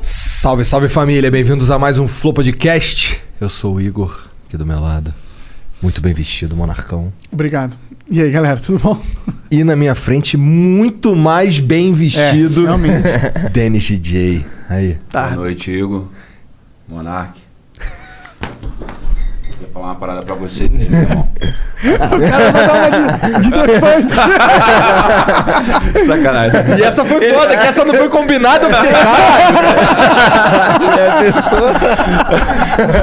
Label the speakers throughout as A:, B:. A: Salve, salve família, bem-vindos a mais um Flow Podcast. Eu sou o Igor, aqui do meu lado. Muito bem vestido, monarcão.
B: Obrigado. E aí, galera, tudo bom?
A: E na minha frente, muito mais bem vestido,
B: realmente.
A: Dennis DJ. Aí.
B: Tá.
C: Boa noite, Igor. Monark. Vou falar uma parada pra vocês aí, meu irmão.
B: De defante.
C: Sacanagem.
A: E essa foi foda, que essa não foi combinada, eu fiquei caralho.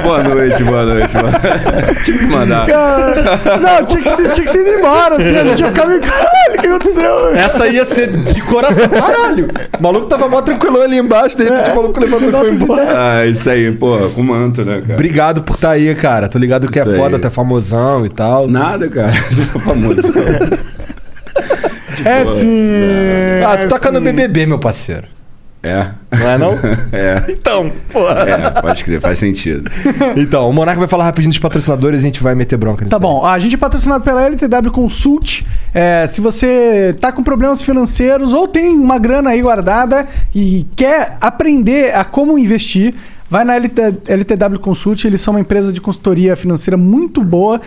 C: boa noite, boa noite, boa noite. Tinha que mandar.
B: cara. Não, tinha que, se- tinha que se ir embora, assim. A gente ia ficar meio, caralho, o que aconteceu? velho?"
A: Essa ia ser de coração, caralho. O maluco tava mó tranquilão ali embaixo, de repente o maluco levantou e foi embora.
C: Ah, isso aí, porra, com manto, né, cara?
A: Obrigado por tá aí, cara. Tô ligado que
C: Isso
A: é
C: aí.
A: foda, até famosão e tal.
C: Nada, cara. Você tá famoso.
B: É sim.
A: Ah, tu
B: é
A: toca no
B: sim.
A: BBB, meu parceiro.
C: É.
A: Não é não?
C: É.
A: Então, porra.
C: É, pode crer, faz sentido.
A: Então, o Monarca vai falar rapidinho dos patrocinadores e a gente vai meter bronca nisso.
B: Tá
A: aí.
B: bom, a gente é patrocinado pela LTW Consult. É, se você tá com problemas financeiros ou tem uma grana aí guardada e quer aprender a como investir, vai na LT, LTW Consult. Eles são uma empresa de consultoria financeira muito boa.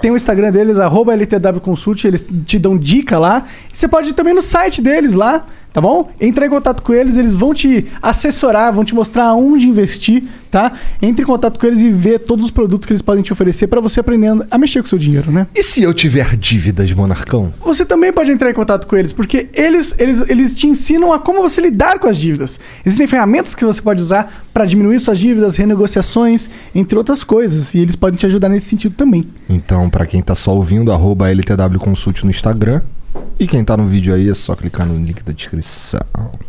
B: Tem o Instagram deles, arroba LTW Consult. Eles te dão dica lá. E você pode ir também no site deles lá, tá bom? Entrar em contato com eles, eles vão te assessorar, vão te mostrar onde investir, tá? Entre em contato com eles e vê todos os produtos que eles podem te oferecer para você aprendendo a mexer com o seu dinheiro, né?
A: E se eu tiver dívidas, Monarcão?
B: Você também pode entrar em contato com eles, porque eles, eles, eles te ensinam a como você lidar com as dívidas. Existem ferramentas que você pode usar para diminuir suas dívidas, renegociações, entre outras coisas. E eles podem te ajudar nesse sentido também.
A: Então, pra quem tá só ouvindo, arroba LTW Consult no Instagram. E quem tá no vídeo aí é só clicar no link da descrição.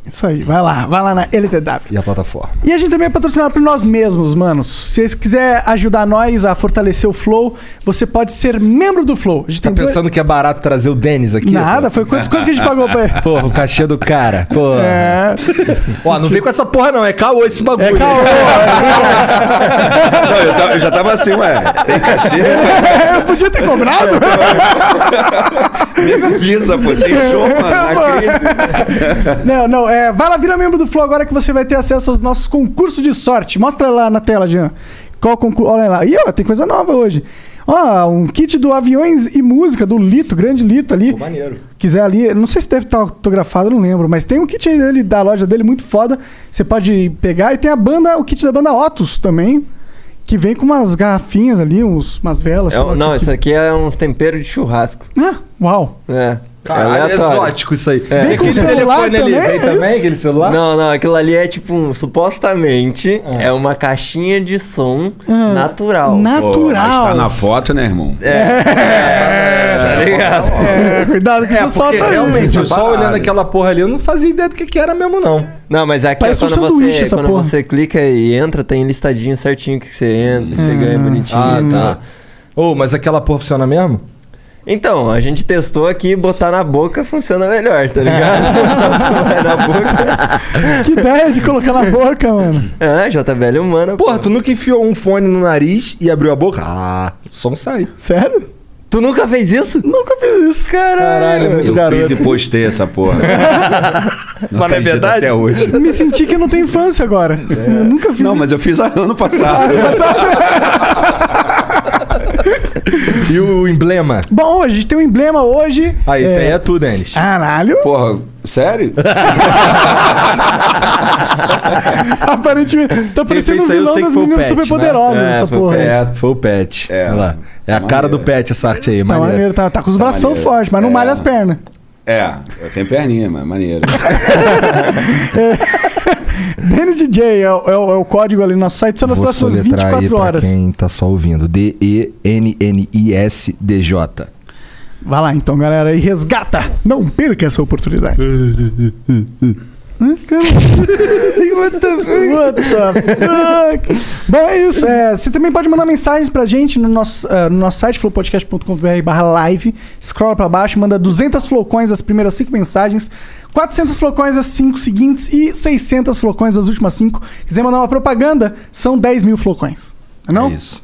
B: Isso aí, vai lá, vai lá na LTW.
A: E a plataforma. Tá
B: E a gente também é patrocinado por nós mesmos, manos. Se vocês quiserem ajudar nós a fortalecer o Flow, você pode ser membro do Flow. A gente
A: Tá
B: tem dois-
A: pensando que é barato trazer o Denis aqui?
B: Nada, foi quanto, quanto que a gente pagou pra ele?
A: Porra, o cachê do cara. Porra.
B: É,
A: Ó, não vem com essa porra não, é caô esse bagulho.
B: é caô.
C: Não, eu, tava- eu já tava assim, ué. Tem cachê, né?
B: Eu podia ter cobrado.
C: me avisa, pô. Sem show, mano, na crise.
B: Não, não, é, vai lá, vira membro do Flow agora que você vai ter acesso aos nossos concursos de sorte. Mostra lá na tela, Jean. Qual concurso? Olha lá. Ih, ó, tem coisa nova hoje. Ó, um kit do Aviões e Música, do Lito, grande Lito ali.
A: Pô, maneiro.
B: Quiser ali, não sei se deve estar autografado, eu não lembro, mas tem um kit aí dele, da loja dele, muito foda. Você pode pegar. E tem a banda, o kit da banda Otus também, que vem com umas garrafinhas ali, uns, umas velas.
D: É
B: sei
D: um-
B: lá,
D: não,
B: que-
D: isso aqui é uns temperos de churrasco.
B: Ah, uau.
D: É.
A: Caralho, é
D: aleatório.
A: exótico isso aí.
D: Vem
A: Tem
D: com
A: aquele
B: celular
A: telefone ali.
B: também,
A: Vem
B: é
A: também
B: isso?
A: aquele celular?
D: Não, não, aquilo ali é tipo um. Supostamente é uma caixinha de som
B: Ah,
D: natural.
C: Pô, mas
B: Natural.
C: tá na foto, né, irmão?
D: tá ligado?
B: É, cuidado que
A: É,
B: essas
A: porque
B: fotos aí.
A: realmente, eu só
C: Parado.
A: olhando aquela porra ali, eu não fazia ideia do que, que era mesmo, não.
D: Não, mas aqui
B: Parece um
D: é quando,
B: sanduíche
D: você,
B: essa
D: quando
B: porra.
D: você clica e entra, tem listadinho certinho que você entra, você ganha bonitinho
A: Ah,
D: e
A: tá.
D: tal.
A: Ô, mas aquela porra funciona mesmo?
D: Então, a gente testou aqui, botar na boca funciona melhor, tá ligado? Então, você vai na boca.
B: Que ideia de colocar na boca, mano.
D: Ah, JBL humana.
A: Porra, tu nunca enfiou um fone no nariz e abriu a boca? Ah, o som sai.
B: Sério?
D: tu nunca fez isso?
B: Nunca fiz isso. É,
A: Caralho, muito
C: Eu
A: garoto.
C: fiz e postei essa porra. Não
D: Mas não é
C: acredito
D: verdade?
C: Até hoje.
B: Me senti que não tenho infância agora.
A: É.
B: Eu nunca fiz
C: Não, mas eu fiz ano passado.
B: isso.
A: E o emblema?
B: Bom, a gente tem um emblema hoje.
A: Ah, isso aí é tu, Denis.
B: Caralho!
C: Porra, sério?
B: Aparentemente. Tá parecendo o
A: fez isso aí,
B: vilão
A: eu sei que
B: das
A: foi o
B: meninas
A: Pet, né?
B: superpoderosas,
A: É,
B: essa
A: foi o
B: porra.
A: É, foi o Pet.
C: É,
A: Olha lá. É a cara do
C: maneiro.
A: Pet essa arte aí,
B: Tá
A: maneiro.
B: maneiro, tá, tá com os
C: Tá
B: bração
C: maneiro.
B: fortes, mas não
C: É.
B: malha as pernas.
C: É, eu tenho perninha, mas maneiro.
B: Denis DJ é, o- é o é o código ali no nosso site, são nas
A: Vou
B: próximas
A: soletrar aí
B: 24
A: pra
B: horas.
A: quem tá só ouvindo. D-E-N-N-I-S-D-J.
B: Vai lá então, galera, e resgata! Não perca essa oportunidade. Hã, cara?
D: What the fuck?
B: What the fuck? Bom, é isso. É, você também pode mandar mensagens pra gente no nosso, ah, no nosso site, flowpodcast.com.br barra live. Scrolla pra baixo, manda 200 flocões as primeiras 5 mensagens, 400 flocões as 5 seguintes e 600 flocões as últimas 5. Quiser mandar uma propaganda, são 10 mil flocões. Não?
A: É isso.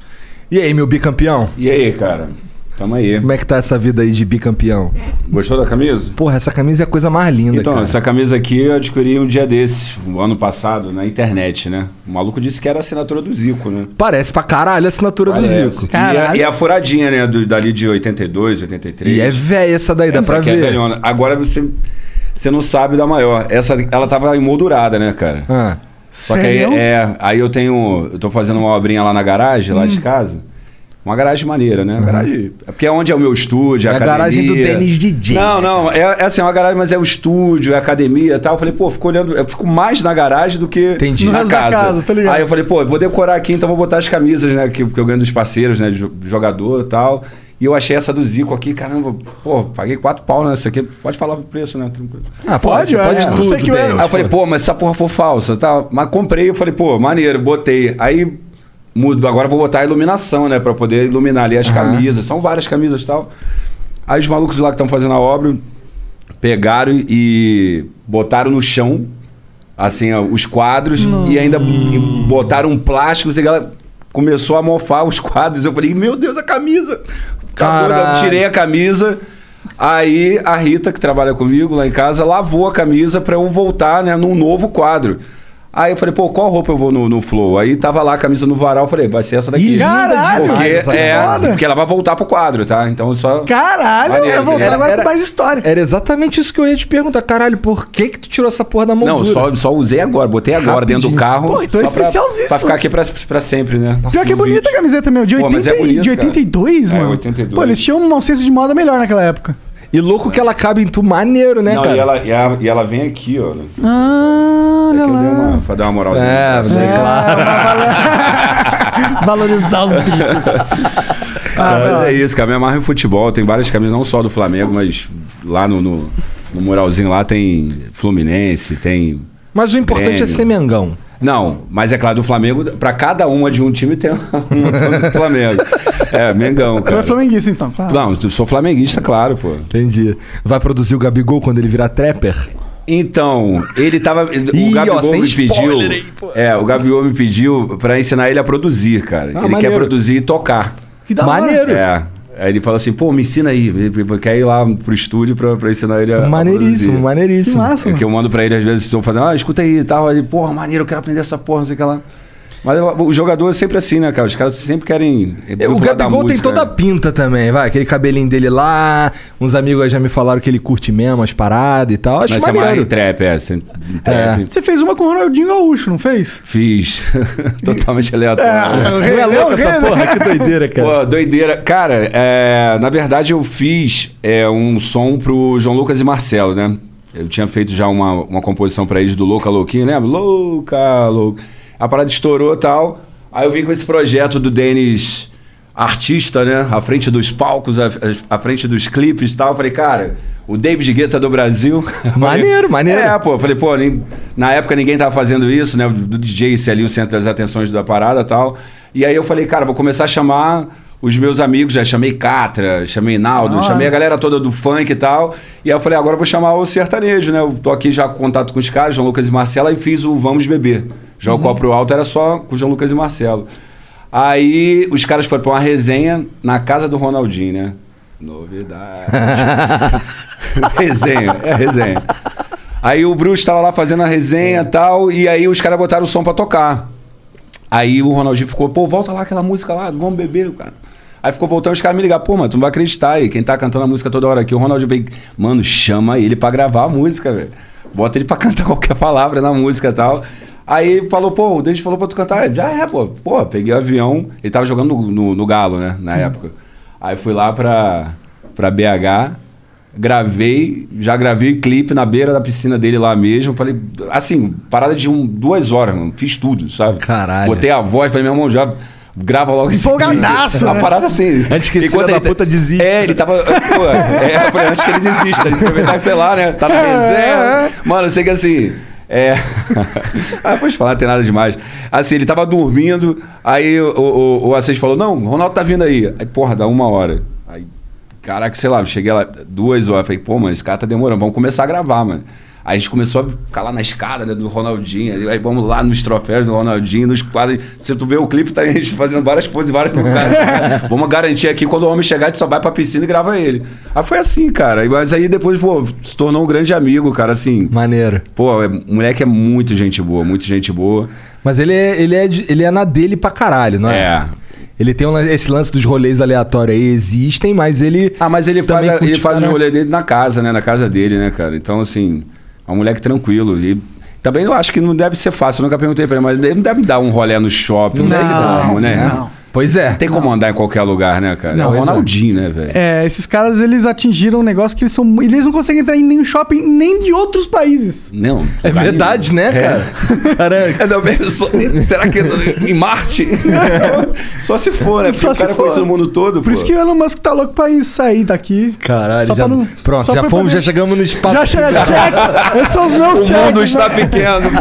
A: E aí, meu bicampeão?
C: E aí, cara? Tamo aí.
A: Como é que tá essa vida aí de bicampeão?
C: Gostou da camisa?
A: Porra, essa camisa é a coisa mais linda,
C: Então,
A: cara.
C: essa camisa aqui eu adquiri um dia desse, o ano passado, na internet, né? O maluco disse que era a assinatura do Zico, né?
A: Parece pra caralho a assinatura do
C: Parece.
A: Zico.
B: Caralho.
C: E, a, e a furadinha, né? Do, dali de 82, 83.
A: E é velha essa daí, dá
C: Essa
A: pra
C: aqui é
A: ver.
C: velhona. Agora você, você não sabe da maior. Essa, ela tava emoldurada, né, cara?
A: Ah,
C: Só que aí,
B: Sério?
C: é, aí eu tenho. Eu tô fazendo uma obrinha lá na garagem, lá de casa. Uma garagem maneira, né? Garagem, é porque é onde é o meu estúdio, é
A: É a
C: a academia.
A: garagem do Dennis DJ,
C: Não,
A: né,
C: não. É, é assim, é uma garagem, mas é o estúdio, é a academia e tal. Eu falei, pô, fico olhando. Eu fico mais na garagem do que
A: Entendi.
B: No
C: na
B: resto da
C: casa.
B: casa, tá ligado?
C: Aí eu falei, pô, eu vou decorar aqui, então vou botar as camisas, né? Que, que eu ganho dos parceiros, né? De jo- jogador e tal. E eu achei essa do Zico aqui, caramba, pô, paguei quatro pau nessa aqui. Pode falar o preço, né? Tranquilo.
A: Ah,
B: Pode, é.
A: pode
B: Não
A: tudo,
B: sei que é.
A: Denis.
C: Aí eu falei, pô, mas se essa porra for falsa, tá? Mas comprei, eu falei, pô, maneiro, botei. Aí mudo, agora eu vou botar a iluminação, né? Pra poder iluminar ali as camisas. São várias camisas e tal. Aí os malucos lá que estão fazendo a obra pegaram e botaram no chão, assim, ó, os quadros e ainda e botaram um plástico, assim, ela começou a mofar os quadros. Eu falei, meu Deus, a camisa! Acabou, né?
A: Caralho.
C: eu tirei a camisa. Aí a Rita, que trabalha comigo lá em casa, lavou a camisa pra eu voltar, né, num novo quadro. Aí eu falei, pô, qual roupa eu vou no, no Flow? Aí tava lá a camisa no varal, eu falei, vai ser essa daqui.
A: Ih,
B: caralho,
C: porque,
A: essa
C: é,
A: camisa.
C: porque ela vai voltar pro quadro, tá? Então só.
B: um Caralho,
C: Maneiro,
B: eu vou voltar
C: era-
B: agora
A: era-
B: com mais história.
A: Era exatamente isso que eu ia te perguntar. Caralho, por que que tu tirou essa porra da moldura?
C: Não, só, só usei agora, botei agora dentro do
A: Rapidinho.
C: carro.
B: Pô, então é
C: só pra-
B: especialzíssimo.
C: Pra ficar aqui pra, pra sempre, né?
B: Pior que é bonita a camiseta, meu. De,
C: Pô,
B: 80,
C: mas é bonito,
B: de
C: cara.
B: 82,
C: É,
B: mano.
C: 82.
B: Pô, eles tinham um senso de moda melhor naquela época.
A: E louco que ela cabe em tu maneiro, né,
C: Não,
A: cara?
C: e ela, e, a- e ela vem aqui, ó. né?
B: Ah,
C: É que
B: olha
C: eu dei
B: lá.
C: uma, pra dar uma moralzinha.
A: É,
C: Assim.
A: é.
B: Valo- Valorizar os bíceps.
C: Ah, mas é isso, cara. Me amarra em futebol. Tem várias camisas, não só do Flamengo, mas lá no, no, no muralzinho lá tem Fluminense, tem.
A: Mas o importante é
C: Grêmio.
A: ser Mengão.
C: Não, mas é claro, do Flamengo, pra cada uma de um time tem um do Flamengo. É, Mengão.
B: Tu
C: Cara.
B: é flamenguista, então, claro.
C: Não, eu sou flamenguista, claro, pô.
A: Entendi. Vai produzir o Gabigol quando ele virar trapper?
C: Então, ele tava.
A: Ih,
C: o
A: ó,
C: Gabigol
A: sem
C: me pediu.
A: spoiler aí, pô.
C: é, o Gabigol me pediu pra ensinar ele a produzir, cara. ele
A: Ah, maneiro.
C: quer produzir e tocar.
B: Que da
A: Maneiro.
B: hora.
C: É. Aí ele fala assim, pô, me ensina aí. Ele Quer ir lá pro estúdio pra, pra ensinar ele a. a
A: maneiríssimo,
C: produzir.
A: maneiríssimo.
B: Que massa.
C: É que eu mando pra ele, às vezes, estou fazendo, ah, escuta aí e tal. Aí, porra, maneiro, eu quero aprender essa porra, não sei o que lá. Mas eu- o jogador é sempre assim, né, cara? Os caras sempre querem. é
A: O
C: muito lá da
A: Gabigol tem
C: música,
A: toda a
C: né?
A: pinta também, vai. Aquele cabelinho dele lá. Uns amigos aí já me falaram que ele curte mesmo as paradas e tal. Acho
C: Mas é mais
A: maneiro.
C: trap, é. Assim,
A: É.
B: Você fez uma com o Ronaldinho Gaúcho, não fez?
C: Fiz. Totalmente aleatório.
B: É, o
A: Não é
B: Rei Leão,
A: louco essa
B: Rei Leão.
A: porra? Que doideira, cara.
C: Pô, doideira. Cara, é, na verdade eu fiz é, um som pro João Lucas e Marcelo, né? Eu tinha feito já uma, uma composição pra eles do Louca Louquinha, lembra? Louca, louca. A parada estourou e tal. Aí eu vim com esse projeto do Denis artista, né? À frente dos palcos, à, à frente dos clipes e tal. Eu falei, cara, o David Guetta do Brasil.
A: Maneiro,
C: É,
A: maneiro.
C: pô, eu falei, pô, nem- na época ninguém tava fazendo isso, né? Do DJ ser ali o centro das atenções da parada e tal. E aí eu falei, cara, vou começar a chamar os meus amigos, já chamei Catra, chamei Naldo,
B: Ah.
C: chamei a galera toda do funk e tal. E aí eu falei, agora eu vou chamar o sertanejo, né? Eu tô aqui já com contato com os caras, João Lucas e Marcela, e fiz o Vamos Beber. Já
A: Uhum.
C: o Copo Alto era só com o João Lucas e Marcelo. Aí os caras foram pra uma resenha na casa do Ronaldinho, né? Novidade. resenha, é resenha. Aí o Bruce tava lá fazendo a resenha e tal, e aí os caras botaram o som pra tocar. Aí o Ronaldinho ficou, pô, volta lá aquela música lá, vamos beber, cara. Aí ficou voltando, os caras me ligaram, pô, mano, tu não vai acreditar aí. Quem tá cantando a música toda hora aqui, o Ronaldinho veio. Mano, chama ele pra gravar a música, velho. Bota ele pra cantar qualquer palavra na música e tal. Aí falou, pô, o Denis falou pra tu cantar. Já é, pô. Pô, peguei o avião. Ele tava jogando no, no- no Galo, né, na época. Aí fui lá pra, pra BH, gravei, já gravei clipe na beira da piscina dele lá mesmo. Falei, assim, parada de um, duas horas, mano. Fiz tudo, sabe?
A: Caralho.
C: Botei a voz, falei, meu irmão, já grava logo esse clipe.
B: Empolgadaço,
C: A
B: né?
C: parada assim.
A: Antes que esse
C: enquanto
A: filho né, da
C: ele-
A: puta desista.
C: É, ele tava. Pô, é, eu falei, antes que ele desista. Ele aproveitar, sei lá, né? Tá na
A: É,
C: reserva. Mano, eu sei que assim. É. ah, pode falar, não tem nada demais. Assim, ele tava dormindo, aí o, o, o Assis falou: Não, o Ronaldo tá vindo aí. Aí, porra, dá uma hora. Aí, caraca, sei lá, eu cheguei lá duas horas. Falei, pô, mano, esse cara tá demorando, vamos começar a gravar, mano. Aí a gente começou a ficar lá na escada né, do Ronaldinho. ali, Aí vamos lá nos troféus do Ronaldinho, nos quadros. Se tu vê o clipe, tá a gente fazendo várias poses em vários lugares. vamos garantir aqui, quando o homem chegar, a gente só vai pra piscina e grava ele. Aí foi assim, cara. E- Mas aí depois, pô, se tornou um grande amigo, cara, assim.
A: Maneiro.
C: Pô, é, o moleque é muito gente boa, muito gente boa.
A: Mas ele é, ele, é, de- ele é na dele pra caralho, não é?
C: É.
A: Ele tem um lan- esse lance dos rolês aleatórios aí, existem, mas ele.
C: Ah, mas ele faz,
A: também
C: a- ele
A: curte
C: faz o
A: ficar na-
C: rolê dele na casa, né? Na casa dele, né, cara? Então, assim, é um moleque tranquilo. E também eu acho que não deve ser fácil, eu nunca perguntei pra ele, mas ele não deve dar um rolê no shopping, não, deve dar,
A: Não,
C: né?
A: não. Pois é.
C: Tem como andar em qualquer lugar, né, cara?
A: Não,
C: é o
A: exato.
C: Ronaldinho, né, velho?
B: É, esses caras, eles atingiram um negócio que eles são... Eles não conseguem entrar em nenhum shopping, nem de outros países.
C: Não.
A: É verdade, né, cara? Caraca.
C: É, não, eu sou- será que é em Marte? Só se for, né? Porque
B: Só
C: o
B: se
C: cara
B: for.
C: conhece o mundo todo.
B: Por isso que o Elon Musk tá louco pra ir sair daqui.
A: Caralho,
B: Só
A: já,
B: pra não-
A: pronto,
B: só
A: já
B: pra
A: fomos,
B: poder-
A: já chegamos no espaço.
B: Já chega, check! Esses são os meus
C: O
B: checks,
C: mundo
B: né?
C: está pequeno.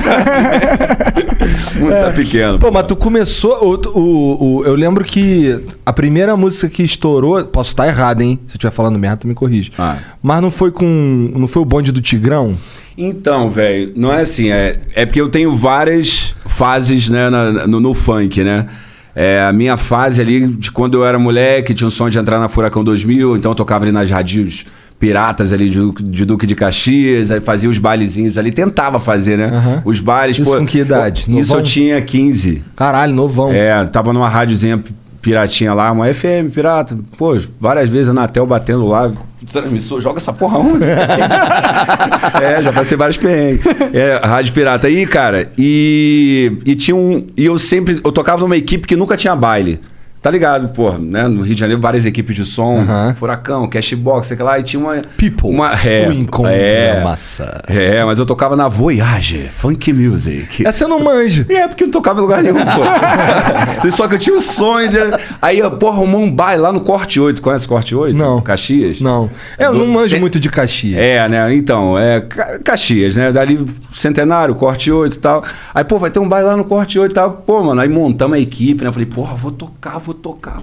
C: o mundo está pequeno.
A: Pô, mas tu começou. O, o- o- eu lembro que a primeira música que estourou. Posso estar errado, hein? Se eu estiver falando merda, tu me corrige.
C: Ah.
A: Mas não foi com. Não foi o bonde do Tigrão?
C: Então, velho, não é assim. É, é porque eu tenho várias fases né, na- no, no funk, né? É, a minha fase ali, de quando eu era moleque, tinha o sonho de entrar na Furacão 2000, então eu tocava ali nas radios piratas ali de, Duque- de Duque de Caxias, aí fazia os bailezinhos ali, tentava fazer, né?
A: Aham.
C: Os bailes...
A: Isso com que idade?
C: eu- isso
A: Novão?
C: eu tinha 15.
A: Caralho, novão.
C: É, tava numa rádiozinha piratinha lá, uma FM pirata. Pô, várias vezes a Anatel batendo lá. Transmissor, joga essa porra onde? é, já passei vários perrengues. É, rádio pirata. aí cara, e, e tinha um... E eu sempre... Eu tocava numa equipe que nunca tinha baile. Tá ligado, porra, né? No Rio de Janeiro, várias equipes de som.
A: Aham.
C: Furacão, Cashbox, sei lá. E tinha uma...
A: People,
C: uma, é,
A: o encontro
C: é,
A: da massa.
C: É, mas eu tocava na Voyage, Funk Music.
A: Essa eu não manjo.
C: E é, porque eu não tocava em lugar nenhum, pô. Só que eu tinha um sonho de... Aí, eu, pô, arrumou um baile lá no Corte 8. Conhece o Corte 8?
A: Não.
C: Caxias?
A: Não. Eu não
C: Do-
A: manjo
C: cen-
A: muito de Caxias.
C: É, né? Então, é Ca- Caxias, né? Dali, Centenário, Corte 8 e tal. Aí, pô, vai ter um baile lá no Corte 8 e tal. Pô, mano, aí montamos a equipe, né? Eu falei, porra, vou tocar, vou tocar.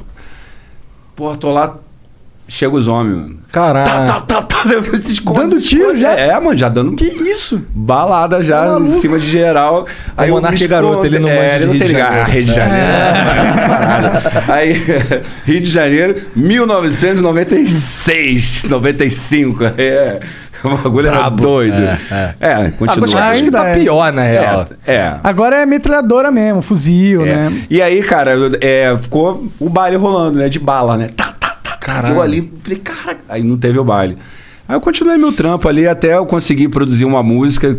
C: Porra, tô lá... Chega os homens, mano.
A: Caralho.
C: Tá, tá, tá, tá. eu- esses cortes-
B: tiro já?
C: É, mano, já dando...
B: Que isso?
C: Balada já em cima de geral.
A: Tá O Monarca
C: bicho,
A: é garoto,
C: pô,
A: ele não manja de
C: ele não
A: Rio
C: tem
A: de
C: ligado.
A: Janeiro. É.
C: Ah, Rio de Janeiro. Parada. Aí, Rio de Janeiro, 1996, 95. É. O bagulho era doido. É, continua.
A: Agora acho que tá
B: Ainda é.
A: pior, na real.
C: é, é.
B: Agora é metralhadora mesmo, fuzil,
C: É.
B: né?
C: E aí, cara, eu- é, ficou o baile rolando, né? De bala, né? Tá, tá, tá. Caralho. Eu ali, falei, cara. Aí não teve o baile. Aí eu continuei meu trampo ali até eu conseguir produzir uma música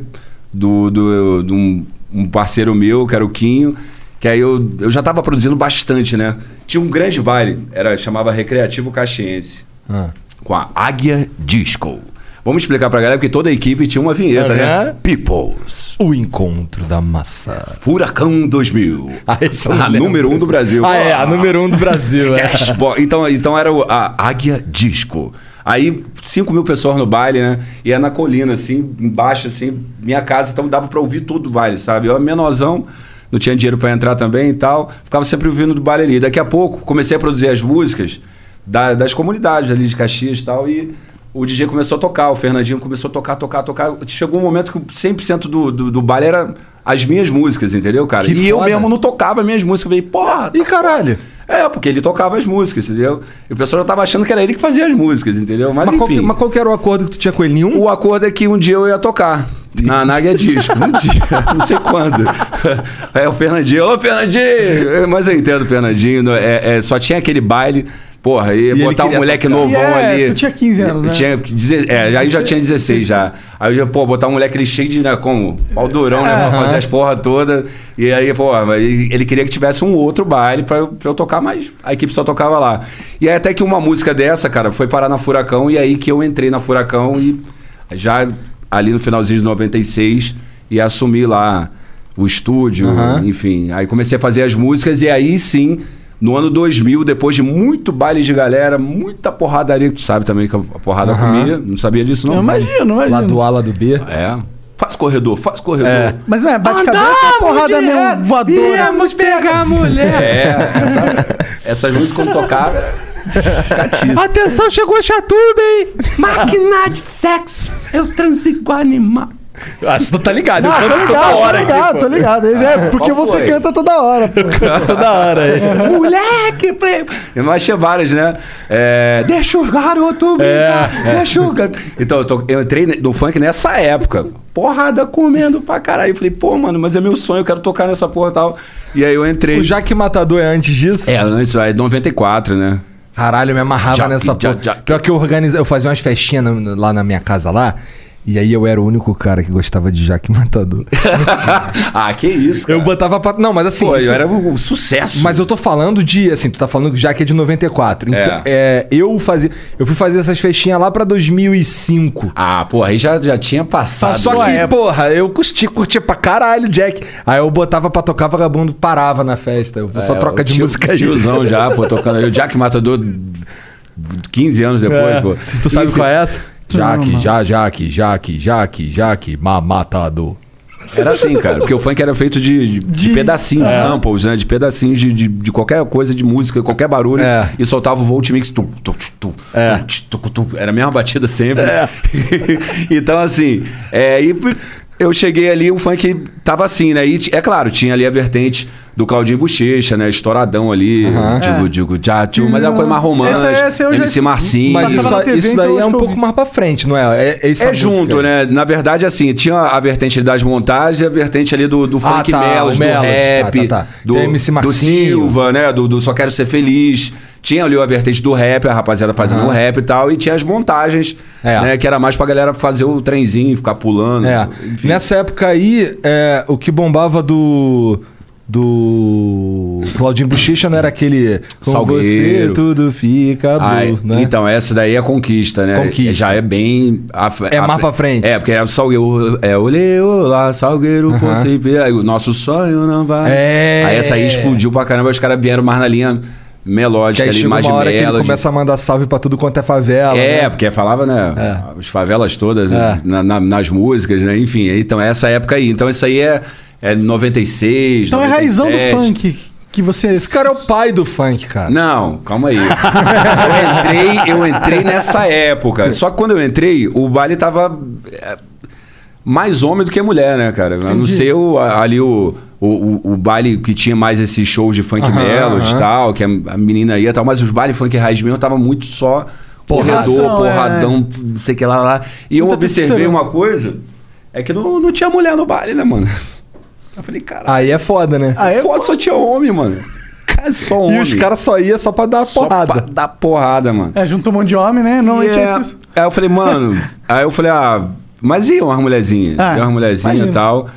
C: do, do, de um, um parceiro meu, que era o Quinho. Que aí eu, eu já tava produzindo bastante, né? Tinha um grande baile, era, chamava Recreativo Caxiense
A: Ah.
C: com a Águia Disco. Vamos explicar pra galera, porque toda a equipe tinha uma vinheta, né?
A: Aham.
C: Peoples.
A: O encontro da massa.
C: Furacão 2000.
A: Ah, esse eu não
C: a
A: lembro.
C: número um do Brasil.
A: Ah, é, a
C: Ah.
A: número um do Brasil. é.
C: Cashbox. Então, então era o- a Águia Disco. Aí, 5 mil pessoas no baile, né? E é na colina, assim, embaixo, assim, minha casa. Então dava pra ouvir todo o baile, sabe? Eu era menorzão, não tinha dinheiro pra entrar também e tal. Ficava sempre ouvindo do baile ali. Daqui a pouco, comecei a produzir as músicas da- das comunidades ali de Caxias e tal. E o DJ começou a tocar, o Fernandinho começou a tocar, tocar, tocar. Chegou um momento que 100% do, do, do baile era as minhas músicas, entendeu, cara?
A: Que
C: e eu
A: foda.
C: mesmo não tocava as minhas músicas. Eu falei, porra!
A: Ih, caralho.
C: É, porque ele tocava as músicas, entendeu? E o pessoal já tava achando que era ele que fazia as músicas, entendeu? Mas,
A: Mas, qual,
C: enfim,
A: que- mas qual que era o acordo que tu tinha com ele? Nenhum?
C: o acordo é que um dia eu ia tocar. Na Náguia Disco, um dia, não sei quando. Aí o Fernandinho, ô Fernandinho! Mas eu entendo o Fernandinho, não- é, é, só tinha é, aquele baile Porra, e,
A: ele
C: botar um
A: queria
C: moleque
A: tocar.
C: novão
B: E é,
C: ali.
B: tu tinha 15 anos, né?
C: Tinha, deze- é, aí já tinha 16 já. Aí, eu, pô, botar um moleque ali cheio de, né, como, pau durão,
B: É.
C: né? pra Fazer as porra toda. E aí, pô, mas ele ele queria que tivesse um outro baile pra eu, pra eu tocar, mas a equipe só tocava lá. E aí até que uma música dessa, cara, foi parar na Furacão. E aí que eu entrei na Furacão e já ali no finalzinho de 96 e assumi lá o estúdio, enfim. Aí comecei a fazer as músicas e aí sim, no ano 2000, depois de muito baile de galera, muita porradaria, que tu sabe também que a porrada comia, não sabia disso não.
B: Eu imagino, imagino.
A: Lá do A, lá do B.
C: É. Faz corredor, faz corredor. É.
B: Mas não é bate-cabeça, é porrada mesmo, voadora.
C: pegar a mulher. É, essa, essas músicas quando tocava era chatice.
E: Atenção, chegou a Chaturba, hein? Máquina de sexo. Eu transigo com animal.
A: Ah, você tá ligado.
B: Ah,
A: Eu
B: tô
A: canto toda
B: ligado, tô
A: hora
B: ligado,
A: aqui.
B: tô ligado. É, porque
C: Qual
B: você
C: foi?
B: canta toda hora, pô.
A: pô. Toda hora aí.
C: Moleque, pre... Mas tinha várias, né? É, deixa o garoto
A: É.
C: brincar, deixa o garoto... Então, eu, to- eu entrei no funk nessa época. Porrada, comendo pra caralho. Eu falei, pô, mano, mas é meu sonho, eu quero tocar nessa porra e tal. E aí eu entrei...
A: O Jaque Matador é antes disso?
C: É, antes, é 94, né?
A: Caralho, eu me amarrava
C: Jaque,
A: nessa porra.
C: Jaque, Jaque.
A: Pior que eu organizava, eu fazia umas festinhas na- na- lá na minha casa lá. E aí eu era o único cara que gostava de Jaque Matador.
C: ah, que isso, cara.
A: Eu botava pra... Não, mas assim...
C: Pô,
A: isso-
C: eu era um sucesso.
A: Mas eu tô falando de, assim, tu tá falando que já que é de 94. Então,
C: É.
A: é, eu fazia, eu fui fazer essas festinhas lá pra 2005.
C: Ah, porra, aí já, já tinha passado.
A: Só que, porra, eu curti, curtia pra caralho, Jack. Aí eu botava pra tocar, vagabundo parava na festa. Eu só
C: É,
A: troca
C: o
A: de
C: tio-
A: música aí.
C: tiozão já, pô, tocando aí. O Jack Matador, 15 anos depois, pô.
A: Tu sabe qual é essa? Jaque, já, Jaque, Jaque, Jaque, Jaque, mamatador.
C: Era assim, cara. Porque o funk era feito de, de, de pedacinhos, de samples, né? De pedacinhos de, de, de qualquer coisa, de música, qualquer barulho.
A: É.
C: E soltava o Voltmix. Tum, tum, tch, tum, tum, tch, tum, tum. Era a mesma batida sempre. então, assim... É, e eu cheguei ali, o funk tava assim, né? E, t- é claro, tinha ali a vertente do Claudinho Bochecha, né? Estouradão ali. Digo, digo, já, tio. Mas é uma coisa mais romântica.
B: Essa- essa eu já-
C: MC Marcinho.
A: Mas
B: Passava
A: isso,
B: na TV,
A: isso
B: então eu
A: daí é um
B: acho que eu
A: pouco
B: vi.
A: mais pra frente, não é? É, essa
C: É
A: música.
C: junto, né? Na verdade, assim, tinha a vertente das montagens e a vertente ali do, do
A: Ah,
C: funk
A: tá,
C: Melos,
A: o
C: do
A: Melos,
C: rap,
A: tá, tá, tá.
C: Do,
A: Tem MC
C: do
A: Marcinho.
C: Silva, né? Do, do Só Quero Ser Feliz. Tinha ali a vertente do rap, a rapaziada fazendo o rap e tal. E tinha as montagens,
A: É.
C: né? Que era mais pra galera fazer o trenzinho, ficar pulando.
A: É.
C: enfim.
A: Nessa época aí, é, o que bombava do. Do Claudinho Bochecha não era aquele. Com
C: Salgueiro.
A: você tudo fica blue,
C: Ai,
A: né?
C: Então, essa daí é a conquista, né?
A: Conquista.
C: Já é bem. à fre-
A: É
C: à
A: mais
C: fre-
A: pra frente.
C: É, porque é o Salgueiro. É, olhei, olá, Salgueiro, fosse. ver, aí O nosso sonho não vai.
A: É.
C: Aí essa aí explodiu pra caramba, os caras vieram mais na linha
A: que
C: melódica
A: aí
C: ali,
A: chega
C: mais de
A: uma hora que ele
C: melody.
A: começa a mandar salve pra tudo quanto é favela.
C: É,
A: né? É.
C: porque falava, né? As favelas todas né, na- na- nas músicas, né? Enfim, então é essa época aí. Então isso aí é, é 96.
B: Então é raizão do
C: 97.
B: funk que você...
A: Esse cara é o pai do funk, cara.
C: Não, calma aí. eu, entrei, eu entrei nessa época. Só que quando eu entrei, o baile tava é, mais homem do que mulher, né, cara? A não ser o, a- ali o, o, o, o baile que tinha mais esses shows de funk melos e tal, que a, a menina ia e tal, mas os baile funk raiz mesmo tava muito só
B: Porração,
C: corredor,
B: é.
C: porradão, não sei o que lá, lá. E eu
B: Muita
C: observei
B: testosterona.
C: uma coisa, é que não, não tinha mulher no baile, né, mano? Eu falei, caralho,
A: Aí é foda, né?
C: foda só tinha homem, mano. Cara, só Ah, homem.
A: e os caras só iam só pra dar uma
C: Só
A: porrada.
C: pra dar porrada, mano.
B: É, junto um monte de homem, né? Normalmente
C: E, é,
B: é isso. que-
C: Aí eu falei, mano. aí eu falei, ah, mas e umas mulherzinhas?
B: Ah,
C: Ah, umas mulherzinhas e
B: imagino.
C: tal.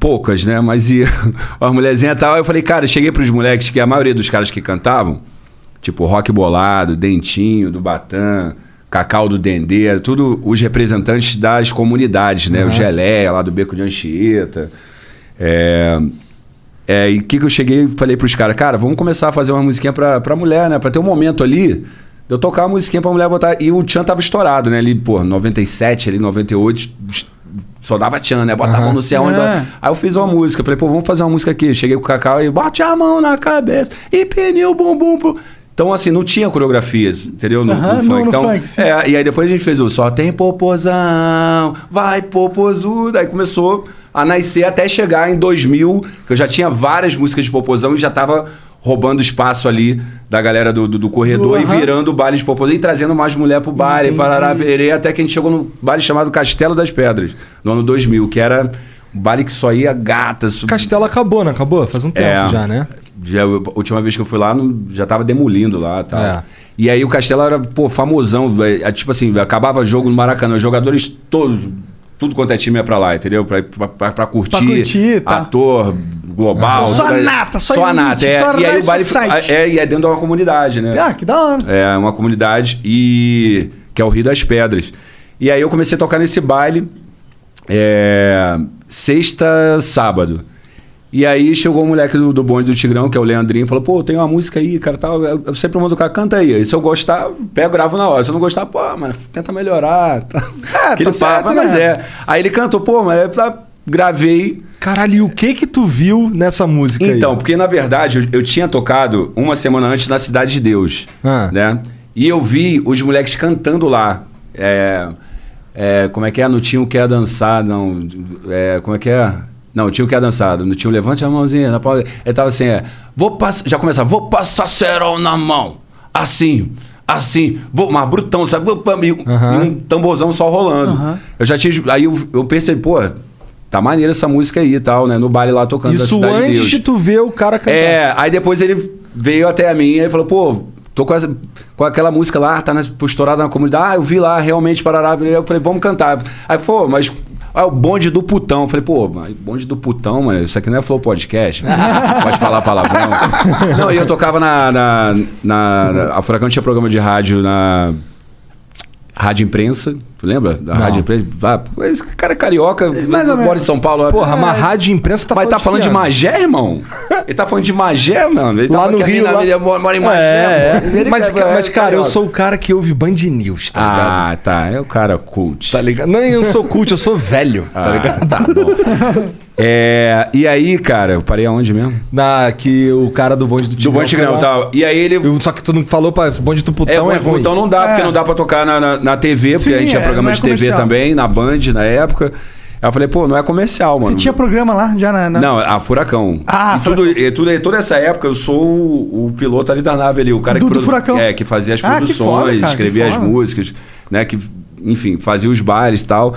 C: Poucas, né? Mas e umas mulherzinhas e tal. Aí eu falei, cara, cheguei pros moleques, que a maioria dos caras que cantavam, tipo Rock Bolado, Dentinho, do Batan. Cacau do Dendeiro, tudo os representantes das comunidades, né? O Geleia, lá do Beco de Anchieta. É, é, e o que, que eu cheguei e falei pros caras, cara, vamos começar a fazer uma musiquinha pra, pra mulher, né? Pra ter um momento ali de eu tocar uma musiquinha pra mulher botar. E o Tchan tava estourado, né? Ali, pô, 97, ali, 98, es- só dava Tchan, né? Botava a mão no céu.
B: É.
C: né? Aí eu fiz uma música, falei, pô, vamos fazer uma música aqui. Cheguei com o Cacau e bate a mão na cabeça e pneu bumbum pro. Então, assim, não tinha coreografias, entendeu? No,
B: Aham, no-
C: no funk.
B: no
C: então,
B: funk, sim.
C: é, é, e aí depois a gente fez o Só tem popozão, vai popozudo. Aí começou a nascer até chegar em 2000, que eu já tinha várias músicas de popozão e já tava roubando espaço ali da galera do, do, do
B: Do,
C: corredor e
B: aham.
C: virando o baile de popozão e trazendo mais mulher pro baile, parará, perê, até que a gente chegou no baile chamado Castelo das Pedras, no ano 2000, que era um baile que só ia gata. sub-
A: Castelo acabou, não acabou? Faz um tempo já, né?
C: É. Já, a última vez que eu fui lá, não- já tava demolindo lá e tal.
A: É.
C: E aí o Castelo era, pô, famosão. velho. É, Tipo assim, acabava jogo no Maracanã, os jogadores todos, tudo quanto é time ia pra lá, entendeu? Pra, pra, pra, pra curtir,
B: curtir, tá.
C: ator, global.
B: Só
C: tudo aí.
B: a nata, só
C: só a
B: elite,
C: nata. É.
B: só
C: e aí
B: Rise
C: o baile
B: Society.
C: é, e é dentro de uma comunidade, né?
B: Ah, que da hora.
C: É uma comunidade e que é o Rio das Pedras. E aí eu comecei a tocar nesse baile é, sexta, sábado. E aí chegou o moleque do, do bonde do Tigrão, que é o Leandrinho, e falou, pô, tem uma música aí, cara, tal. Eu, eu sempre mando o cara, canta aí. E se eu gostar, eu pego, gravo na hora. Se eu não gostar, pô, mano, tenta melhorar. Tá.
B: tá
C: Aquele
B: certo,
C: papo,
B: né?
C: mas é. Aí ele cantou, pô, mano, eu tá, gravei.
A: Caralho, e o que que tu viu nessa música aí?
C: Então, porque na verdade eu, eu tinha tocado uma semana antes na Cidade de Deus,
A: Ah.
C: né? E eu vi os moleques cantando lá. É, é, como é que é? Não tinha o que é dançar, não. É, como é que é? Não, tinha o que é dançar. Não tinha o levante a mãozinha na palma. Ele tava assim, é, vou passar, já começava, vou passar cerol na mão, assim. Assim, vou, mas brutão, sabe? Vou pra mim,
A: Aham.
C: E um tamborzão só rolando. Eu já tinha. Aí eu, eu pensei, pô, tá maneira essa música aí e tal, né? No baile lá tocando da
A: Isso
C: Cidade de
A: antes
C: Deus.
A: de tu ver o cara cantar.
C: É, aí depois ele veio até a mim e falou, pô, tô com, essa- com aquela música lá, tá na, estourada na comunidade. Ah, eu vi lá, realmente, parará. Eu falei, vamos cantar. Aí, pô, mas... Ah, o bonde do putão. Eu falei, pô, mas bonde do putão, mano, isso aqui não é Flow Podcast. né? Pode falar palavrão. não, e eu tocava na... na, na, na- a Furacão tinha programa de rádio na... Rádio Imprensa, tu lembra? Da Rádio Imprensa. Ah, esse cara é carioca,
B: Mais ou
C: mora em
B: menos.
C: São Paulo. né?
A: Porra, mas rádio imprensa tá
C: Vai estar É. falando de
A: quê?
C: Magé, irmão? Ele tá falando de Magé, mano? Ele tá
D: Lá no
C: falando que a
D: Rio,
C: mina-
D: lá-
C: Ele mora mora em
A: É,
C: Magé.
A: é.
C: mano. Ele
A: Mas,
C: quer-
A: ca- mas, cara, eu
C: carioca.
A: sou o cara que ouve Band News, tá ligado?
C: Ah, tá. É o cara cult.
A: Tá ligado? Não, eu sou cult, eu sou velho, tá
C: Ah,
A: ligado?
C: Tá bom. É, e aí, cara, eu parei aonde mesmo?
A: Na, que o cara do bonde do
C: Do
A: Tigrão.
C: Bom Tigrão e
A: foi lá.
C: tal. E aí ele.
A: Eu- Só que tu não falou pra bonde do
C: tá. É,
A: putão
C: bom,
A: é, ruim.
C: então não dá, porque
B: É.
C: não dá pra tocar na, na, na TV, porque
B: Sim,
C: a gente tinha
B: é,
C: programa
B: não é
C: de TV
B: comercial.
C: também, na Band, na época. Aí eu falei, pô, não é comercial, mano.
B: Você tinha programa lá já na. na-
C: Não, a Furacão.
B: né? Ah,
C: e tudo, e tudo- e toda essa época eu sou o, o piloto ali da nave ali, o cara
B: Do-
C: que
B: do Furacão.
C: é que fazia as
B: Ah, que
C: produções,
B: foda, cara, que
C: escrevia as
B: foda.
C: músicas, né, que enfim, fazia os bailes e tal.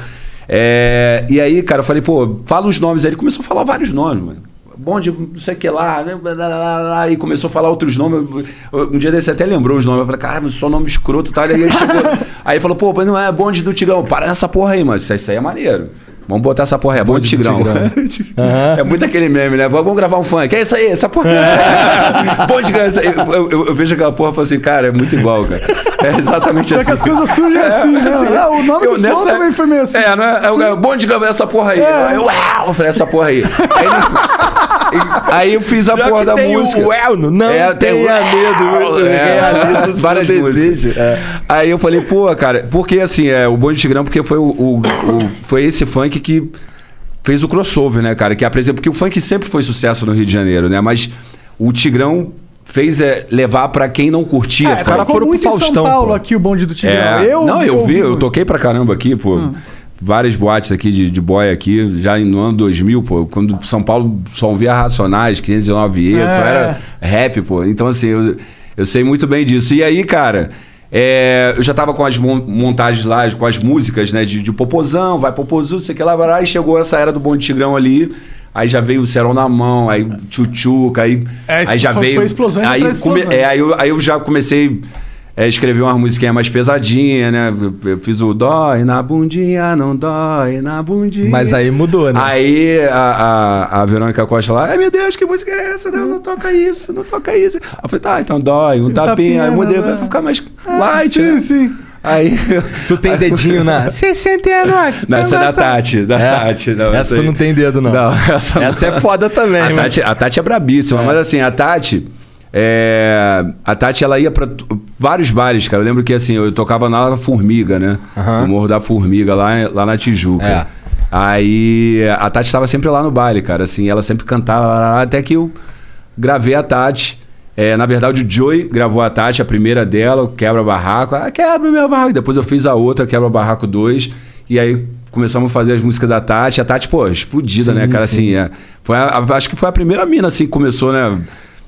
C: É, e aí, cara, eu falei, pô, fala os nomes aí, ele começou a falar vários nomes, mano. Bonde, não sei o que lá, né, blá, blá, blá, blá, e começou a falar outros nomes. Eu- eu- Um dia desse até lembrou os nomes. Eu falei, caramba, só nome escroto e tal. Aí ele chegou. aí ele falou, pô, mas não é bonde do Tigrão. Para nessa porra aí, mano. Isso, isso aí é maneiro. Vamos botar essa porra aí, é bonde, do
A: Bonde do
C: Tigrão.
A: Tigrão.
C: É muito aquele meme, né? Vamos gravar um funk. É isso aí, essa porra.
B: É.
C: Pô, de graça. Eu, eu- eu- eu vejo aquela porra e falo assim, cara, é muito igual, cara. É exatamente
B: Só
C: assim.
B: que as coisas surgem assim, né? Ah, o nome do flow também foi meio assim. É.
C: É, né? É o cara, bom de gravar essa porra aí. Aí Eu, uau, eu falei, essa porra aí. Aí, e- aí eu fiz a
A: Pior
C: porra
A: que
C: da
A: tem o
C: música.
A: uau, não- não
D: É,
A: tenha medo, realiza o seu desejo. É.
C: Aí eu falei, pô, cara, porque assim, é, o Bonde Tigrão, porque foi, o, o- o- foi esse funk que fez o crossover, né, cara? Que apresenta, porque o funk sempre foi sucesso no Rio de Janeiro, né? Mas o Tigrão fez é, levar pra quem não curtia.
B: É,
C: funk.
A: Ah, cara
B: ficou
A: foram pro
B: muito em São
A: Faustão,
B: Paulo
A: pô.
B: aqui o bonde do Tigrão.
C: É. não, eu vi, eu
B: muito.
C: toquei pra caramba aqui, pô. Várias boates aqui de, de boy aqui, já no ano 2000, pô. Quando São Paulo só ouvia Racionais, 509E, só
B: É.
C: era rap, pô. Então, assim, eu, eu sei muito bem disso. E aí, cara, é, eu já tava com as mon- montagens lá, com as músicas, né? De, de popozão, vai popozu, sei que lá, vai lá. E chegou essa era do Bom Tigrão ali. Aí já veio o Serão na Mão, aí Tchutchuca, aí...
B: É, isso
C: aí já
B: foi-
C: veio...
B: foi explosões
C: aí
B: atrás de
C: come-
B: explosões.
C: é, aí eu, aí eu já comecei é, a escrever umas musiquinhas mais pesadinhas, né? Eu, eu fiz o dói na bundinha, não dói na bundinha.
A: Mas aí mudou,
C: Ah,
A: né?
C: Aí a, a, a Verônica Costa lá, ai meu Deus, que música é essa? Não, não toca isso, não toca isso. Eu falei, tá, então dói, um tapinha,
B: tapinha,
C: aí mudei,
B: né?
C: vai ficar mais light.
B: Sim,
C: né?
B: sim.
C: Aí.
A: Tu tem dedinho na... 69.
C: Não, essa é da Tati, da
A: É.
C: Tati. Não,
A: Essa tu
C: aí-
A: não tem dedo, não.
C: essa, não.
D: Essa é foda também,
C: A
D: mano.
C: Tati, a Tati é brabíssima, mas assim, a Tati. é, a Tati, ela ia pra t- vários bares, cara. Eu lembro que assim, eu tocava na Formiga, né?
A: Aham.
C: No Morro da Formiga, lá, lá na Tijuca.
A: É.
C: Aí a Tati estava sempre lá no baile, cara. Assim, ela sempre cantava, lá, lá, lá, até que eu gravei a Tati. É, na verdade, o Joey gravou a Tati, a primeira dela, o Quebra Barraco. Ah, quebra o meu barraco. Depois eu fiz a outra, Quebra Barraco 2. E aí começamos a fazer as músicas da Tati. A Tati, pô, explodida,
A: Sim,
C: né, cara? Assim,
A: sim.
C: é, foi a- a- acho que foi a primeira mina, assim, que começou, né?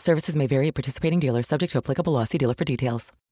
F: Services may vary at participating dealers, subject to applicable law. See dealer for details.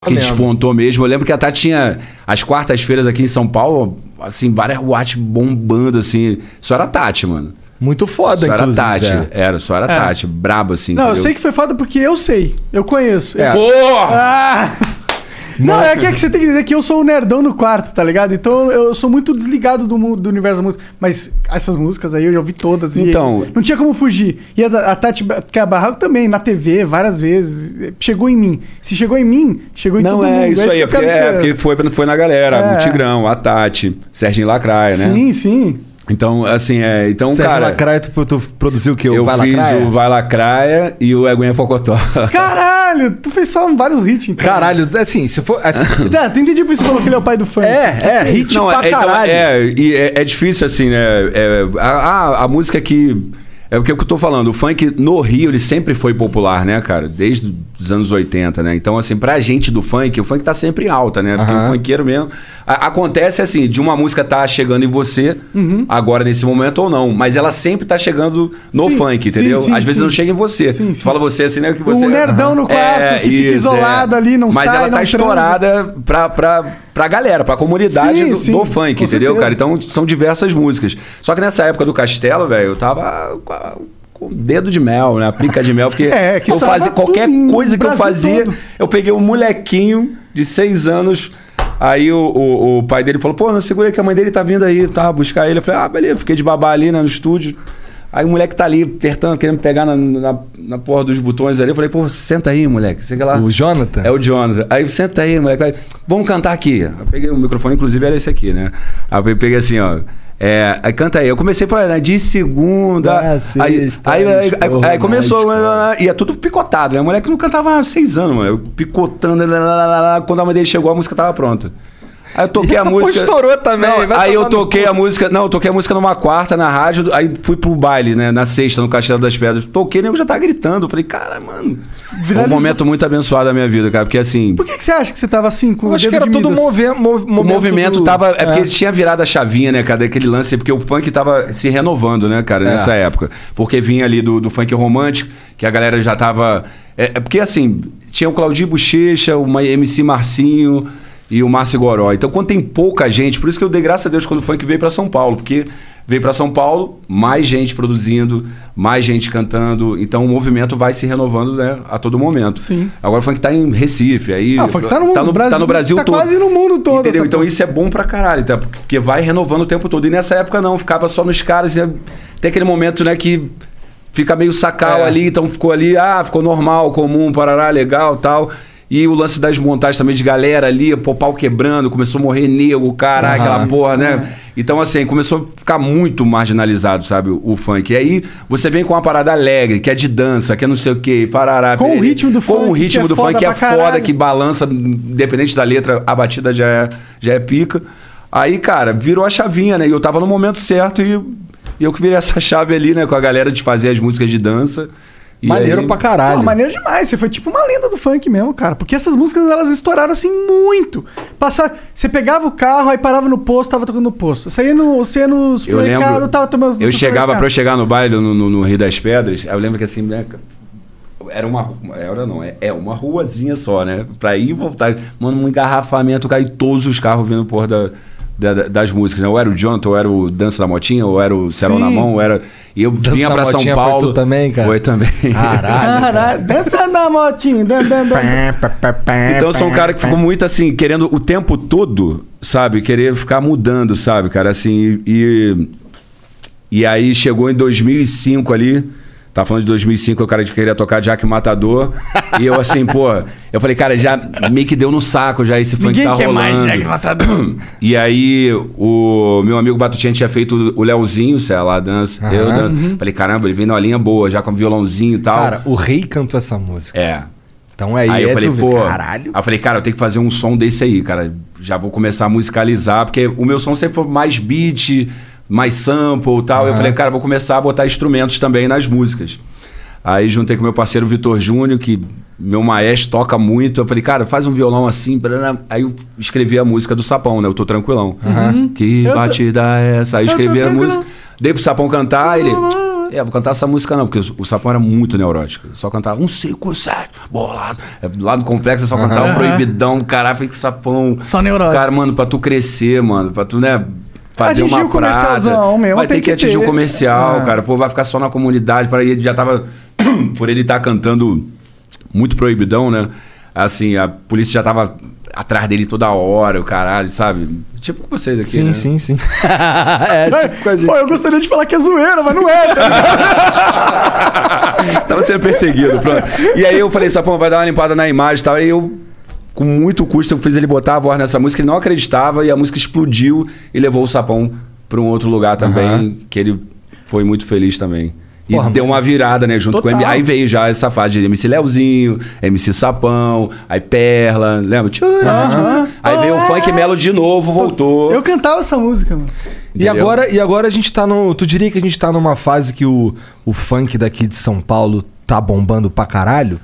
C: Que despontou mesmo. Eu lembro que a Tati tinha as quartas-feiras aqui em São Paulo, assim, várias boates bombando, assim. Só era a Tati, mano.
A: Muito foda,
C: só era a
A: inclusive.
C: Tati.
A: é.
C: Era, só era a Tati. Brabo, assim.
B: Não, eu
C: entendeu?
B: sei que foi foda porque eu sei. Eu conheço.
A: É.
C: Porra!
B: Ah! Não, é que, é que você tem que entender que eu sou o nerdão no quarto, tá ligado? Então eu sou muito desligado do, mu- do universo da música. Mas essas músicas aí eu já ouvi todas. e
C: Então-
B: não tinha como fugir. E a, da- a Tati Ba- Cabarraco também, na TV, várias vezes. eh, Chegou em mim. Se chegou em mim, chegou em
C: Não,
B: todo mundo.
C: é isso
B: que
C: aí. É
B: eu quero
C: porque, é,
B: dizer.
C: porque foi, foi na galera.
B: É.
C: O Tigrão, a Tati, Serginho Lacraia, né?
B: Sim, sim.
C: Então, assim, é. Então,
A: Sérgio
C: cara.
A: Lacraia, tu, tu produziu o quê? O
C: eu
A: Vai
C: fiz
A: Lacraia?
C: o Vai Lacraia e o Eguinha Pocotó.
B: Caralho, tu fez só vários hits, então.
A: Caralho, assim, se for... assim-
B: Tá, tu entendi por isso que falou que ele é o pai do funk.
A: é, é, hit
C: Não,
A: pra
C: é, então,
A: caralho.
C: é, e é, é difícil, assim, né? É, a, a- a música que. É o que eu tô falando, o funk no Rio, ele sempre foi popular, né, cara? Desde os anos 80, né? Então, assim, pra gente do funk, o funk tá sempre em alta, né? Porque
A: Aham.
C: o funkeiro mesmo. a- acontece assim, de uma música tá chegando em você,
B: Uhum.
C: agora nesse momento ou não, mas ela sempre tá chegando no
B: Sim,
C: funk,
B: sim,
C: entendeu?
B: sim,
C: Às vezes
B: sim.
C: não chega em você.
B: Sim,
C: Você
B: sim.
C: Fala você assim, né? Que você, É,
B: nerdão no quarto que fica isolado ali, não sai,
C: mas Mas ela tá
B: não transa.
C: estourada pra, pra, pra galera, pra comunidade
B: Sim,
C: do,
B: sim,
C: do funk,
B: com
C: entendeu,
B: certeza.
C: cara? Então são diversas músicas. Só que nessa época do Castelo, velho, eu tava com a- com o dedo de mel, né? A pica de mel, porque
B: É, que
C: eu
B: estava
C: fazia qualquer
B: tudo em um
C: coisa que eu
B: Brasil
C: fazia,
B: todo.
C: eu peguei um molequinho de seis anos. Aí o, o- o pai dele falou, pô, não segura aí que a mãe dele tá vindo aí, tá, buscar ele. Eu falei, ah, beleza, fiquei de babá ali né, no estúdio. Aí o moleque tá ali apertando, querendo pegar na, na, na porra dos botões ali. Eu falei, pô, senta aí, moleque. Sei que lá.
A: O Jonathan?
C: É o Jonathan. Aí senta aí, moleque. Aí, Vamos cantar aqui. Eu peguei o microfone, inclusive era esse aqui, né? Aí eu peguei assim, ó. É, aí canta aí. Eu comecei por aí, né? De segunda.
A: Ah,
C: Aí, aí,
A: sexta,
C: aí, aí,
A: esporra,
C: aí começou.
A: mais, cara.
C: E é tudo picotado, né? O moleque não cantava há seis anos, mano. Eu Picotando. né, lá, lá, lá, lá. Quando a mãe dele chegou, a música tava pronta. Aí eu toquei
A: Essa
C: a
A: porra
C: música.
A: estourou também,
C: Não,
A: vai
C: aí eu
A: tomar no
C: toquei a música. Não, eu toquei a música numa quarta na rádio. Aí fui pro baile, né? Na sexta, no Castelo das Pedras. Toquei, o nego já tá gritando. Eu falei, cara, mano. Foi um
B: Viralizou.
C: momento muito abençoado da minha vida, cara. Porque assim.
B: Por que, que você acha que você tava assim com
A: Eu
B: o
A: acho que
B: dedo de
A: era todo
B: Midas?
A: move, mov-
C: O movimento
A: do-
C: tava. É porque tinha virado a chavinha, né, cara? Aquele lance, porque o funk tava se renovando, né, cara,
A: É.
C: nessa época. Porque vinha ali do, do funk romântico, que a galera já tava. É, é porque assim, tinha o Claudinho Bochecha, o Ma- MC Marcinho e o Márcio Goró. Então, quando tem pouca gente, por isso que eu dei graças a Deus quando o funk veio pra São Paulo, porque veio pra São Paulo, mais gente produzindo, mais gente cantando. Então o movimento vai se renovando, né, a todo momento.
B: Sim.
C: Agora o funk tá em Recife, aí.
B: Ah, o funk tá no mundo,
C: tá no,
B: Brasil-
C: tá no Brasil
B: tá
C: todo.
B: quase no mundo todo
C: Entendeu?
B: essa
C: Então isso é bom pra caralho, tá? Porque vai renovando o tempo todo. E nessa época não, ficava só nos caras. e Tem aquele momento, né, que fica meio sacal
A: É.
C: ali, então ficou ali, ah, ficou normal, comum, parará, legal tal. E o lance das montagens também de galera ali, pô, pau quebrando, começou a morrer nego, caralho,
A: Aham.
C: aquela porra, né?
B: É.
C: Então, assim, começou a ficar muito marginalizado, sabe, o, o funk. E aí você vem com uma parada alegre, que é de dança, que é não sei o quê, parará.
B: Com o
C: pererê.
B: ritmo do
C: Com
B: funk,
C: o
B: que
C: ritmo
B: é
C: do
B: foda
C: funk, que é
B: pra
C: foda,
B: caralho.
C: que balança, independente da letra, a batida já é, já é pica. Aí, cara, virou a chavinha, né? E eu tava no momento certo e, e eu que virei essa chave ali, né? Com a galera de fazer as músicas de dança. E
A: Maneiro
C: aí-
A: pra caralho.
B: Pô, Ah, maneiro demais. Você foi tipo uma lenda do funk mesmo, cara. Porque essas músicas, elas estouraram assim muito. Passar, você pegava o carro, aí parava no posto, tava tocando no posto. Você ia no, você ia no
C: Eu lembro.
B: tava tomando
C: eu chegava pra
B: supermercado.
C: eu chegar no baile no, no- no Rio das Pedras, aí eu lembro que assim, né, Era uma rua. Era não, é, é uma ruazinha só, né? Pra ir e voltar. Mano, um engarrafamento cai todos os carros vindo porra da. da- da- das músicas, né? Ou era o Jonathan, ou era o Dança da Motinha, ou era o Serão
B: Sim.
C: na Mão, ou era. E eu
A: Dança
C: vinha
A: da
C: pra São
A: Motinha foi
C: Paulo.
A: tu também, cara?
C: Foi também.
A: Caralho.
B: Caralho, dança na motinha. Dan, dan, dan.
C: Então eu sou um cara que ficou muito assim, querendo o tempo todo, sabe? Querer ficar mudando, sabe, cara? Assim, e. E aí chegou em 2005 ali, Tava falando de 2005, o cara queria tocar Jack Matador. e eu assim, pô... Eu falei, cara, já meio que deu no saco já esse funk
E: Ninguém
C: tá
E: quer
C: rolando.
E: mais Jack Matador.
C: E aí, o meu amigo Batutinha tinha feito o Leozinho, sei lá, a dança. Eu danço.
E: Uhum.
C: Falei, caramba, ele vem numa linha boa, já com violãozinho e tal.
A: Cara, o rei cantou essa música.
C: é.
A: Então aí,
C: Aí,
A: é
C: eu falei,
A: tu ver,
C: pô.
A: caralho.
C: Aí eu falei, cara, eu tenho que fazer um som desse aí, cara. Já vou começar a musicalizar, porque o meu som sempre foi mais beat, mais sample e tal. Eu falei, cara, vou começar a botar instrumentos também nas músicas. Aí juntei com meu parceiro Vitor Júnior, que meu maestro toca muito. Eu falei, cara, faz um violão assim. brana. Aí eu escrevi a música do Sapão, né? Eu tô tranquilão. Que
B: Eu tô-
C: batida é essa? Aí eu
B: Eu tô
C: escrevi a
B: tranquilão.
C: música. Dei pro Sapão cantar, ele. É, vou cantar essa música não, porque o- o Sapão era muito neurótico. Só cantava um cinco, sete, bolado. É, Lá no complexo eu só cantava um proibidão, caralho, falei que Sapão.
B: Só neurótico.
C: Cara, mano, pra tu crescer, mano, pra tu, né, fazer
B: Atingir
C: uma
B: o comercialzão
C: prata.
B: mesmo,
C: vai ter
B: tem
C: que,
B: que
C: atingir o
B: ter.
C: comercial,
B: Ah.
C: cara. Pô, vai ficar só na comunidade. Para ele já tava por ele estar cantando muito proibidão, né? Assim, a polícia já tava atrás dele toda hora, o caralho, sabe? Tipo vocês aqui, né?
A: sim. É, tipo,
B: Pô, eu gostaria de falar que é zoeira, mas não é. tá ligado?
C: Tava sendo perseguido, pronto. E aí eu falei, Sapão, vai dar uma limpada na imagem e tal. Aí eu, com muito custo, eu fiz ele botar a voz nessa música, ele não acreditava, e a música explodiu e levou o Sapão pra um outro lugar também, que ele foi muito feliz também. E
A: Porra,
C: deu uma virada, né, junto com o
B: Total.
C: M. Aí veio já essa fase de MC Leozinho, MC Sapão, aí Perla, lembra? Aí veio o funk melo de novo, voltou.
B: Eu cantava essa música, mano.
A: E
C: Entendeu?
A: agora, e agora a gente tá no. Tu diria que a gente tá numa fase que o, o funk daqui de São Paulo tá bombando pra caralho?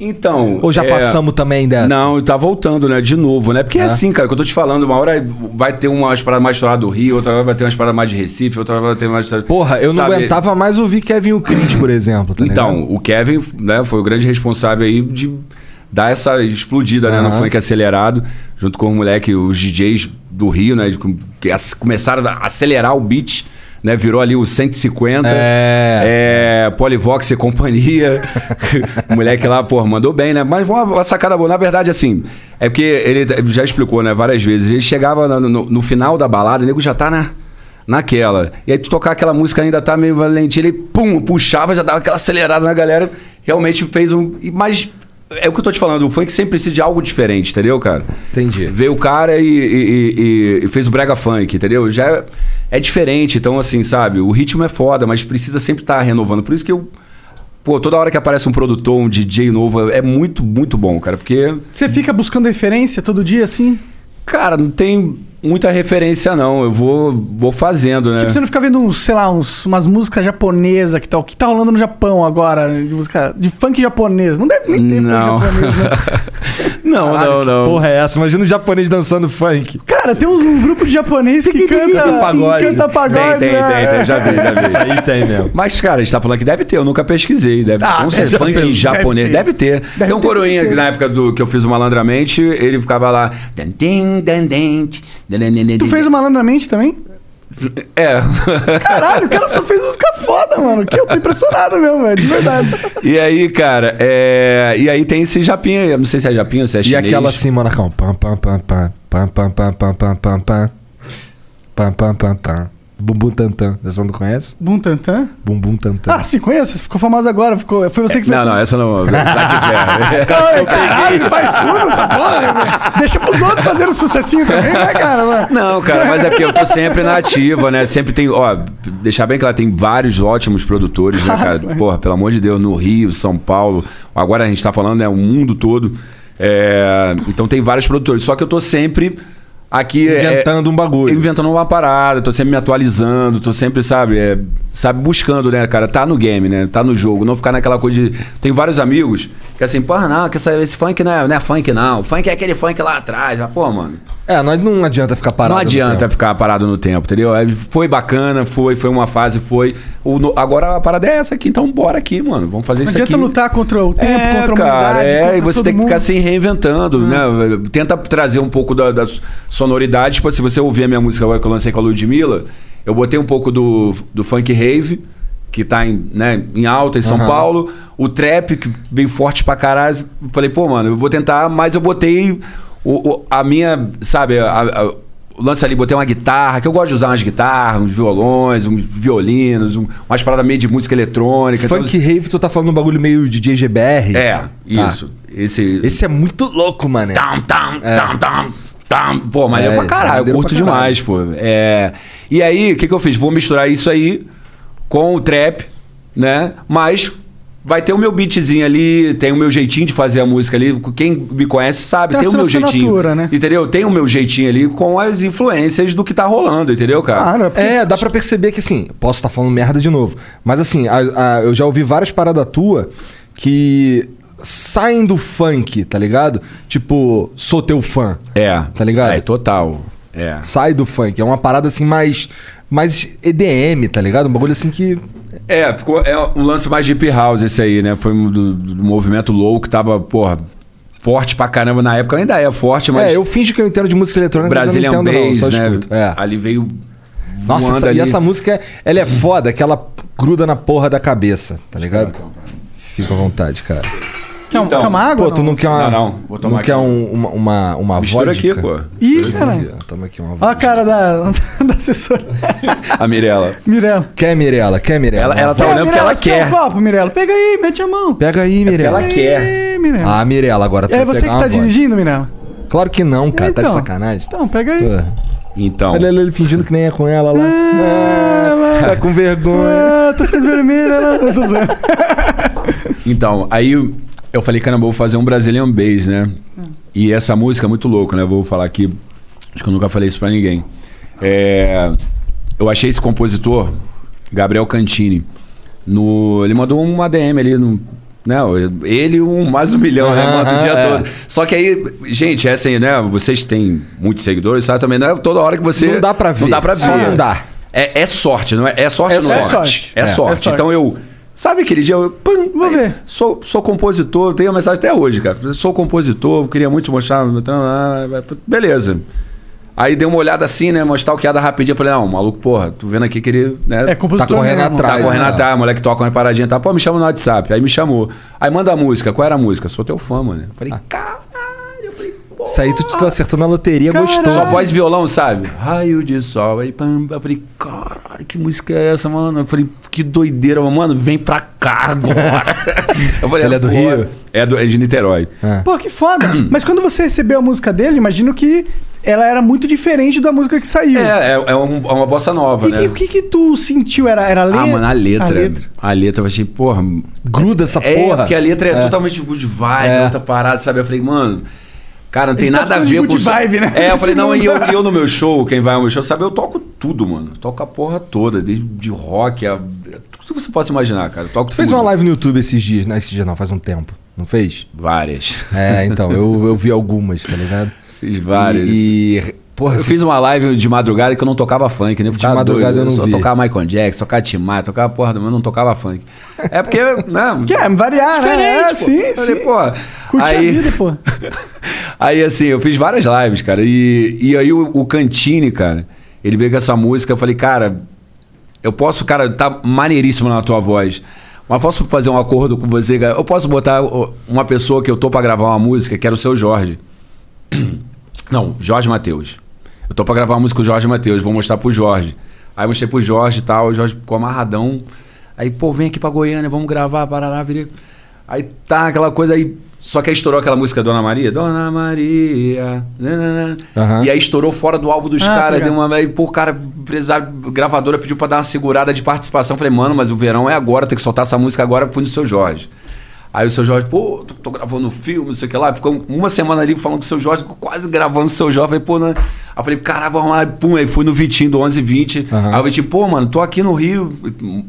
C: Então.
A: Ou já
C: é,
A: passamos também dessa?
C: Não, tá voltando, né? De novo, né? Porque é assim, cara, que eu tô te falando, uma hora vai ter umas paradas mais estouradas do Rio, outra hora vai ter umas paradas mais de Recife, outra hora vai ter mais. estourada-
A: Porra, eu não
C: Sabe?
A: aguentava mais ouvir Kevin o Crit, por exemplo. tá
C: Então,
A: ligado?
C: o Kevin né, foi o grande responsável aí de dar essa explodida né, no funk acelerado, junto com o moleque, os DJs do Rio, né? com- Que ac- começaram a acelerar o beat. Né, virou ali o 150.
A: É.
C: é, Polivox e companhia. o moleque lá, pô, mandou bem, né? Mas uma, uma sacada boa. Na verdade, assim, é porque ele já explicou, né, várias vezes. Ele chegava no, no- no final da balada, o nego já tá na, naquela. E aí tu tocar aquela música ainda tá meio valentia, ele pum, puxava, já dava aquela acelerada na galera. Realmente fez um. e- Mas é o que eu tô te falando, o funk sempre precisa de algo diferente, entendeu, cara?
A: Entendi.
C: Veio o cara e, e- e- e fez o brega funk, entendeu? Já é, é diferente, então assim, sabe? O ritmo é foda, mas precisa sempre estar renovando. Por isso que eu. Pô, toda hora que aparece um produtor, um DJ novo, é muito, muito bom, cara, porque
B: Você fica buscando referência todo dia, assim?
C: Cara, não tem muita referência, não. Eu vou, vou fazendo, né?
B: Tipo, você não fica vendo, uns, sei lá, uns, umas músicas japonesas que tal. O que tá rolando no Japão agora? De, música, de funk japonês. Não deve nem ter
C: Não.
B: funk japonês, né?
C: não, não, não.
A: Porra, é essa? Imagina o japonês dançando funk.
B: Cara, tem uns- um grupo de japonês que canta
A: pagode.
B: Canta pagode
C: tem, tem,
B: né?
C: tem, tem. Já vi, já
A: Isso
C: vi.
A: aí tem mesmo.
C: Mas, cara, a gente tá falando que deve ter, eu nunca pesquisei. Deve,
B: Ah,
C: com
B: deve
C: certeza, funk
B: ter,
C: em
B: deve
C: japonês.
B: ter.
C: Deve ter. tem um
B: ter,
C: coroinha
B: com
C: que na época do, que eu fiz o Malandramente, ele ficava lá. "Dan, din, dan, din, dan, dan, dan, dan,
B: Tu fez
C: dan."
B: o Malandramente também?
C: É.
B: Caralho, o cara só fez música foda, mano. Que eu tô impressionado mesmo, velho. De verdade.
C: E aí, cara, é... e aí tem esse japinha, eu não sei se é japinha ou se é
A: E
C: chinês.
A: aquela assim, Monarcão. Pam, pam, pam, pam, pam, pam, pam, pam, pam, pam, pam. Pam, pam, pam, pam. Bumbum Tantan. Essa não conhece?
B: Bum Tantan.
A: Bumbum Tantan.
B: Ah, se conhece? Ficou famoso agora. Ficou... Foi você que fez.
C: Tá. Não, é não, essa não. Zac Efron.
B: Cara, caralho, ele faz tudo essa porra, né, velho. Deixa pros outros fazerem um sucessinho também, né, cara? Mano?
C: Não, cara, mas é porque eu tô sempre na ativa, né? Sempre tem, ó, deixar bem claro, tem vários ótimos produtores, né, cara? Porra, pelo amor de Deus, no Rio, São Paulo, agora a gente tá falando, né, o mundo todo. É, então tem vários produtores, só que eu tô sempre aqui... é,
A: Inventando um bagulho.
C: Inventando uma parada, tô sempre me atualizando, tô sempre, sabe, é, sabe, buscando, né, cara? Tá no game, né? Tá no jogo, não ficar naquela coisa de... Tem vários amigos que assim, porra, não, que essa- esse funk não é, não é funk, não. Funk é aquele funk lá atrás, mas, pô, mano...
A: É, nós não adianta ficar parado.
C: Não
A: no
C: adianta
A: tempo.
C: ficar parado no tempo, entendeu? É, Foi bacana, foi, foi uma fase, foi. O no- agora a parada é essa aqui, então bora aqui, mano. Vamos fazer
B: Não
C: isso
B: adianta
C: aqui.
B: lutar contra o tempo,
C: é,
B: contra a
C: cara,
B: humanidade.
C: é,
B: contra
C: e você
B: todo
C: tem que
B: mundo.
C: ficar se reinventando,
A: Hum.
C: né? Tenta trazer um pouco da, da sonoridade. Tipo, se você ouvir a minha música agora que eu lancei com a Ludmilla, eu botei um pouco do, do funk rave, que tá em, né, em alta em São Paulo, o trap, que veio forte pra caralho. Falei, pô, mano, eu vou tentar, mas eu botei o, o- a minha, sabe, a- a- o lance ali, botei uma guitarra, que eu gosto de usar umas guitarras, uns violões, uns violinos, um- umas paradas meio de música eletrônica. então-
A: Funk Rave, tu tá falando um bagulho meio DJ GBR.
C: É,
A: Tá.
C: isso. Tá. Esse.
A: Esse é muito louco, mano.
C: Tam, tam, tam, tam, tam. Pô, maneiro
A: É,
C: pra caralho, eu
A: maneiro
C: curto
A: pra caralho.
C: demais, pô. É... E aí, o que, que eu fiz? Vou misturar isso aí com o trap, né? Mas vai ter o meu beatzinho ali, tem o meu jeitinho de fazer a música ali. Quem me conhece sabe,
B: Tem
C: tem,
B: a
C: o meu
B: sua
C: jeitinho.
B: assinatura, né?
C: Entendeu? Tem o meu jeitinho ali com as influências do que tá rolando, entendeu, cara?
B: Claro, é porque
A: É, dá pra perceber que assim, posso estar falando merda de novo. Mas assim, a- a- eu já ouvi várias paradas tua que saem do funk, tá ligado? Tipo, sou teu fã.
C: É.
A: Tá ligado?
C: É, total. É.
A: Sai do funk. É uma parada assim mais. Mais EDM, tá ligado? Um bagulho assim que.
C: É, ficou é um lance mais deep house esse aí, né? Foi um do, do movimento low que tava, porra, forte pra caramba na época. Ainda é forte, mas
A: É, eu finjo que eu entendo de música eletrônica. mas eu
C: Brazilian
A: não entendo,
C: Bass,
A: não, só
C: né?
A: escuto. É.
C: Ali veio
A: Nossa,
C: voando
A: essa,
C: ali.
A: e essa música, ela é foda, que ela gruda na porra da cabeça, tá ligado? Fica à vontade, cara.
B: Quer, um-
C: Então,
B: quer uma água?
A: Pô, tu não quer
C: Não,
A: uma.
C: não, vou tomar
A: não quer
C: aqui.
A: um- uma, uma, uma
C: Mistura
A: vodka?
C: aqui, pô.
B: Ih, caralho.
A: Toma aqui uma
B: Olha a
A: vodka.
B: cara da, da assessora.
C: A Mirella.
B: Mirella.
A: Quer, Mirella? Quer, Mirella?
C: Ela-
A: Uma
C: ela tá
A: vodka.
B: Ô,
C: olhando porque
B: Mirella,
C: ela
B: você quer
C: quer.
B: um copo, Mirella? Pega aí, mete a mão.
A: Pega aí, Mirella.
C: Ela quer.
B: Ei, Mirella.
A: Ah, Mirella, agora tu
B: é
A: vai
B: você que
A: pegar
B: tá
A: uma vodka.
B: dirigindo, Mirella?
A: Claro que não, cara. Tá de
B: Então.
A: sacanagem.
B: Então, pega aí.
A: Pô.
C: Então.
A: Olha ele, ele fingindo que nem é com ela lá. Ah, tá com vergonha.
B: Ah, tu fez vermelha, né? Eu tô zoando.
C: Então, aí eu- eu falei, caramba, eu vou fazer um Brazilian Bass, né?
A: Hum.
C: E essa música é muito louca, né? Eu Vou falar aqui, acho que eu nunca falei isso pra ninguém. É, eu achei esse compositor, Gabriel Cantini, no, ele mandou uma DM ali no... Não, ele e um mais um milhão, né? Manda o dia
A: Aham, é.
C: todo. Só que aí, gente, é assim, né? Vocês têm muitos seguidores, sabe? Também não é toda hora que você.
A: Não dá pra ver.
C: Não dá pra ver.
A: Só não dá.
C: É, é sorte, não é? É sorte,
A: É
C: não
A: sorte.
C: É,
A: É, é
C: sorte.
B: sorte.
C: Então eu. Sabe aquele dia? Eu, pum,
B: Vou
C: aí,
B: ver.
C: Sou, sou compositor, tenho a mensagem até hoje, cara. Sou compositor, queria muito mostrar. meu tra- ah, vai- Beleza. Aí dei uma olhada assim, né? Uma stalkeada rapidinha. Falei, não, maluco, porra, tu vendo aqui que ele. Né,
B: É compositor é.
A: Tá correndo
B: mesmo.
A: atrás.
C: Tá correndo
A: né?
C: atrás, moleque toca uma paradinha, tá? Pô, me chama no WhatsApp. Aí me chamou. Aí manda a música. Qual era a música? Sou teu fã, mano. Eu Falei,
B: Ah.
C: caralho. Eu falei, pô.
A: Isso aí tu, tu acertou na loteria gostoso.
C: Só voz e violão, sabe? Raio de sol, aí pam. Eu falei, caralho, que música é essa, mano? Eu falei, que doideira, mano, vem pra cá agora. Eu falei,
A: Ele é do
C: "Pô,
A: Rio?"
C: É, do, é de Niterói.
B: Pô, que foda. Mas quando você recebeu a música dele, imagino que ela era muito diferente da música que saiu.
C: É, é, é um- é uma bossa nova,
B: E
C: né?
B: que- o que que tu sentiu? Era, era a letra?
C: Ah, mano, a letra. A letra, eu achei, porra.
A: Gruda essa
C: É,
A: porra.
C: porque a letra é, totalmente good vibe,
A: É.
C: outra parada, sabe? Eu falei, mano. Cara, não tem
B: gente tá
C: nada a
B: precisando
C: ver
B: de
C: com
B: good vibe, né?
C: É, eu falei,
B: Esse
C: não, e eu,
B: mundo.
C: e eu no meu show, quem vai ao meu show, sabe, eu toco tudo, mano. Eu Toco a porra toda, desde de rock a. Tudo que você possa imaginar, cara. Eu toco
A: Tu fez
C: tudo.
A: uma live no YouTube esses dias, né? Esses dias não, faz um tempo. Não fez?
C: Várias.
A: É, então, eu, eu vi algumas, tá ligado?
C: Fiz várias.
A: E, e, porra,
C: Eu fiz uma live de madrugada que eu não tocava funk, nem ficava
A: madrugada
C: doido.
A: eu não
C: só
A: vi.
C: tocava Michael Jackson, tocava Tim Maia, tocava porra do meu, não tocava funk. É porque, né?
B: Que é, variar, né? É,
C: Diferente, pô.
B: sim,
C: Eu falei,
B: sim.
C: pô,
B: Curtir
C: aí-
B: a vida, pô.
C: Aí, assim, eu fiz várias lives, cara. E, e aí o, o Cantini, cara, ele veio com essa música. Eu falei, cara, eu posso, cara, tá maneiríssimo na tua voz. Mas posso fazer um acordo com você, cara? Eu posso botar ó, uma pessoa que eu tô pra gravar uma música, que era o seu Jorge. Não, Jorge Matheus. Eu tô pra gravar uma música com o Jorge Matheus, vou mostrar pro Jorge. Aí eu mostrei pro Jorge e tal, o Jorge ficou amarradão. Aí, pô, vem aqui pra Goiânia, vamos gravar, parará, virei. Aí tá aquela coisa aí. Só que aí estourou aquela música Dona Maria. Dona Maria. nananã.
A: Aham.
C: E aí estourou fora do álbum dos
B: Ah, tá
C: caras.
B: ligado.
C: Deu uma. Aí, pô, o cara, empresário, gravadora pediu pra dar uma segurada de participação. Eu Falei, mano, mas o verão é agora, tem que soltar essa música agora. Fui no seu Jorge. Aí o seu Jorge, pô, tô, tô gravando um filme, não sei o que lá. Ficou uma semana ali falando com o seu Jorge, ficou quase gravando o seu Jorge. Falei, pô, né? Aí eu falei, caralho, vou arrumar. Aí, Pum, aí fui no Vitinho do 1120.
A: Aham.
C: Aí o Vitinho, pô, mano, tô aqui no Rio,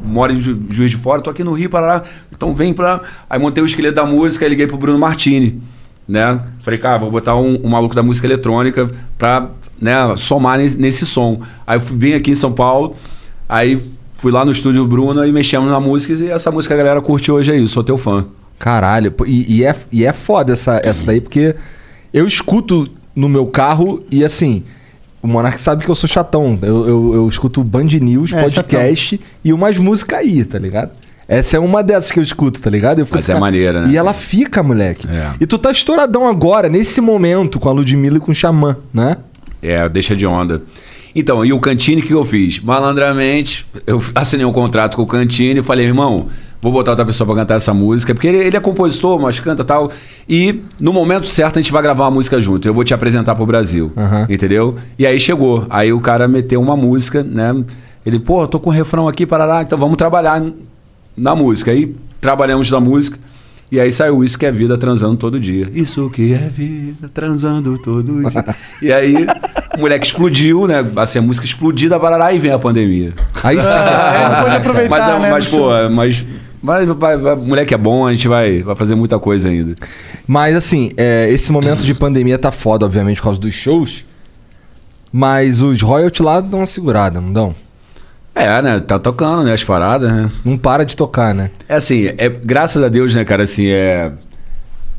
C: moro em Ju- Juiz de Fora, tô aqui no Rio, Parará. Então vem pra. lá. Aí montei o esqueleto da música e liguei pro Bruno Martini, né? Falei, cara, vou botar um, um maluco da música eletrônica pra né, somar nesse, nesse som. Aí eu fui, vim aqui em São Paulo, aí fui lá no estúdio Bruno e mexemos na música e essa música a galera curte hoje aí, sou teu fã.
A: Caralho, pô, e, e é, e é foda essa, essa daí, porque eu escuto no meu carro e assim. O Monark sabe que eu sou chatão. Eu, eu, eu escuto Band News,
B: É,
A: podcast e umas músicas aí, tá ligado? Essa é uma dessas que eu escuto, tá ligado? Eu fico
C: Mas
A: assim,
C: é
A: cara,
C: maneira, né?
A: E ela fica, moleque.
C: É.
A: E tu tá estouradão agora, nesse momento, com a Ludmilla e com o Xamã, né?
C: É, deixa de onda. Então, e o Cantini, o que eu fiz? Malandramente, eu assinei um contrato com o Cantini e falei, irmão, vou botar outra pessoa pra cantar essa música, porque ele, ele é compositor, mas canta e tal. E no momento certo a gente vai gravar uma música junto. Eu vou te apresentar pro Brasil. Entendeu? E aí chegou. Aí o cara meteu uma música, né? Ele, pô, tô com um refrão aqui, parará, então vamos trabalhar na música. Aí trabalhamos na música. E aí saiu isso que é vida transando todo dia. Isso que é vida transando todo dia. e aí o moleque explodiu, né? Assim, a música explodida, parará, e vem a pandemia.
A: Aí sim.
B: Depois de Ah, aproveitar,
C: mas, é-
B: né,
C: mas,
B: bicho?
C: pô, é, mas... Mas, vai, vai, moleque é bom, a gente vai, vai fazer muita coisa ainda.
A: Mas assim, é, esse momento de pandemia tá foda, obviamente, por causa dos shows. Mas os royalties lá dão uma segurada, não dão?
C: É, né? Tá tocando, né? As paradas, né?
A: Não para de tocar, né?
C: É assim, é, graças a Deus, né, cara? Assim, é,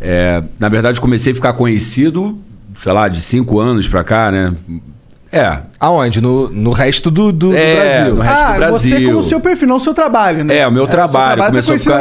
C: é, Na verdade, comecei a ficar conhecido, sei lá, de cinco anos pra cá, né? É.
A: Aonde? No, no resto do, do, do
C: É,
A: Brasil.
C: no resto
B: Ah,
C: do Brasil.
B: você com o seu perfil, não o seu trabalho, né?
C: É, o meu
B: o seu
C: trabalho,
B: tá
C: começou a
B: conhecido há
C: ficar.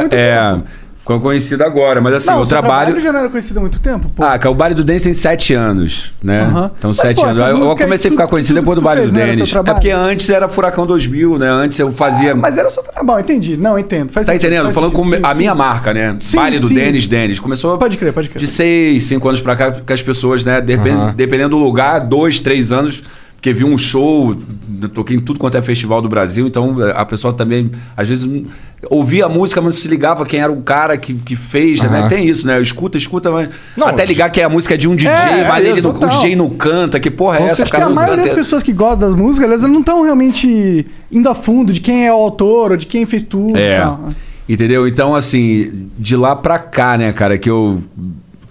B: muito tempo.
C: É, ficou conhecido agora, mas assim,
B: Não,
C: o
B: o seu
C: trabalho.
B: já não era conhecido há muito tempo, pô.
C: Ah, cara, o baile do Dente tem sete anos, né?
B: Aham.
C: Então,
B: Mas,
C: sete
B: pô,
C: anos.
B: essas
C: Eu, eu
B: músicas aí,
C: comecei a
B: tudo-
C: ficar conhecido
B: tudo
C: depois do
B: que tu
C: baile do
B: fez, né, era
C: Denis.
B: seu
C: É
B: trabalho? Ah,
C: porque antes era Furacão 2000, né? Antes eu fazia.
B: mas era só trabalho, entendi. Não, entendo. Faz
C: Tá
B: sentido,
C: entendendo?
B: faz
C: Falando
B: sentido.
C: com
B: Sim,
C: a
B: sim.
C: minha marca, né?
B: Sim,
C: baile do
B: sim.
C: Denis, Denis. Começou
B: Pode crer, pode crer.
C: de seis, cinco anos pra cá, que as pessoas, né? depen- Dependendo do lugar, dois, três anos. Porque vi um show, eu toquei em tudo quanto é festival do Brasil, então a pessoa também, às vezes, hum, ouvia a música, mas não se ligava quem era o cara que, que fez, né? Tem isso, né? Escuta, escuta, mas.
A: Não,
C: até ligar que a música é de um DJ,
B: é,
C: mas ele não, o
B: total.
C: DJ não canta, que porra é essa?
B: Acho que a
C: não
B: maioria das
C: canta.
B: pessoas que gostam das músicas, elas não estão realmente indo a fundo de quem é o autor ou de quem fez tudo e
C: É.
B: tal.
C: Entendeu? Então, assim, de lá pra cá, né, cara, que eu,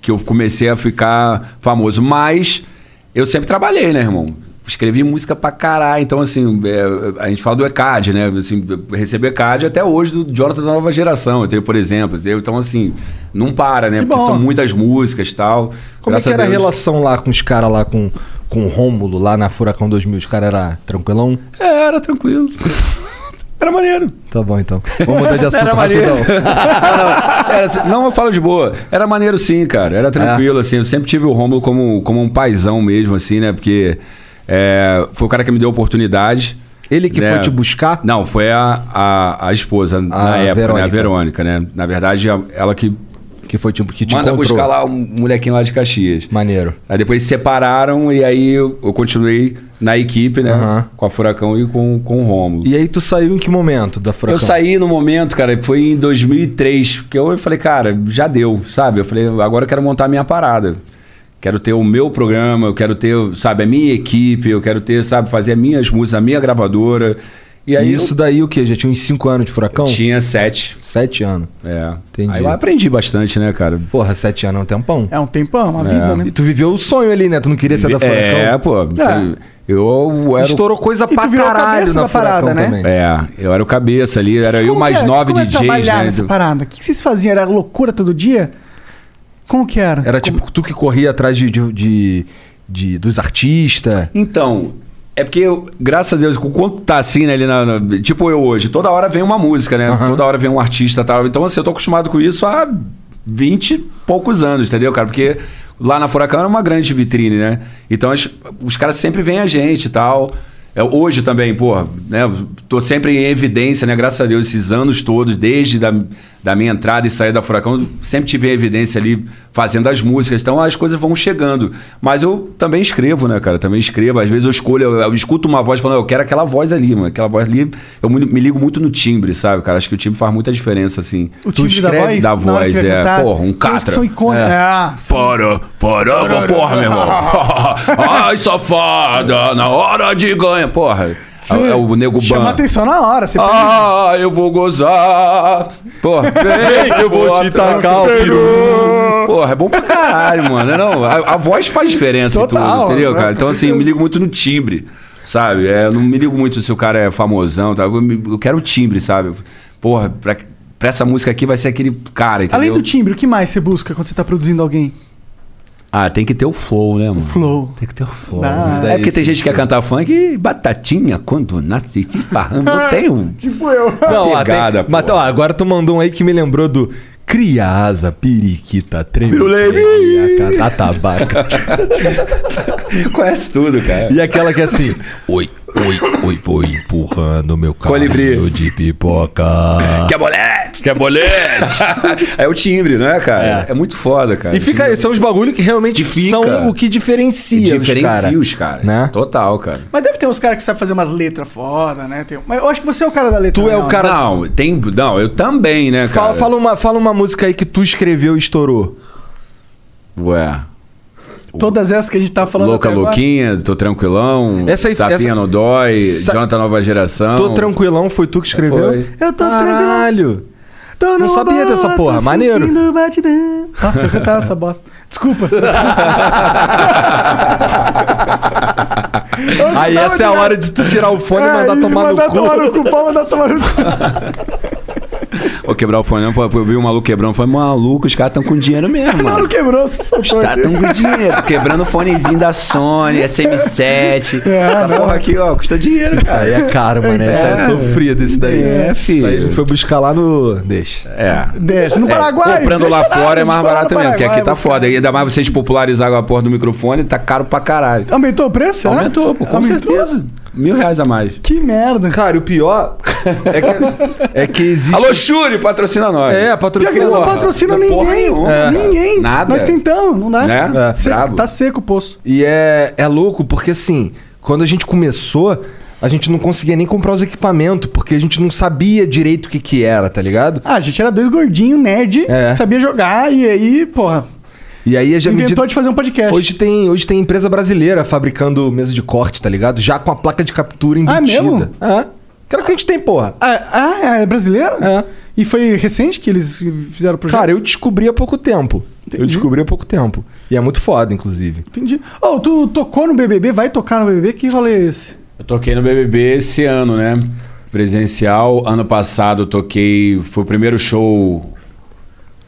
C: que eu comecei a ficar famoso. Mas eu sempre trabalhei, né, irmão? Escrevi música pra caralho. Então, assim, é, a gente fala do ECAD, né? Assim, eu recebo ECAD até hoje do Jonathan da Nova Geração, eu tenho, por exemplo. entendeu? Então, assim, não para, né?
B: Que
C: Porque
B: bom.
C: são muitas músicas e tal.
A: Como é
C: Graças
A: que era a
C: Deus.
A: relação lá com os caras lá com, com o Rômulo, lá na Furacão 2000? Os caras eram tranquilão?
C: É, era tranquilo. Era maneiro.
A: Tá bom, então. Vamos mudar de assunto
C: Era maneiro.
A: rapidão.
C: não, não, era assim- não, eu falo de boa. Era maneiro sim, cara. Era tranquilo,
A: É.
C: assim. Eu sempre tive o Rômulo como, como um paizão mesmo, assim, né? Porque é, foi o cara que me deu a oportunidade. Né?
A: Ele que foi te buscar?
C: Não, foi a, a, a esposa na época, né?
A: Verônica.
C: A Verônica, né? Na verdade, a- ela que
A: Que foi tipo que te
C: manda
A: encontrou.
C: buscar lá um molequinho lá de Caxias.
A: Maneiro.
C: Aí depois separaram e aí eu, eu continuei na equipe, né?
A: Aham.
C: Com a Furacão e com, com o Rômulo.
A: E aí tu saiu em que momento da Furacão?
C: Eu saí no momento, cara, foi em 2003, que eu falei, cara, já deu, sabe? Eu falei, agora eu quero montar a minha parada. Quero ter o meu programa, eu quero ter, sabe, a minha equipe, eu quero ter, sabe, fazer as minhas músicas, a minha gravadora. E aí
A: E isso daí o quê? Já tinha uns 5 anos de Furacão?
C: eu tinha sete.
A: Sete anos.
C: É.
A: Entendi.
C: Aí eu aprendi bastante, né, cara?
A: Porra, sete anos é um tempão.
B: É um tempão, uma vida, né?
A: E tu viveu o sonho ali, né? Tu não queria ser da Furacão.
C: É, pô.
B: É.
C: Eu era. o-
A: Estourou coisa
B: tu
A: pra
B: virou a
A: caralho
B: cabeça
A: na
B: da
A: Furacão
B: parada, né?
A: também.
C: É, eu era o cabeça ali, era eu
B: Como
C: mais
B: que é-
C: nove
B: como é
C: DJs,
B: trabalhar
C: né?
B: nessa parada? O que que vocês faziam? Era loucura todo dia? Como que era?
A: Era tipo tu que corria atrás de, de, de- de- dos artistas.
C: Então, é porque, eu, graças a Deus, o quanto tá assim, né, ali na, na- Tipo eu hoje, toda hora vem uma música, né? Toda hora vem um artista e tal. Então, assim, eu tô acostumado com isso há 20 e poucos anos, entendeu, cara? Porque lá na Furacão era uma grande vitrine, né? Então, as- os caras sempre vêm a gente e tal. É, hoje também, porra, né? Tô sempre em evidência, né? Graças a Deus, esses anos todos, desde da, da minha entrada e saída da Furacão, sempre tive em evidência ali fazendo as músicas. Então as coisas vão chegando. Mas eu também escrevo, né, cara? Também escrevo. Às vezes eu escolho, eu, eu escuto uma voz falando, eu quero aquela voz ali, mano. Aquela voz ali. Eu me, me ligo muito no timbre, sabe, cara? Acho que o timbre faz muita diferença, assim.
B: O timbre da
C: escreve
B: voz?
C: Da
B: Na hora que
C: voz,
B: vai
C: é.
B: cantar?
C: Porra, um
B: Tem uns que
C: catra.
B: são icônicos. Ah, sim.
C: Para, para, porra, meu irmão. Ai, safada, na hora de ganhar. Porra, é, o- é o nego
B: Chama
C: ban.
B: atenção na hora. Você um-
C: Ah, eu vou gozar. Porra, vem, eu vou te tacar o
B: um
C: peru. Porra, é bom pra caralho, mano. Não, a, a voz faz diferença em
B: Total,
C: tudo, entendeu,
B: né?
C: cara? Então, assim, eu me ligo muito no timbre, sabe? É, eu não me ligo muito se o cara é famosão, tá? eu, me- eu quero o timbre, sabe? Porra, pra, pra essa música aqui vai ser aquele cara, entendeu?
B: Além do timbre, o que mais você busca quando você tá produzindo alguém?
C: Ah, tem que ter o flow, né, mano?
B: Flow.
C: Tem que ter o flow.
B: Ah,
C: é porque tem gente que quer cantar funk e batatinha quando nasce se esparrama. Não tem um.
B: Tipo eu.
A: Não, ah, tem-
C: Pegada,
A: mas,
C: pô.
A: ó, agora tu mandou um aí que me lembrou do Criasa, piriquita,
C: Pirulei.
A: tremedeia, catabaca.
C: Conhece tudo, cara.
A: E aquela que é assim: Oi, oi, oi, vou empurrando meu carrinho
C: Colibri.
A: de pipoca.
C: Que é bolete! Que é bolete! é o timbre, não é, cara? É, muito foda, cara.
A: E fica aí, são os bagulhos que realmente
C: E fica.
A: são o que diferencia, os
C: Diferencia
A: cara.
C: os caras.
A: Né?
C: Total, cara.
B: Mas deve ter uns caras que sabem fazer umas letras foda, né? Tem... Mas eu acho que você é o cara da letra.
A: Tu é o
B: real, né?
A: cara-
C: Não, tem. Não, eu também, né, cara?
A: Fala, fala, uma, fala uma música aí que tu escreveu e estourou.
C: Ué.
B: Todas essas que a gente tá falando.
C: Louca
B: até agora.
C: Louquinha, Tô Tranquilão,
A: Essa aí-
C: Tapinha
A: essa-
C: Não Dói,
A: Sa-
C: Jonathan Nova Geração.
A: Tô tranquilão, foi tu que escreveu?
C: Foi.
B: Eu tô
A: Caralho.
B: Tô
A: Não
B: numa
A: sabia dessa
B: boa,
A: porra,
B: tô
A: maneiro.
B: sentindo o batidão. Nossa, eu cantava essa bosta. Desculpa.
A: Aí essa é a hora de tu tirar o fone e mandar tomar
B: mandar
A: no cu.
B: tomar no cu. Pode mandar tomar no cu.
C: Vou quebrar o fone, não, eu vi o maluco quebrando, foi maluco, os caras tão com dinheiro mesmo,
B: Não,
C: mano.
B: não quebrou, só soltou.
C: Os caras
B: aqui.
C: tão com dinheiro, Tá quebrando o fonezinho da Sony, SM7. essa porra aqui, ó, custa dinheiro,
A: Isso
C: cara.
A: aí é karma, né? Isso aí é sofrido esse daí.
C: É, filho.
A: Isso aí a gente foi buscar lá no. Deixa.
C: É.
B: Deixa. No Paraguai.
C: comprando lá
B: deixa
C: fora é
B: deixa
C: mais
B: lá no
C: barato mesmo, porque aqui
B: Paraguai,
C: tá
B: os
C: foda. E ainda mais vocês popularizaram a porra do microfone, tá caro pra caralho.
B: caras- Aumentou o preço? será?
C: Aumentou, pô, com
B: Aumentou?
C: certeza. Mil reais a mais.
B: Que merda.
A: Cara, e o pior é que, é que existe.
C: Alô, Shuri, patrocina nós.
A: É,
B: Pior que eles
A: patrocínio.
B: não
C: Porra,
B: patrocinam
C: não é porra
B: ninguém.
C: nenhuma, cara.
B: Ninguém.
C: Nada.
B: Nós tentamos, não dá.
C: Né? É,
B: Seco-
C: brabo.
B: tá seco o poço.
A: E é, é louco porque assim, quando a gente começou, a gente não conseguia nem comprar os equipamentos, porque a gente não sabia direito o que que era, tá ligado?
B: Ah, a gente era dois gordinhos, nerd,
A: É.
B: sabia jogar e aí, porra,
A: E aí a gente
B: inventou de fazer um podcast.
A: Hoje tem, hoje tem empresa brasileira fabricando mesa de corte, tá ligado? Já com a placa de captura embutida.
B: Ah, mesmo?
A: É. Aquela que a gente tem, porra.
B: Ah, ah, é brasileiro?
A: É.
B: E foi recente que eles fizeram o projeto?
A: Cara, eu descobri há pouco tempo. Eu descobri há pouco tempo. E é muito foda, inclusive.
B: Entendi. Ô, tu tocou no BBB? Vai tocar no BBB? Que rolê é esse?
C: Eu toquei no BBB esse ano, né? Presencial. Ano passado eu toquei. Foi o primeiro show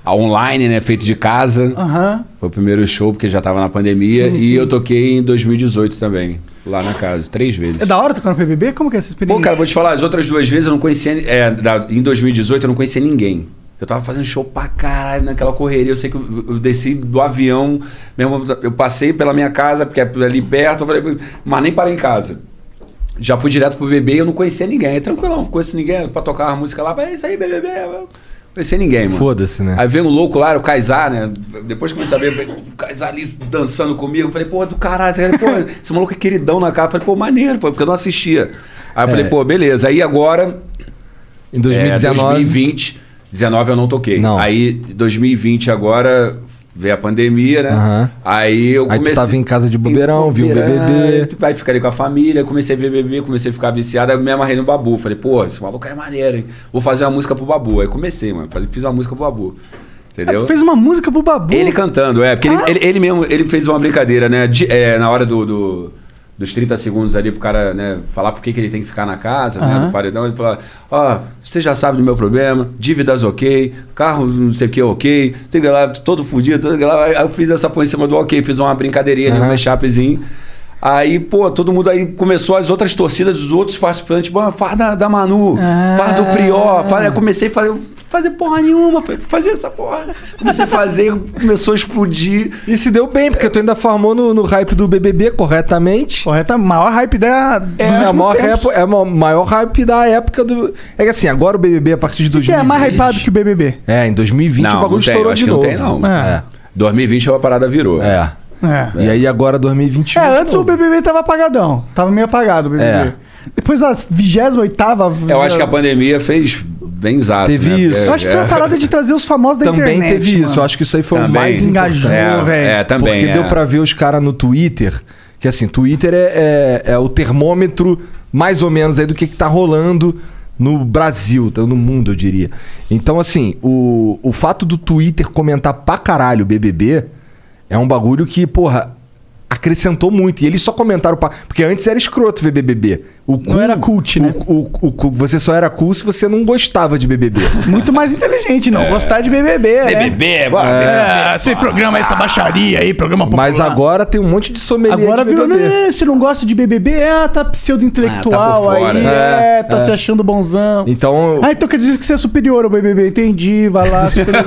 C: online, né? Feito de casa.
B: Aham.
C: Foi o primeiro show, porque já tava na pandemia.
B: Sim,
C: e
B: sim.
C: eu toquei em 2018 também, lá na casa, três vezes.
B: É da hora tocar no BBB? Como que é essa experiência?
C: Pô, cara, vou te falar, as outras duas vezes eu não conhecia. é, da- em 2018 eu não conhecia ninguém. Eu tava fazendo show pra caralho naquela correria. Eu sei que eu, eu desci do avião, mesmo, eu passei pela minha casa, porque é ali perto, eu falei, mas nem parei em casa. Já fui direto pro BBB e eu não conhecia ninguém. Aí, tranquilão, não conhecia ninguém pra tocar uma música lá, é isso aí, BBB. Não conhecia ninguém, mano.
A: Foda-se, né?
C: Aí veio um louco lá, era o Kaysar, né? Depois que eu comecei a ver o Kaysar ali dançando comigo. Eu falei, pô, é do caralho. Esse, cara, pô, esse maluco é queridão na cara. Eu falei, pô, maneiro, pô, porque eu não assistia. Aí eu
A: É.
C: falei, pô, beleza. Aí agora,
A: Em
C: é,
A: 2019.
C: 2020, 19 eu não toquei.
A: Não.
C: Aí, 2020 agora, veio a pandemia, né?
A: Aham.
C: Aí eu
A: Aí tu
C: comecei...
A: tava em casa de bobeirão, viu um o BBB.
C: Aí ficar ali com a família, comecei a ver BBB, comecei a ficar viciado, aí eu me amarrei no Babu. Falei, pô, esse maluco é maneiro, hein? Vou fazer uma música pro Babu. Aí comecei, mano. Falei, fiz uma música pro Babu.
A: É,
B: Ah,
C: Entendeu?
A: um
B: tu fez uma música pro Babu.
C: Ele cantando, é, porque
A: Ah,
C: ele, ele, ele mesmo ele fez uma brincadeira, né? de- é, na hora do, do- dos 30 segundos ali pro cara né, falar por que que ele tem que ficar na casa, né? Do paredão, ele falou: Ó, você já sabe do meu problema, dívidas ok, carro não sei o que ok, sei lá, todo fudido, sei lá. Aí eu fiz essa põe em cima do ok, fiz uma brincadeirinha ali, um chapezinho. Aí, pô, todo mundo aí começou as outras torcidas dos outros participantes, "Bah, faz da, da Manu, faz do Prió, faz, eu comecei a fazer, fazer porra nenhuma, falei, fazer essa porra. Comecei a fazer, começou a explodir.
A: E se deu bem, porque tu ainda farmou no, no hype do BBB corretamente.
B: Correta, é maior hype da...
A: É, a maior, hype, é a ma- maior hype da época do. É que assim, agora o BBB a partir de
B: Que
A: 2020.
B: é mais hypado que o BBB.
A: É, em 2020 o bagulho
C: tem,
A: estourou
C: acho
A: de
C: que
A: novo.
C: não tem, não.
B: É.
C: 2020 a parada virou.
A: É.
B: É.
A: E aí agora 2021.
B: É,
A: de
B: antes o
A: novo. É.
B: BBB tava apagadão. Tava meio apagado o BBB. Depois a 28 ª
C: Eu acho que a pandemia fez bem exato.
A: Teve
C: né?
A: isso.
B: Eu acho que foi a parada de trazer os famosos da
A: Também
B: internet.
A: teve isso. Eu
B: mano.
A: acho que isso aí foi o
C: Também.
A: mais
B: Engajou,
A: importante.
C: é,
B: velho.
C: é, também.
A: Porque
C: é.
A: deu pra ver os caras no Twitter, que assim, Twitter é, é, é o termômetro mais ou menos aí do que, que tá rolando no Brasil, tá? no mundo, eu diria. Então, assim, o, o fato do Twitter comentar pra caralho o BBB é um bagulho que, porra, acrescentou muito. E eles só comentaram pra... Porque antes era escroto ver BBB. O O cool,
B: era cult, né?
A: O, o- o cool- você só era cool se você não gostava de BBB.
B: Muito mais inteligente,
C: É.
B: não. Gostar de BBB, né?
C: BBB, bora.
B: É, esse programa, essa baixaria aí, programa popular.
A: Mas agora tem um monte de sommelier
B: Agora
A: de
B: virou,
A: BBB.
B: né? Você não gosta de BBB? É, tá pseudo-intelectual
C: Ah, tá por fora.
B: aí, é, tá se achando bonzão.
A: Então,
B: Ah, então quer dizer que você é superior ao BBB. Entendi, vai lá. superior.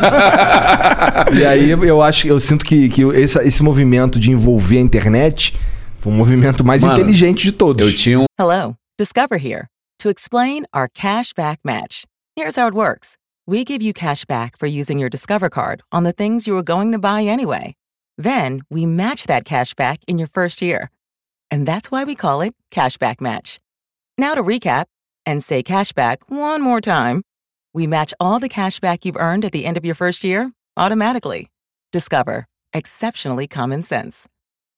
A: e aí eu- eu acho, eu sinto que, que esse, esse movimento de envolver a internet foi um movimento mais
C: Mano,
A: inteligente de todos.
C: Eu tinha um.
F: Hello, Discover here to explain our cash back match. Here's how it works we give you cash back for using your Discover card on the things you were going to buy anyway. Then we match that cash back in your first year. And that's why we call it Cashback Match. Now to recap and say cashback one more time. We match all the cash back you've earned at the end of your first year automatically. Discover. Exceptionally common sense.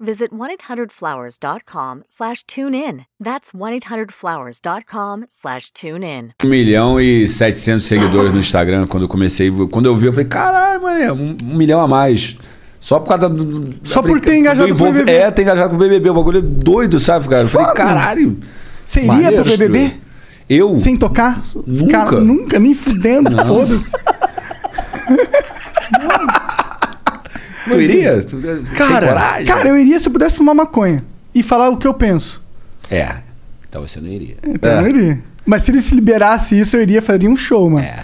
G: visit 1-800-Flowers.com slash tune in. That's 1-800-Flowers.com slash tune in.
C: 1 milhão e 700 seguidores no Instagram quando eu comecei. Quando eu vi, eu falei, caralho, mano, um, um milhão a mais. Só por causa do. do-
B: Só
C: da
B: por
C: brinca-
B: ter engajado
C: do
B: com o
C: envolve-
B: BBB.
C: É, ter engajado com o BBB. O bagulho é doido, sabe, cara? Eu falei,
B: Foda.
C: caralho.
B: Você iria pro
C: maneiro,
B: BBB?
C: tio. Eu?
B: Sem tocar?
C: Nunca.
B: Cara, nunca, nem fudendo, foda-se.
C: Tu iria? Tu- tem coragem?
B: cara, eu iria se eu pudesse fumar maconha e falar o que eu penso.
C: É. Então você não iria.
B: Então
A: É.
B: eu iria. Mas se ele se liberasse isso, eu iria fazer um show, mano.
C: É.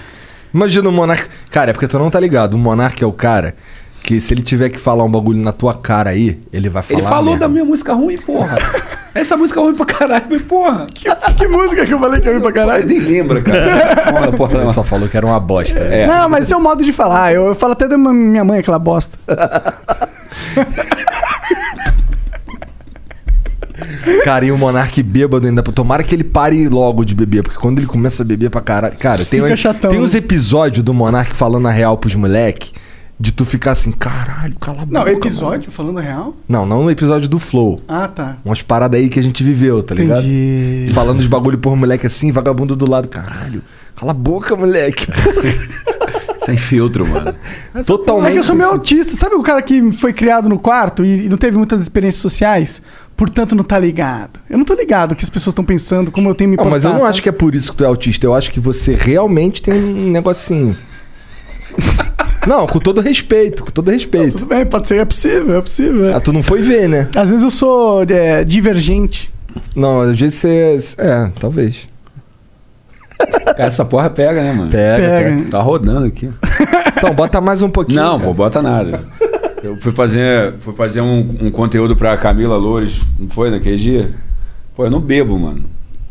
A: Imagina o Monark. Cara, é porque tu não tá ligado. O Monark é o cara que se ele tiver que falar um bagulho na tua cara aí, ele vai falar.
C: Ele falou
A: mesmo.
C: da minha música ruim, porra. Essa música é ruim pra caralho, mas porra.
B: Que música que eu falei que eu ia pra caralho?
C: Caralho, nem lembra, cara. Porra, porra,
A: Ele
C: não.
A: só falou que era uma bosta. né?
B: Não, mas esse é o modo de falar. Eu, eu falo até da ma- minha mãe, aquela bosta.
A: Cara, e o Monark bêbado ainda. Tomara que ele pare logo de beber, porque quando ele começa a beber pra caralho. Cara, tem, um-
B: Fica chatão,
A: tem uns
B: né?
A: episódios do Monark falando a real pros moleque de tu ficar assim, caralho, cala a boca.
B: Não,
A: mano."
B: episódio, falando real?
A: Não, não no episódio do Flow.
B: Ah, tá.
A: Umas paradas aí que a gente viveu, tá ligado?
B: Entendi.
A: Falando os bagulho por moleque assim, vagabundo do lado. Caralho, cala a boca, moleque.
C: Sem filtro, mano.
A: Totalmente.
B: É que eu sou meio autista. Sabe o cara que foi criado no quarto e e não teve muitas experiências sociais? Portanto, não tá ligado. Eu não tô ligado o que as pessoas estão pensando, como eu tenho me
A: Não, mas eu não
B: portar,
A: acho
B: sabe?
A: que é por isso que tu é autista. Eu acho que você realmente tem um negocinho. não, com todo respeito, com todo respeito.
B: Tudo bem, pode ser, é possível, é possível. é.
A: Ah, tu não foi ver, né?
B: Às vezes eu sou é, divergente.
A: Não, às vezes você. É, talvez.
C: Cara, essa porra pega, né, mano?
A: É,
B: Pega.
C: Tá rodando aqui.
A: Então, bota mais um pouquinho.
C: Não,
A: cara.
C: pô, bota nada. Eu fui fazer, fui fazer um, um conteúdo pra Camila Loures, não foi naquele dia? Pô, eu não bebo, mano.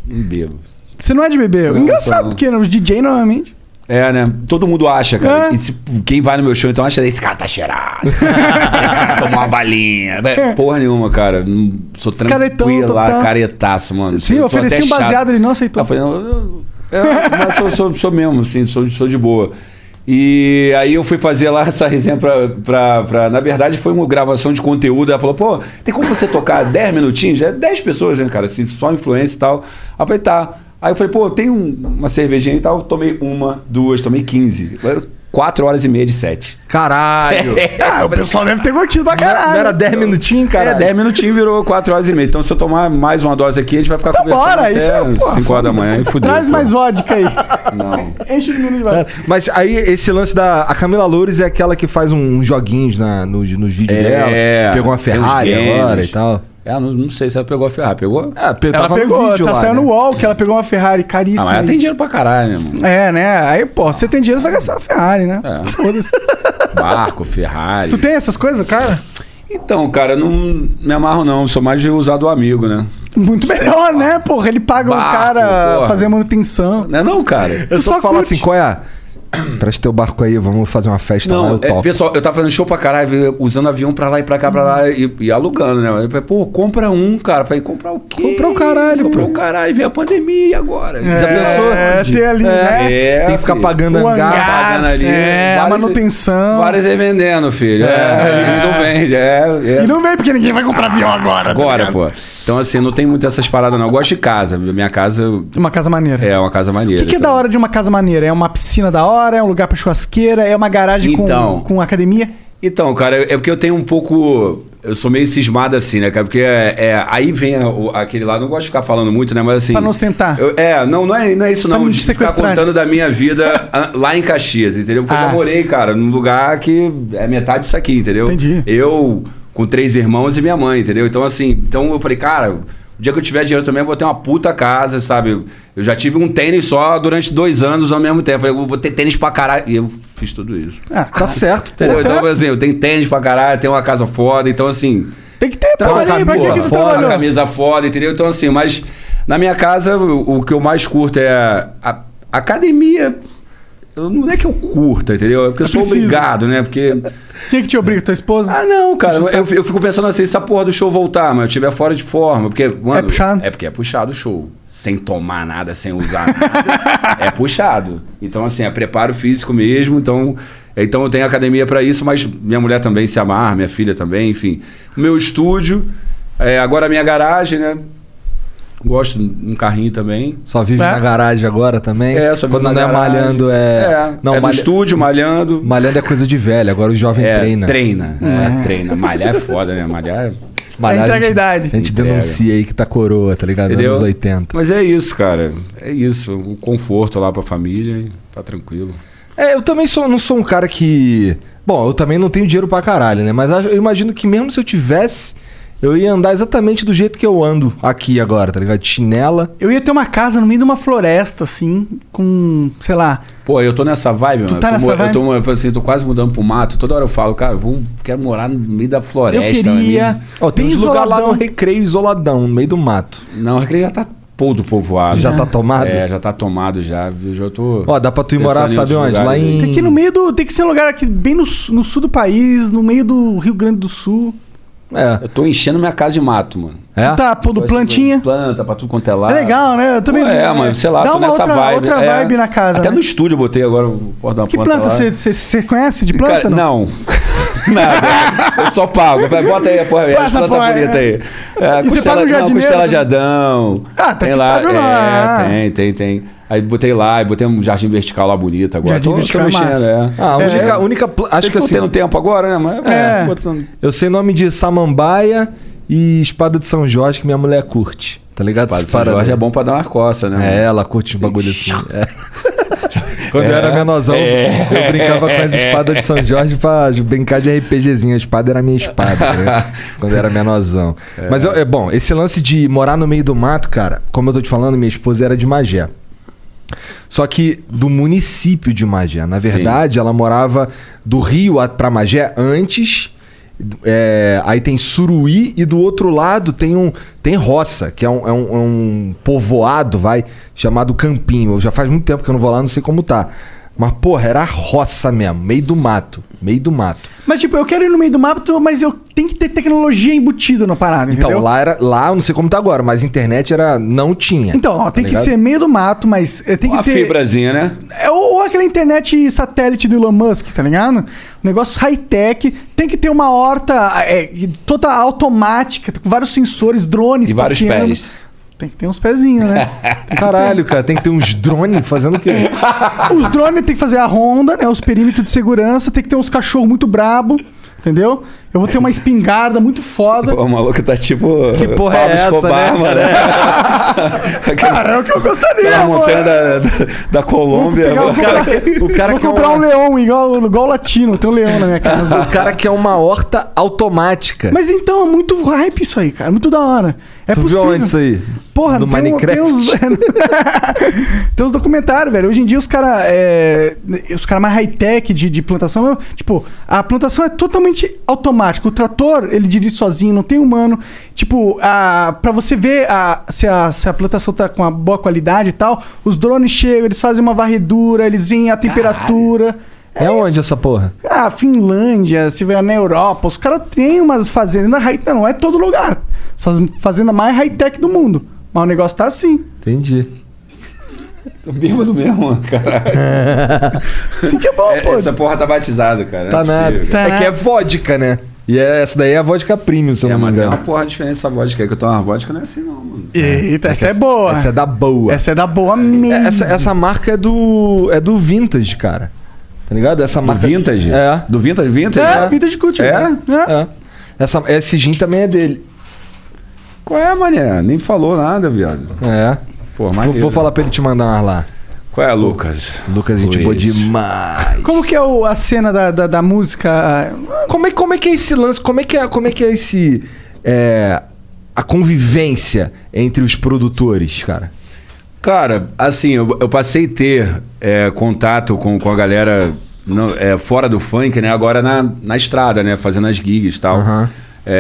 C: Não bebo.
B: Você não é de bebê.
C: Não,
B: Engraçado,
C: não.
B: porque os DJ normalmente.
C: É, né? Todo mundo acha, cara.
B: É.
C: E se- quem vai no meu show então acha esse cara tá cheirado. esse cara tomou uma balinha. Porra nenhuma, cara. Não- Sou
B: Caretão,
C: tranquilo lá,
B: total.
C: caretaço, mano.
B: Sim,
C: eu
B: eu
C: tô
B: ofereci
C: até
B: um
C: chato.
B: baseado, ele não aceitou.
C: Eu falei, não, eu, eu, mas sou, sou, sou mesmo, assim, sou, sou de boa. E aí eu fui fazer lá essa resenha pra, pra, pra- Na verdade, foi uma gravação de conteúdo. Ela falou, pô, tem como você tocar 10 minutinhos? É 10 pessoas, né, cara? Assim, só influência e tal. Aí eu falei, tá. Aí eu falei, pô, tem um- uma cervejinha e tal. Eu tomei uma, duas, tomei 15. 4 horas e meia de sete.
A: Caralho.
B: Ah, o pessoal deve ter curtido pra
A: Não
B: caralho.
A: era 10 minutinhos, cara?
C: É. É, 10 minutinhos virou 4 horas e meia. Então, se eu tomar mais uma dose aqui, a gente vai ficar
B: Então
C: conversando
B: bora,
C: até
B: isso é, pô,
C: 5 horas da manhã. E fudeu,
B: Traz
C: pô.
B: mais vodka aí.
C: Não.
B: Enche de minuto de vodka.
A: Mas aí, esse lance da. A Camila Loures é aquela que faz uns joguinhos na, nos, nos vídeos
C: É,
A: dela. Pegou uma
C: tem uns
A: Ferrari
C: games.
A: agora e tal.
C: É, não, não sei se ela pegou a Ferrari. Pegou?
A: Ah, pe-
B: Ela
A: tava no
B: pegou,
A: vídeo
B: tá
A: lá,
B: saindo
A: né?
B: no UOL que ela pegou uma Ferrari
C: Ah,
B: caríssima.
C: mas ela
B: aí.
C: tem dinheiro pra caralho, né, mano?
B: É, né? Aí, pô, você tem dinheiro, você vai gastar uma Ferrari, né?
C: É.
B: Foda-se.
C: Barco, Ferrari.
B: Tu tem essas coisas, cara?
C: Então, cara, eu não me amarro não. Sou mais de usar do amigo, né?
B: Muito melhor, né? Porra, ele paga o
C: Barco,
B: cara
C: porra.
B: fazer manutenção.
C: Não é não, cara?
A: Eu
B: Tu
A: só,
B: só
A: falo
B: curte.
A: assim, qual é? Presta teu barco aí, vamos fazer uma festa lá,
C: Não,
A: eu
C: é,
A: topo.
C: pessoal, eu tava fazendo show pra caralho, usando avião pra lá e pra cá, pra lá e, e alugando, né? Eu falei, pô, compra um, cara. Eu Falei, comprar o quê?
A: Comprar o caralho,
C: Comprar
A: pô.
C: o caralho, veio a pandemia e agora. Já pensou?
B: É, tem ali, né?
C: É,
A: Tem que ficar
C: filho. tá
A: pagando
B: O
A: hangar.
B: hangar.
C: Pagando ali.
B: é, a
C: Vários-
B: manutenção.
C: Vários aí vendendo, filho. É, não vende. É, é.
B: E não vem porque ninguém vai comprar avião agora. tá
C: Agora,
B: ligado?
C: pô. Então, assim, não tem muito essas paradas, não. Eu gosto de casa. Minha casa
B: Uma casa maneira.
C: é uma casa
B: O
C: maneira.
B: que, que é da
C: então.
B: hora de uma casa maneira? É uma piscina da hora? É um lugar pra churrasqueira? É uma garagem com-
C: Então.
B: com, academia?
C: Então, cara, é porque eu tenho um pouco. Eu sou meio cismado assim, né, cara? Porque é, é- aí vem a- o- aquele lado, não gosto de ficar falando muito, né? Mas assim.
B: Pra não sentar.
C: eu- é, não, não é, não é isso
B: Pra
C: não,
B: não
C: de
B: te
C: ficar
B: sequestrar.
C: contando da minha vida ah, lá em Caxias, entendeu? Porque eu
B: Ah.
C: já morei, cara, num lugar que é metade disso aqui, entendeu?
B: Entendi.
C: Eu com três irmãos e minha mãe, entendeu? Então, assim, então eu falei, cara, o dia que eu tiver dinheiro também, eu vou ter uma puta casa, sabe? Eu já tive um tênis só durante dois anos ao mesmo tempo. Eu falei, eu vou ter tênis pra caralho. E eu fiz tudo isso.
B: Ah, tá certo.
C: Pô, então, assim, eu tenho tênis pra caralho, tenho uma casa foda, então assim.
B: Tem que ter, pô.
C: Trabalhei
B: Pra que tá
C: boa,
B: que tu
C: foda,
B: trabalhou?
C: camisa foda, entendeu? Então, assim, mas na minha casa, o, o que eu mais curto é a, a academia. Eu- não é que eu curta, entendeu? É porque eu sou
B: Precisa.
C: obrigado, né? Porque.
B: Quem que te obriga? Tua esposa?
C: Ah, não, cara. Eu, eu fico pensando assim, se a porra do show voltar, mas eu estiver fora de forma. Porque, mano,
B: É puxado.
C: É porque é puxado o show. Sem tomar nada, sem usar nada. é puxado. Então, assim, é preparo físico mesmo. Então, então eu tenho academia pra isso, mas minha mulher também se amarra, minha filha também, enfim. Meu estúdio, é, agora a minha garagem, né? Gosto de um carrinho também.
A: Só vive
B: É.
A: na garagem agora também.
C: É, só
A: Quando
C: vivo
A: não
C: na
A: é
C: garagem.
A: malhando, é.
C: É,
A: não,
C: é no
A: malha-
C: estúdio, malhando.
A: Malhando é coisa de velho, agora o jovem
C: É,
A: treina.
C: Treina, é, treina. Malhar é foda, né? Malhar é...
A: Malhar,
B: É, entrega
A: gente-
B: a idade.
A: A gente
C: Entrega.
A: denuncia aí que tá coroa, tá ligado?
C: Entendeu?
A: Anos 80.
C: Mas é isso, cara. É isso. Um conforto lá pra família e tá tranquilo.
A: É, eu também sou, não sou um cara que. Bom, eu também não tenho dinheiro pra caralho, né? Mas acho- eu imagino que mesmo se eu tivesse, eu ia andar exatamente do jeito que eu ando aqui agora, tá ligado? De Chinela.
B: Eu ia ter uma casa no meio de uma floresta, assim, com, sei lá.
C: Pô, eu tô nessa vibe, mano.
B: tá
C: Eu tô
B: nessa
C: mo-
B: vibe?
C: Eu tô, assim, eu tô quase mudando pro mato. Toda hora eu falo, cara, eu vou, quero morar no meio da
B: Eu
C: floresta.
B: queria.
C: né?
A: Ó, tem
B: bem
A: uns lugares lá no
B: isoladão.
A: recreio isoladão, no meio do mato.
C: Não, o recreio já tá todo povoado.
A: Já tá tomado?
C: É, já tá tomado já. Eu já tô...
A: Ó, dá pra tu ir
C: pensando
A: morar,
C: em
A: sabe
C: outros
A: onde? Lá
C: lugares aí.
A: em.
B: Tem que ir no meio do. Tem que ser um lugar aqui bem no, su- no sul do país, no meio do Rio Grande do Sul.
A: É.
C: Eu tô enchendo minha casa de mato, mano.
A: É?
B: Tá, pô, do plantinha.
C: Planta pra tudo quanto é lá.
B: É legal, né? Eu também.
C: Pô, é, mano, sei lá,
B: Dá
C: tô
B: uma
C: nessa
B: outra,
C: vibe.
B: outra
C: é.
B: vibe na casa.
C: Até
B: né?
C: no estúdio eu botei agora o pó da
B: Que
C: planta
B: planta
C: lá.
B: você conhece de planta?
C: Cara,
B: não?
C: não. Nada. Eu só pago. Vai, bota aí a porra,
B: Passa
C: essa planta
B: a porra,
C: bonita
B: é.
C: aí.
B: E você paga o
C: não,
B: jardineiro
C: costela de
B: também?
C: Adão.
B: Ah, tá que sabe o nome, ah.
C: É, tem, tem, tem. Aí botei lá, e botei um jardim vertical lá bonito agora.
B: Jardim vertical é massa.
C: né?
A: Ah, a
B: É.
A: única. única pla- Acho que
C: eu tô
A: assim.
C: tendo tempo agora, né? Mas
B: É.
C: botando-
A: Eu sei nome de Samambaia e Espada de São Jorge que minha mulher curte. Tá ligado?
C: Padre
A: Essas
C: São
A: paradas.
C: Jorge é bom pra dar uma coça, né?
A: É, ela curte os bagulho assim. É. Quando eu era menorzão, eu brincava com as espadas de São Jorge pra brincar de RPGzinho. A espada era a minha espada, tá ligado? Quando eu era menorzão. Mas, eu- é bom, esse lance de morar no meio do mato, cara, como eu tô te falando, minha esposa era de Magé. Só que do município de Magé. Na verdade, ela morava do Rio a- pra Magé antes. É, aí tem Suruí e do outro lado tem um tem Roça, que é um, é um- é um povoado, vai, chamado Campinho. Já faz muito tempo que eu não vou lá, não sei como tá. Mas, porra, era roça mesmo, meio do mato. Meio do mato.
B: Mas, tipo, eu quero ir no meio do mato, mas eu tenho que ter tecnologia embutida na parada,
A: Então,
B: entendeu?
A: lá era. Lá, eu não sei como tá agora, mas internet era. não tinha.
B: Então,
C: Tá
B: ó, tem que
A: ligado?
B: ser meio do mato, mas é, tem que
C: Uma
B: ter.
C: fibrazinha, né?
B: É, ou, ou aquela internet satélite do Elon Musk, tá ligado? Um negócio high-tech, tem que ter uma horta é, toda automática, com vários sensores, drones,
C: E vários
B: passeando.
C: pés.
B: Tem que ter uns pezinhos, né?
A: Caralho, cara, tem que ter uns drones fazendo o quê?
B: os drones tem que fazer a ronda, né? Os perímetros de segurança, tem que ter uns cachorros muito brabo, entendeu? Eu vou ter uma espingarda muito foda.
C: O maluco tá tipo. Que
A: porra é essa, né,
C: mano?
B: Cara, é o que eu gostaria,
C: Aquela
B: amor.
C: montanha da, da, da Colômbia.
B: Pegar,
C: mano.
B: o cara,
A: o cara
B: vou
A: que é
B: comprar
A: uma-
B: um leão, igual, igual o latino. Tem um leão na minha casa.
A: O cara quer uma horta automática.
B: Mas então, é muito hype isso aí, cara. é Muito da hora. É
A: tu
B: possível.
A: viu onde isso aí?
B: Porra,
A: no
B: tem, um-
A: Minecraft.
B: tem uns... tem uns documentários, velho. Hoje em dia os caras... os caras mais high-tech de, de plantação... eu- Tipo, a plantação é totalmente automático. O trator, ele dirige sozinho, não tem humano. Tipo, a, pra você ver a- se, a, se a plantação tá com uma boa qualidade e tal, os drones chegam, eles fazem uma varredura, eles veem a temperatura.
A: É, onde essa porra?
B: Ah, Finlândia, se vai na Europa, os caras têm umas fazendas high Não é todo lugar. São as fazendas mais high-tech do mundo. Mas o negócio tá assim.
A: Entendi.
C: Tô bêbado mesmo, caralho.
B: Assim É. que é bom,
C: É,
B: pô.
C: Essa porra tá batizada, cara.
A: Tá
C: não é
A: nada.
C: possível,
B: Tá
C: cara.
A: É que é vodka, né? E é- essa daí é a vodka premium, se eu
C: É,
A: não me
C: mas tem uma
A: engano.
C: porra diferente essa vodka aí, que eu tomo uma vodka, não é assim não, mano.
B: Eita, essa, é
A: essa-
B: boa.
A: Essa é da boa.
B: Essa é da boa mesmo.
A: É, Essa, essa marca é do. é do vintage, cara. Tá ligado? Essa
C: Do
A: marca.
C: vintage?
A: É.
C: Do vintage, vintage?
B: É, vintage cult.
C: É?
A: é. Essa, esse gin também é dele.
C: Qual é, mané? Nem falou nada, viado.
A: É.
C: Pô,
A: Vou,
C: maneiro.
A: vou falar pra ele te mandar umas lá.
C: Qual é, Lucas?
A: Lucas, gente boa
C: Luiz.
A: demais.
B: Como que é o- a cena da, da, da música?
A: Como é, como é que é esse lance? Como é que é, como é, que é esse. é, a convivência entre os produtores, cara?
C: Cara, assim, eu, eu passei a ter é, contato com, com a galera no- é, fora do funk, né? Agora na, na estrada, né? Fazendo as gigs e tal.
A: Aham.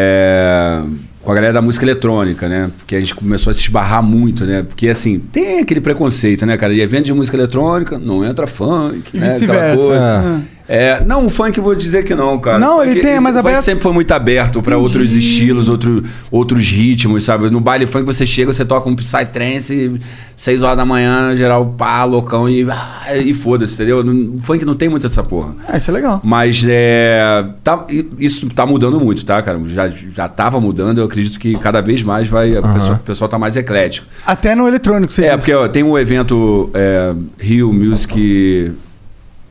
C: É, com a galera da música eletrônica, né? Porque a gente começou a se esbarrar muito, né? Porque, assim, tem aquele preconceito, né, cara? De evento de música eletrônica, não entra funk,
B: E
C: né? Aquela
B: vice-versa.
C: coisa. É, não, o funk eu vou dizer que não, cara.
B: Não, ele
C: Porque
B: tem, é
C: esse
B: mais
C: funk
B: aberto.
C: sempre foi muito aberto pra outros estilos, outro, outros ritmos, sabe? No baile funk você chega, você toca um psytrance, 6 horas da manhã, geral pá, loucão e, ah, e foda-se, entendeu? Não- O funk não tem muito essa porra.
B: Ah, isso é legal.
C: Mas é, tá, i- isso tá mudando muito, tá, cara? Já, já tava mudando, eu acredito que cada vez mais vai. a pessoa- o pessoal tá mais eclético.
B: Até no eletrônico, você
C: É,
B: diz.
C: porque ó, tem um evento é, Rio Music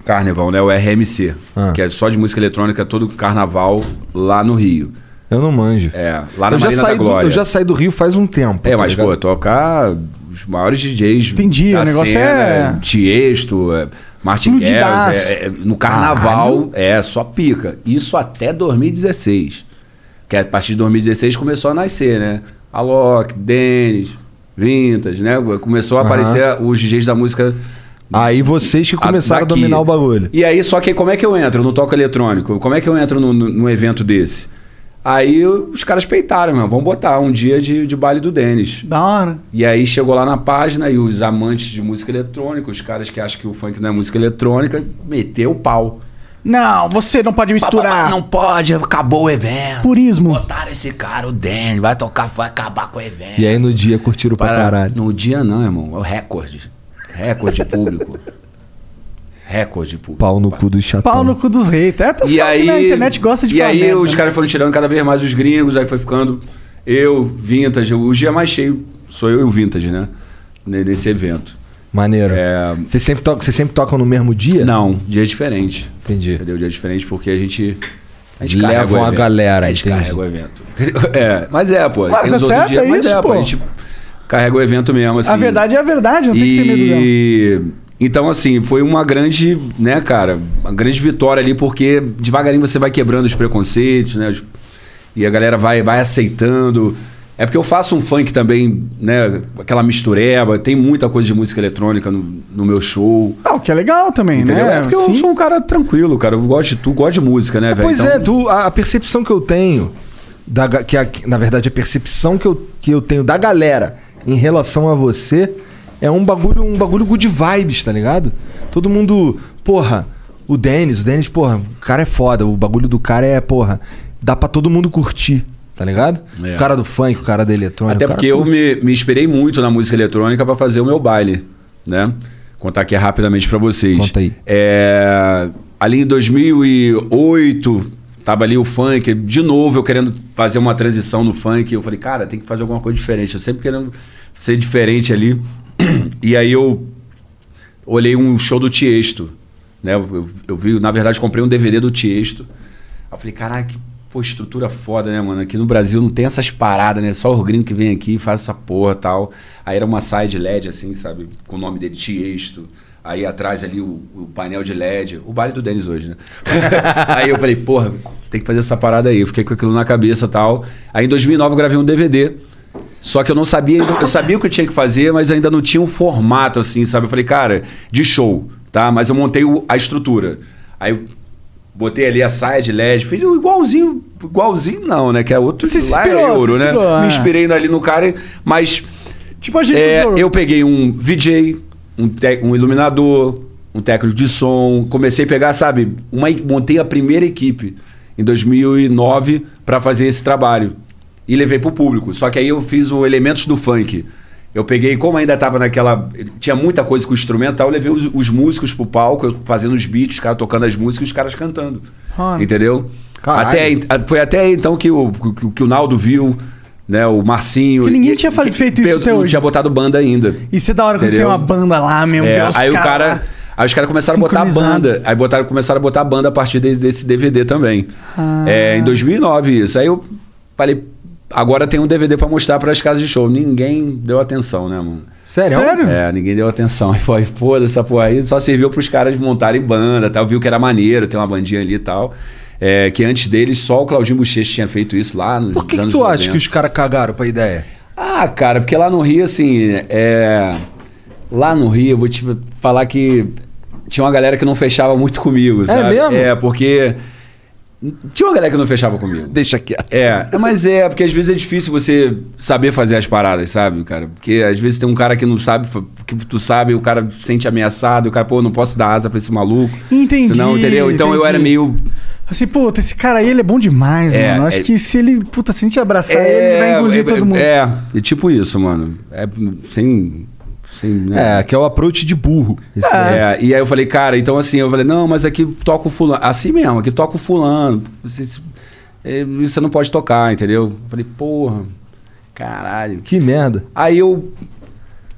C: Carnival, né? O RMC,
A: Ah.
C: que é só de música eletrônica, todo carnaval lá no Rio.
A: Eu não manjo.
C: É, lá na
A: eu, já
C: Marina da
A: saí do,
C: Glória.
A: eu já saí do Rio faz um tempo.
C: É,
A: tá
C: mas,
A: ligado?
C: pô, tocar os maiores DJs.
B: Entendi,
C: da
B: o negócio é-
C: Tiesto, é, Martin
B: Explodidaço.
C: Garrix, é, é, no carnaval, é, só pica. Isso até 2016. Que é, a partir de 2016 começou a nascer, né? Alok, Denis, Vintas, né? Começou a
A: Aham.
C: aparecer os DJs da música.
A: Aí vocês que começaram a,
C: daqui.
A: dominar o bagulho.
C: E aí, só que como é que eu entro no toque eletrônico? Como é que eu entro num- num num evento desse? Aí os caras peitaram, meu. Vamos botar um dia de, de baile do Denis.
B: Da hora.
C: E aí chegou lá na página e os amantes de música eletrônica, os caras que acham que o funk não é música eletrônica, meteu o pau.
B: Não, você não pode misturar.
C: Bababá, Não pode, acabou o evento.
B: Purismo.
C: Botaram esse cara, o Danny, vai tocar, vai acabar com o evento.
A: E aí no dia curtiram pra
C: Para-
A: caralho.
C: No dia não, irmão. É o recorde. Recorde de público. recorde de público.
A: Pau no cu do chatão.
B: Pau no cu dos reis. É, tem os
C: E
B: caras que
C: aí,
B: na internet gostam de
C: e
B: falar
C: aí
B: merda,
C: os
B: né?
C: caras foram tirando cada vez mais os gringos, aí foi ficando eu, Vintage. O dia mais cheio sou eu e o Vintage, né? Ne- Nesse evento.
A: Maneiro.
C: É.
A: Vocês sempre, tocam- vocês sempre tocam no mesmo dia?
C: Não, dia diferente.
A: É. Entendi.
C: Entendeu? Dia diferente porque a gente. A gente
A: Levam
C: carrega o
A: a
C: evento.
A: galera,
C: A gente
A: entendi.
C: carrega o evento. É, mas é, pô.
B: Mas
C: tem
B: tá
C: os outros
B: certo,
C: dias,
B: é
C: mas
B: isso,
C: é, pô.
B: pô.
C: A gente carrega o evento mesmo, assim.
B: A verdade é a verdade, não tem que ter medo dela.
C: E então assim, foi uma grande, né, cara, uma grande vitória ali porque devagarinho você vai quebrando os preconceitos, né? os- E a galera vai vai aceitando. É porque eu faço um funk também, né, aquela mistureba, tem muita coisa de música eletrônica no, no meu show.
B: Ah, o que é legal também,
C: Entendeu?
B: né?
C: É porque eu
B: Sim.
C: sou um cara tranquilo, cara. Eu gosto de tu, gosto de música, né, velho?
A: Pois
C: Então-
A: é, tu, a, a percepção que eu tenho, da, ga- que, a- que, na verdade a percepção que eu, que eu tenho da galera em relação a você é um bagulho, um bagulho good vibes, tá ligado? Todo mundo, porra, o Denis, o Denis, porra, o cara é foda, o bagulho do cara é, porra, dá pra todo mundo curtir, tá ligado?
C: É.
A: O cara do funk, o cara da eletrônica.
C: Até
A: o cara
C: porque eu
A: curte.
C: me, me inspirei muito na música eletrônica pra fazer o meu baile, né? Contar aqui rapidamente pra vocês.
A: Conta aí.
C: É, ali em 2008, tava ali o funk, de novo eu querendo fazer uma transição no funk. Eu falei, cara, tem que fazer alguma coisa diferente. Eu sempre querendo ser diferente ali. E aí eu olhei um show do Tiesto, né? Eu, eu- eu vi, na verdade, comprei um DVD do Tiesto. Aí eu falei, caraca, que pô, estrutura foda, né, mano? Aqui no Brasil não tem essas paradas, né? Só o gringo que vem aqui e faz essa porra e tal. Aí era uma side LED, assim, sabe? Com o nome dele, Tiesto. Aí atrás ali o, o painel de LED. O baile do Denis hoje, né? aí eu falei, porra, tem que fazer essa parada aí. Eu fiquei com aquilo na cabeça e tal. Aí em 2009 eu gravei um DVD. Só que eu não sabia, eu sabia o que eu tinha que fazer, mas ainda não tinha um formato assim, sabe? Eu falei, cara, de show, tá? Mas eu montei o- a estrutura. Aí eu Botei ali a saia de LED, fiz um igualzinho, igualzinho não, né? Que é outro
B: Você se
C: lá
B: inspirou,
C: é
B: se
C: euro, né?
B: inspirou, é.
C: Me inspirei ali no cara, mas
B: Tipo a gente.
C: é,
B: do-
C: eu peguei um VJ, um, te- um iluminador, um técnico de som. Comecei a pegar, sabe? Uma, e- montei a primeira equipe em 2009 pra fazer esse trabalho. E levei pro público. Só que aí eu fiz o Elementos do Funk. Eu peguei, como ainda tava naquela. Tinha muita coisa com o instrumental, eu levei os, os músicos pro palco, eu fazendo os beats, os caras tocando as músicas e os caras cantando.
B: Olha.
C: Entendeu?
A: Caralho.
C: Até, en- a- foi até então que o, que, que o Naldo viu, né? O Marcinho.
B: Que ninguém
C: e-
B: tinha faz- feito isso
C: eu-
B: até
C: eu
B: hoje.
C: tinha botado banda ainda.
B: Isso é da hora quando tem
C: Entendeu?
B: uma banda lá,
A: um
B: meu
C: É,
B: Deus.
C: aí o cara. Aí os caras começaram a botar a
B: sincronizado.
C: banda. Aí botaram, começaram a botar a banda a partir de- desse DVD também.
A: Ah.
C: É, em 2009 isso. Aí eu falei, agora tem um DVD pra mostrar pras casas de show. Ninguém deu atenção, né, mano?
A: Sério?
B: Sério?
C: É, ninguém deu atenção. Aí foi, pô, essa porra aí só serviu pros caras montarem banda, tal. Viu que era maneiro, tem uma bandinha ali e tal. É, que antes deles só o Claudinho Bochecha tinha feito isso lá nos
A: Por que, que
C: anos
A: tu acha
C: 90.
A: que os caras cagaram pra ideia?
C: Ah, cara, porque lá no Rio, assim, é. Lá no Rio, eu vou te falar que tinha uma galera que não fechava muito comigo, sabe?
A: mesmo?
C: É, porque. Tinha uma galera que não fechava comigo.
A: Deixa quieto.
C: É, é, mas é, porque às vezes é difícil você saber fazer as paradas, sabe, cara? Porque às vezes tem um cara que não sabe, fa- que tu sabe, o cara se sente ameaçado, o cara, pô, não posso dar asa pra esse maluco.
B: Entendi,
C: Senão, entendeu? Então eu era
B: entendi.
C: meio.
B: Assim, puta, esse cara aí, ele é bom demais,
C: É,
B: mano. Eu Acho
C: é-
B: que se ele, puta, se a gente abraçar ele, ele vai engolir
C: é,
B: todo mundo.
C: É, é tipo isso, mano. É sem. sem né?
A: É, que é o approach de burro. Esse é.
C: É, e aí eu falei, cara, então assim, eu falei, não, mas aqui toca o fulano. Assim mesmo, aqui toca o fulano. Você, se- é, você não pode tocar, entendeu? Eu falei, porra, caralho.
A: Que merda.
C: Aí eu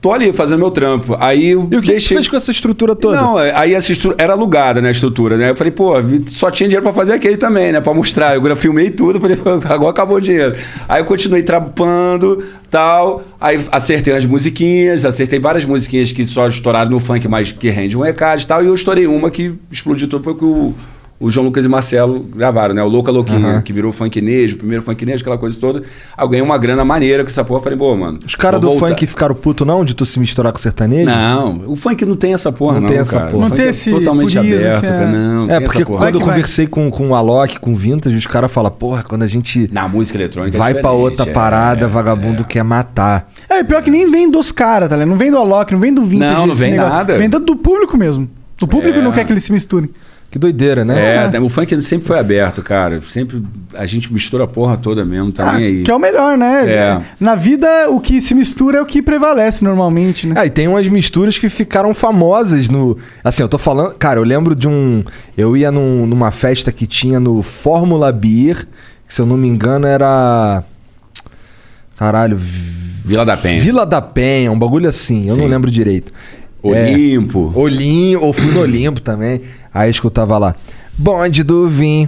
C: tô ali fazendo meu trampo. Aí eu
A: E o que, que tu
C: deixei...
A: fez com essa estrutura toda?
C: Não, é, aí essa estru- era alugada, né, a estrutura, né? Eu falei, pô, vi- só tinha dinheiro pra fazer aquele também, né? Pra mostrar. Eu gra- filmei tudo, falei, pô, agora acabou o dinheiro. Aí eu continuei trampando, tal. Aí acertei as musiquinhas, acertei várias musiquinhas que só estouraram no funk, mas que rende um recado e tal. E eu estourei uma que explodiu tudo, foi que o, o João Lucas e Marcelo gravaram, né? O Louca Louquinha, que virou funk nejo, o primeiro funk nejo, aquela coisa toda. Aí eu ganhei uma grana maneira com essa porra. Falei, pô, mano.
A: Os caras do
C: vou voltar.
A: funk ficaram puto não de tu se misturar com o sertanejo?
C: Não, o funk não tem essa porra,
A: Não
C: não.
A: tem essa
C: cara.
A: porra.
C: O
B: Não
C: funk
B: tem
C: é
B: esse
C: totalmente
B: purismo,
C: aberto,
B: assim, é.
C: cara. Não, não
A: É,
C: tem
A: porque
C: essa porra.
A: quando eu
B: Vai que vai.
A: conversei com, com o Alok, com o Vintage, os caras falam, porra, quando a gente
C: Na música eletrônica. é
A: vai pra
C: diferente,
A: outra
C: é,
A: parada,
C: é,
A: vagabundo quer matar.
B: É, pior que nem vem dos caras, tá ligado? Não vem do Alok, não vem do Vintage.
C: Não, não
B: esse
C: vem nada.
B: Vem do- do público mesmo. O público
C: É.
B: não quer que eles se misturem.
A: Que doideira,
C: É,
A: né?
C: tem- o funk ele sempre foi aberto, cara. Sempre a gente mistura a porra toda mesmo, tá
B: Ah,
C: nem aí.
B: que é o melhor, né?
C: É.
B: Na vida, o que se mistura é o que prevalece normalmente,
C: um-
B: né?
A: Ah, e tem umas misturas que ficaram famosas no. Assim, eu tô falando. Cara, eu lembro de um. Eu ia num- numa festa que tinha no Fórmula Beer, que se eu não me engano era. Caralho. Vi-
C: Vila da Penha.
A: Vila da Penha, um bagulho assim, eu não
C: Sim.
A: lembro direito. É.
C: Olimpo.
A: Olimpo, ou fui no Olimpo também. Aí escutava lá. Bonde do vinho.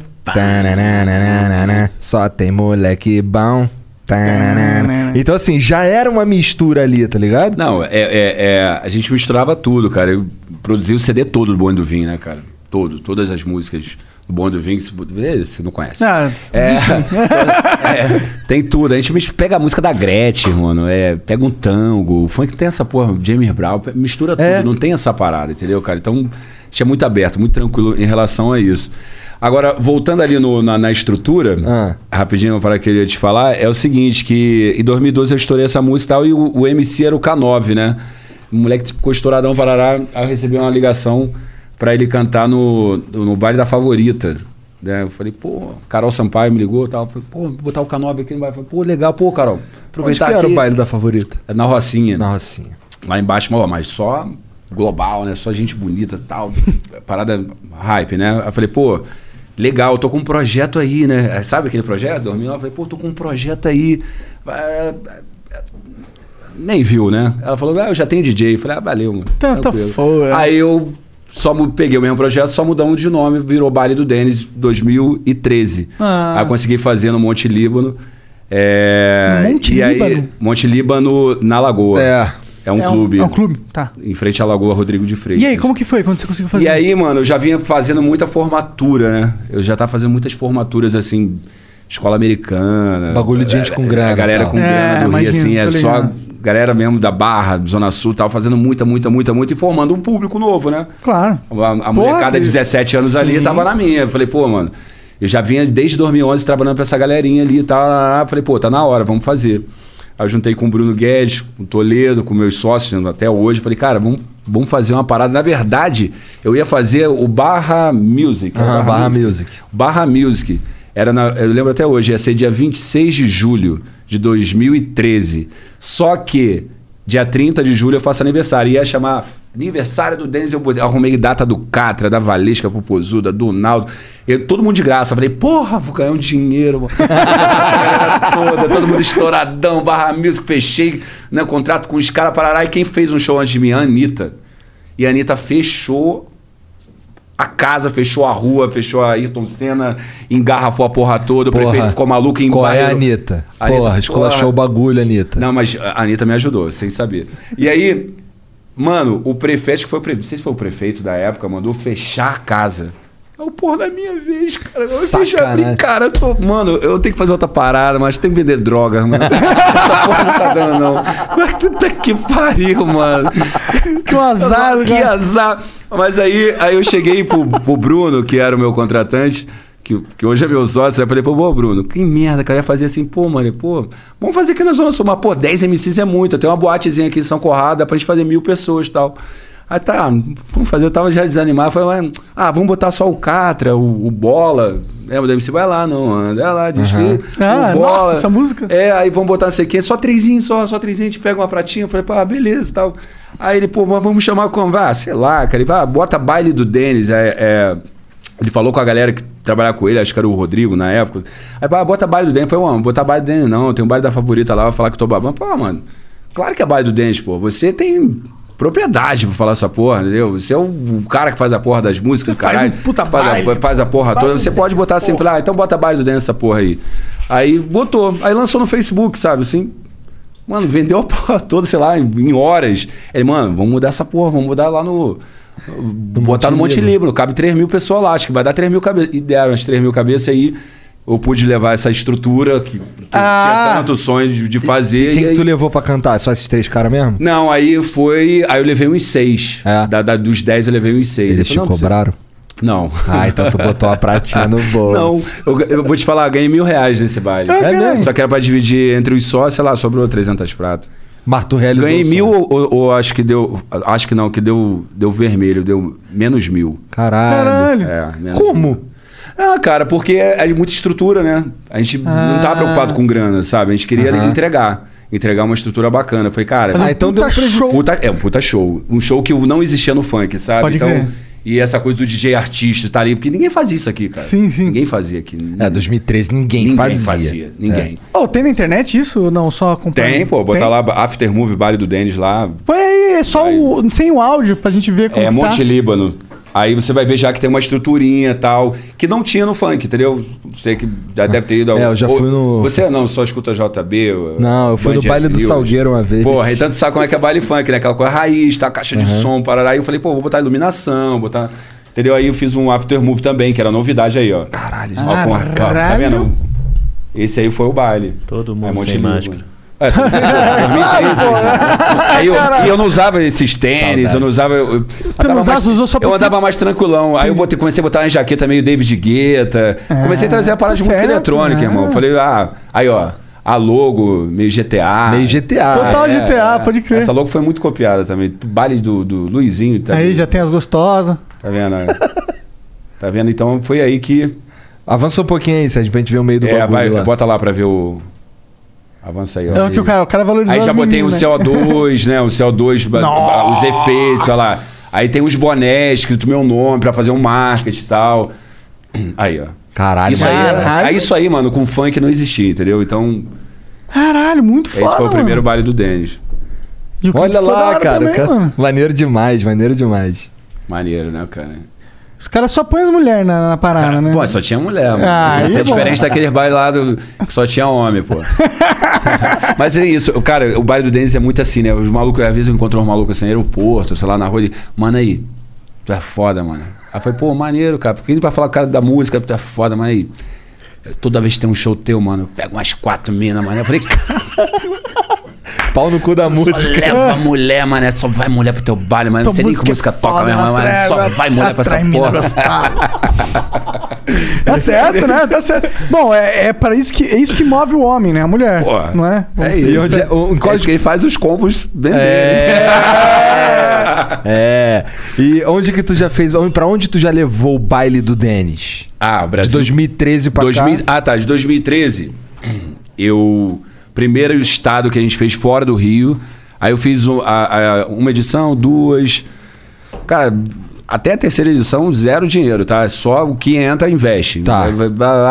A: Tananana, só tem moleque bom. Tananana. Então, assim, já era uma mistura ali, tá ligado?
C: Não, é, é- é- a gente misturava tudo, cara. Eu produzi o CD todo do Bonde do Vinho, né, cara? Todo, todas as músicas do Bonde do Vinho, que se- você não conhece.
B: Ah,
C: É,
B: desiste, né?
C: é, tem tudo. A gente mis- pega a música da Gretchen, mano. É, pega um tango. O funk tem essa porra, James Brown, pe- mistura
B: É.
C: tudo. Não tem essa parada, entendeu, cara? Então, a gente é muito aberto, muito tranquilo em relação a isso. Agora, voltando ali no- na, na estrutura,
A: Ah.
C: rapidinho para que eu ia te falar, é o seguinte, que em 2012 eu estourei essa música e tal, e o, o MC era o K9, né? O moleque ficou estouradão, parará, aí eu recebi uma ligação pra ele cantar no, no baile da Favorita. Né? Eu falei, pô, Carol Sampaio me ligou e tal. Eu Falei, pô, vou botar o K9 aqui no baile. Eu Falei, pô, legal, pô, Carol,
A: Onde que
C: aproveitar
A: era
C: aqui.
A: o baile da favorita?
C: É Na Rocinha
A: Na Rocinha.
C: lá embaixo, mas, ó, mas só global, né? Só gente bonita e tal. Parada hype, né? Aí eu falei, pô, legal, tô com um projeto aí, né? Aí, Sabe aquele projeto? 2009? Eu falei, pô, tô com um projeto aí. Ah, Nem viu, né? Ela falou, ah, eu já tenho DJ. Eu falei, ah, valeu, mano.
B: Tá- tá
C: Tranquilo.
B: fora.
C: Aí eu só mu- peguei o mesmo projeto, só mudamos de nome, virou Baile do Denis 2013.
B: Ah.
C: Aí eu consegui fazer no Monte Líbano. É...
B: Monte
C: e aí-
B: Líbano?
C: Monte Líbano na Lagoa.
A: É.
C: É um
B: É
C: clube.
B: É um clube, tá.
C: Em frente à Lagoa Rodrigo de Freitas.
B: E aí, como que foi quando você conseguiu fazer?
C: E aí, mano, eu já vinha fazendo muita formatura, né? Eu já tava fazendo muitas formaturas, assim, escola americana.
A: Bagulho de gente com grana, tá?
C: A galera
A: tal.
C: com
B: É,
C: grana do Rio,
B: imagino,
C: assim, é
B: tô
C: só
B: ligado.
C: galera mesmo da Barra, Zona Sul, tava fazendo muita, muita, muita, muita e formando um público novo, né?
B: Claro.
C: A, a molecada de 17 anos ali tava na minha. Eu falei, pô, mano, eu já vinha desde 2011 trabalhando pra essa galerinha ali e tal. Falei, pô, tá na hora, vamos fazer. Aí eu juntei com o Bruno Guedes, com o Toledo, com meus sócios né, até hoje. Falei, cara, vamos, vamos fazer uma parada. Na verdade, eu ia fazer o Barra Music.
A: Aham,
C: Barra,
A: Barra
C: Music.
A: Music.
C: Barra Music. Era na- eu lembro até hoje, ia ser dia 26 de julho de 2013. Só que dia 30 de julho eu faço aniversário. Ia chamar aniversário do Denzel Botelho. Arrumei data do Catra, da Valesca Popozuda, do Naldo. Eu, todo mundo de graça. Falei, porra, vou ganhar um dinheiro, mano. Essa galera toda, todo mundo estouradão, barra music, fechei, né? Contrato com os caras, parará. E quem fez um show antes de mim? A Anitta. E a Anitta fechou a casa, fechou a rua, fechou a Ayrton Senna, engarrafou a porra toda, o prefeito ficou maluco em
A: Qual é a Anitta? porra, esculachou o bagulho, Anitta.
C: Não, mas a Anitta me ajudou, sem saber. E aí, mano, o prefeito, acho que foi o prefeito, não sei se foi o prefeito da época, mandou fechar a casa. É o porra da minha vez, cara. Eu fechei a
A: Sacanagem.
C: abrir, cara. Eu tô, mano, eu tenho que fazer outra parada, mas tem que vender droga, mano. Essa porra não tá dando, não. Mas Puta que pariu, mano.
B: Que azar,
C: Que
B: cara.
C: azar. Mas aí, aí eu cheguei pro, pro Bruno, que era o meu contratante, que, que hoje é meu sócio, eu falei, pô, pô, Bruno, que merda, cara, eu ia fazer assim, pô, mano, pô, vamos fazer aqui na Zona Sul, mas, pô, 10 MCs é muito, tem uma boatezinha aqui em São Corrado, dá pra gente fazer mil pessoas e tal. Aí tá, vamos fazer, eu tava já desanimado, falei, mas, ah, vamos botar só o Catra, o, o Bola, É, lembra do MC? Vai lá, não, anda lá, diz que...
B: Ah,
C: o Bola,
B: nossa, essa música?
C: é, aí vamos botar não sei o quê, só trezinho, só, só trezinho, a gente pega uma pratinha, eu falei, pá, beleza e tal. Aí ele, pô, mas vamos chamar como? Ah, sei lá, cara, ele vai, bota baile do Denis, é, é, ele falou com a galera que trabalhava com ele, acho que era o Rodrigo na época. Aí, pá, bota baile do Denis, eu falei, mano, botar baile do Denis não, tem um baile da favorita lá, vai falar que eu tô babando. Pô, mano, claro que é baile do Denis, pô, você tem propriedade pra falar essa porra, entendeu? Você é o, o cara que faz a porra das músicas,
B: faz
C: caralho.
B: um puta
C: faz a-
B: baile. um
C: faz a porra toda. Você pode botar assim, falar, ah, então bota baile do Dance essa porra aí. Aí botou. Aí lançou no Facebook, sabe? Assim. Mano, vendeu a porra toda, sei lá, em, em horas. Ele, mano, vamos mudar essa porra, vamos mudar lá no. botar no Monte Líbano, cabe 3 mil pessoas lá, acho que vai dar 3 mil cabeças. E deram as 3 mil cabeças aí. Eu pude levar essa estrutura que, que eu
B: Ah.
C: tinha tanto sonho de, de fazer.
A: Quem
C: e
A: que tu
C: aí-
A: levou pra cantar? Só esses três caras mesmo?
C: Não, aí foi. Aí eu levei uns 6.
A: É.
C: dos 10 eu levei uns 6.
A: Eles te cobraram?
C: Não.
A: Ah, então tu botou uma pratinha no
C: Não,
A: bolso.
C: eu, eu vou te falar, eu ganhei mil reais nesse baile.
A: É mesmo?
C: Só que era pra dividir entre os sócios, sei lá, sobrou 300 pratas.
A: Mas tu realizou.
C: Ganhei
A: o sonho.
C: mil ou, ou- ou acho que deu. Acho que não, que deu, deu vermelho, deu menos mil.
A: Caralho.
B: Caralho.
C: É, menos mil.
A: Como?
C: Ah, cara, porque é de muita estrutura, né? A gente não
A: Ah.
C: tava preocupado com grana, sabe? A gente queria entregar. Entregar uma estrutura bacana. Eu Falei, cara.
A: Ah, então deu
B: Puta
A: prejuízo.
B: show.
C: Puta- é um puta show. Um show que não existia no funk, sabe?
B: Pode
C: então.
B: crer.
C: E essa coisa do DJ artista tá ali, porque ninguém fazia isso aqui, cara.
B: Sim, sim.
C: Ninguém fazia aqui.
A: É, 2013 ninguém,
C: ninguém
A: fazia. É.
C: Ninguém.
B: Ô, tem na internet isso? Não, só acompanha.
C: Tem, pô, botar
B: Tem?
C: lá After Movie, Baile do Denis lá.
B: Põe aí, é só
C: Aí.
B: o, sem o áudio pra gente ver como
C: é,
B: que
C: Monte
B: tá.
C: Líbano. Aí você vai ver já que tem uma estruturinha e tal, que não tinha no funk, entendeu? Você que já deve ter ido ao.
A: É, eu já
C: ou-
A: fui no-
C: Você não, só escuta JB. ou-
A: Não, eu fui no
C: Band
A: baile do
C: News.
A: Salgueiro uma vez.
C: Porra, então tu sabe como é que é baile funk, né? Aquela coisa raiz, tá caixa de som, parará. Aí eu falei, pô, vou botar iluminação, botar. Entendeu? Aí eu fiz um after move também, que era novidade aí, ó.
A: Caralho,
C: Ó, porra, ó, Tá
B: Caralho.
C: vendo? Esse aí foi o baile.
H: Todo mundo
C: Aí, Monte
H: sem
C: Líbano.
H: máscara.
B: né?
C: É, todo mundo, 2013. Aí eu- e eu não usava esses tênis, eu não usava. Eu, eu andava
B: usava,
C: mais-
B: você usou só
C: Eu
B: porque-
C: andava mais tranquilão. Aí eu botei- comecei a botar uma jaqueta meio David Guetta. comecei a trazer a parada
B: tá
C: de música
B: certo,
C: eletrônica,
B: né?
C: irmão. Falei, ah, aí ó, a logo, meio GTA.
A: Ah, Meio GTA.
B: Total
C: É,
B: GTA,
C: é.
B: pode crer.
C: Essa logo foi muito copiada também. Baile do, do Luizinho. Tá
B: Aí já tem as gostosas.
C: Tá vendo? né? tá vendo? Então foi aí que.
A: Avança um pouquinho aí, Sérgio, pra gente ver o meio do
C: É,
A: bagulho
C: vai,
A: lá.
C: bota lá pra ver o. Avança aí, ó.
B: É o que o cara, o cara valorizou
C: Aí
B: as
C: já botei um
B: meninas, né?
C: CO2, né? Um CO2, ba- ba- os efeitos, olha lá. Aí tem os bonés escrito meu nome pra fazer um marketing e tal. Aí, ó.
B: Ah,
A: Caralho,
C: Isso aí, né? aí, isso aí, mano, com funk não existia, entendeu? Então,
B: Caralho, muito foda,
C: esse foi o
B: mano.
C: primeiro baile do Denis.
B: E o clipe
A: Olha
B: ficou da
A: lá,
B: hora
A: cara.
B: também,
A: cara-
B: mano.
A: Maneiro demais, maneiro demais.
C: Maneiro, né, cara?
B: Os caras só põem as mulheres na, na parada, né?
C: Pô, só tinha mulher, mano.
B: Ah, aí
C: isso
B: é
C: é
B: bom.
C: diferente daquele baile lá do, que só tinha homem, pô. Mas é isso, cara, o baile do Denis é muito assim, né? Os malucos, às vezes eu encontro uns malucos assim, no aeroporto, sei lá, na rua, e mano, aí, tu é foda, mano. Aí foi, pô, maneiro, cara, porque ele vai falar com o cara da música, tu é foda, mano, aí. Toda vez que tem um show teu, mano, eu pego umas quatro minas, mano. Eu falei, cara.
A: Pau no cu da
C: Só
A: música.
C: leva mulher, mané. Só vai mulher pro teu baile, mané. Não
B: Tua
C: sei nem que
B: música
C: música
B: é
C: toca,
B: foda,
C: mesmo,
B: ela
C: mané. Só
B: atrai-
C: vai mulher pra essa
B: atrai mina
C: porra.
B: Tá certo, né? Tá certo. Bom, é, é para isso que é isso que move o homem, né? A mulher,
C: Porra.
B: não é? Vamos
A: É isso.
B: ser
A: E onde é-
B: sinceros.
A: o- em
C: É
A: qual-
C: isso que ele faz os combos bem
A: É. E onde que tu já fez? onde- Pra onde tu já levou o baile do Denis?
C: Ah, o
A: De
C: Brasil.
A: 2013 pra
C: 2000
A: cá.
C: Ah, tá. De 2013, eu. Primeiro estado que a gente fez fora do Rio. Aí eu fiz um- a- a- uma edição, duas. Cara, até a terceira edição, zero dinheiro, tá? Só o que entra, investe.
A: Tá.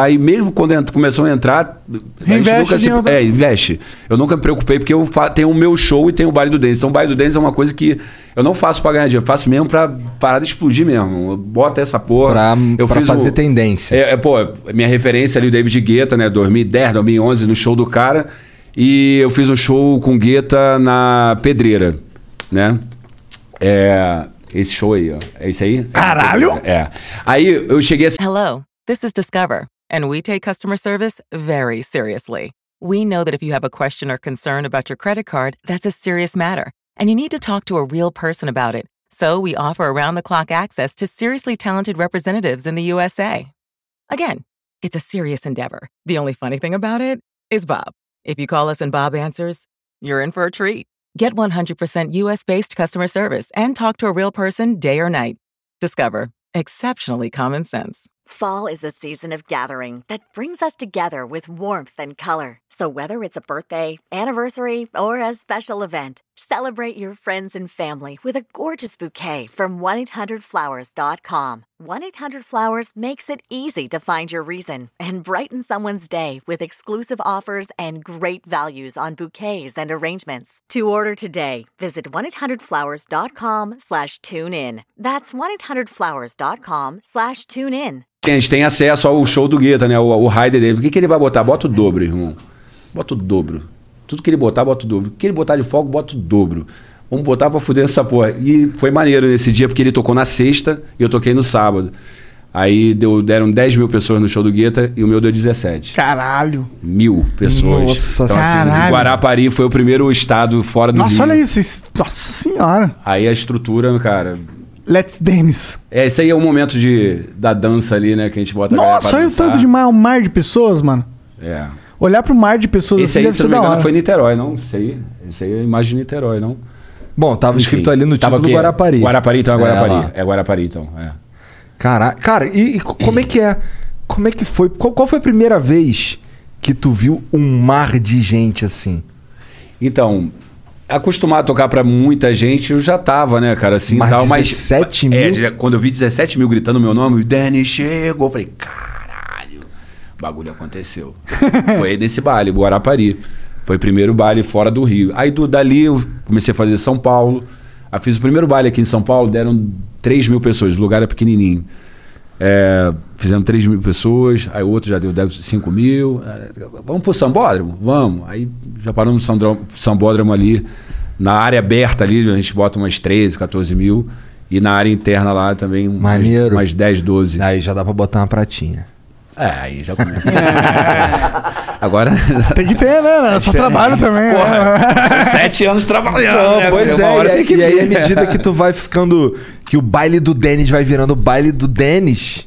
C: Aí mesmo quando ent- começou a entrar.
B: Reinveste
C: a gente
B: dinheiro
C: nunca
B: da-
C: se, É, investe. Eu nunca me preocupei porque eu fa- tenho o meu show e tenho o baile do Dance. Então o baile do Dance é uma coisa que eu não faço pra ganhar dinheiro, eu faço mesmo pra parada explodir mesmo. Bota essa porra.
A: Pra-
C: eu
A: pra
C: fiz
A: fazer tendência.
C: é, é, pô, minha referência ali, o David Guetta, né? 2010, 2011, no show do cara. E eu fiz um show com Guetta na Pedreira, né? É. Esse show aí, ó. É isso aí? Caralho! É. Aí eu cheguei assim.
F: Hello, this is Discover, and we take customer service very seriously. We know that if you have a question or concern about your credit card, that's a serious matter, and you need to talk to a real person about it. So we offer around the clock access to seriously talented representatives in the USA. Again, it's a serious endeavor. The only funny thing about it is Bob. If you call us and Bob answers, you're in for a treat. Get 100% US based customer service and talk to a real person day or night. Discover exceptionally common sense.
G: Fall is a season of gathering that brings us together with warmth and color. So, whether it's a birthday, anniversary, or a special event, celebrate your friends and family with a gorgeous bouquet from 1-800-Flowers.com. 1-800-Flowers makes it easy to find your reason and brighten someone's day with exclusive offers and great values on bouquets and arrangements. To order today, visit 1-800-Flowers.com slash tune in. That's 1-800-Flowers.com slash tune in.
C: A gente tem acesso ao show do Guetta, né? O, o rider dele. O que, que ele vai botar? Bota o dobro, irmão. Bota o dobro. Tudo que ele botar, bota o dobro. O que ele botar de fogo, bota o dobro. Vamos botar pra fuder essa porra. E foi maneiro nesse dia, porque ele tocou na sexta e eu toquei no sábado. Aí deu- deram 10 mil pessoas no show do Guetta e o meu deu 17
B: Caralho.
C: mil pessoas. Então, assim,
A: Nossa
B: Caralho.
C: Guarapari foi o primeiro estado fora do
B: Nossa,
C: Rio.
B: olha isso. isso- Nossa senhora.
C: Aí a estrutura, cara...
B: Let's Dennis.
C: É, esse aí é o momento de, da dança ali, né? Que a gente bota a galera
B: Nossa,
C: pra
B: olha o
C: dançar.
B: tanto de mar, um mar de pessoas, mano.
C: É.
B: Olhar pro mar de pessoas assim
C: Esse aí,
B: deve
C: se
B: ser
C: não me
B: da
C: engano,
B: hora.
C: foi em Niterói, não? Esse aí, esse aí é imagem de Niterói, não?
A: Bom, tava escrito
C: Enfim,
A: ali no
C: tava
A: título
C: o quê?
A: Guarapari.
C: Guarapari, então, é
A: lá.
C: Guarapari. É, Guarapari, então. É.
A: Cara, cara e, e co- como é que é? Como é que foi? Qual, qual foi a primeira vez que tu viu um mar de gente assim?
C: Então, acostumado a tocar pra muita gente, eu já tava, né, cara? Assim,
A: Mas
C: tal,
A: 17
C: mas,
A: mil?
C: É, já- quando eu vi 17 mil gritando meu nome, o Danny chegou. Eu falei, caralho, o bagulho aconteceu. Foi aí nesse baile, Guarapari. Foi o primeiro baile fora do Rio. Aí do, dali eu comecei a fazer São Paulo. Aí fiz o primeiro baile aqui em São Paulo, deram 3 mil pessoas, o lugar é pequenininho. É, fizemos 3 mil pessoas, aí outro já deu 10, 5 mil. É, Vamos pro sambódromo? Vamos. Aí já paramos no sambódromo, sambódromo ali, na área aberta ali, a gente bota umas 13, 14 mil. E na área interna lá também umas,
A: Maneiro.
C: umas 10, 12.
A: Aí já dá pra botar uma pratinha.
C: É, aí já começa. Agora.
B: Tem que ter, né? Só trabalho também. né?
C: É Porra, sete anos trabalhando. né?
A: pois
C: Uma hora
A: é, e,
C: tem
A: aí-
C: que né?
A: e aí
C: ver.
A: à medida que tu vai ficando. Que o baile do Denis vai virando o baile do Denis,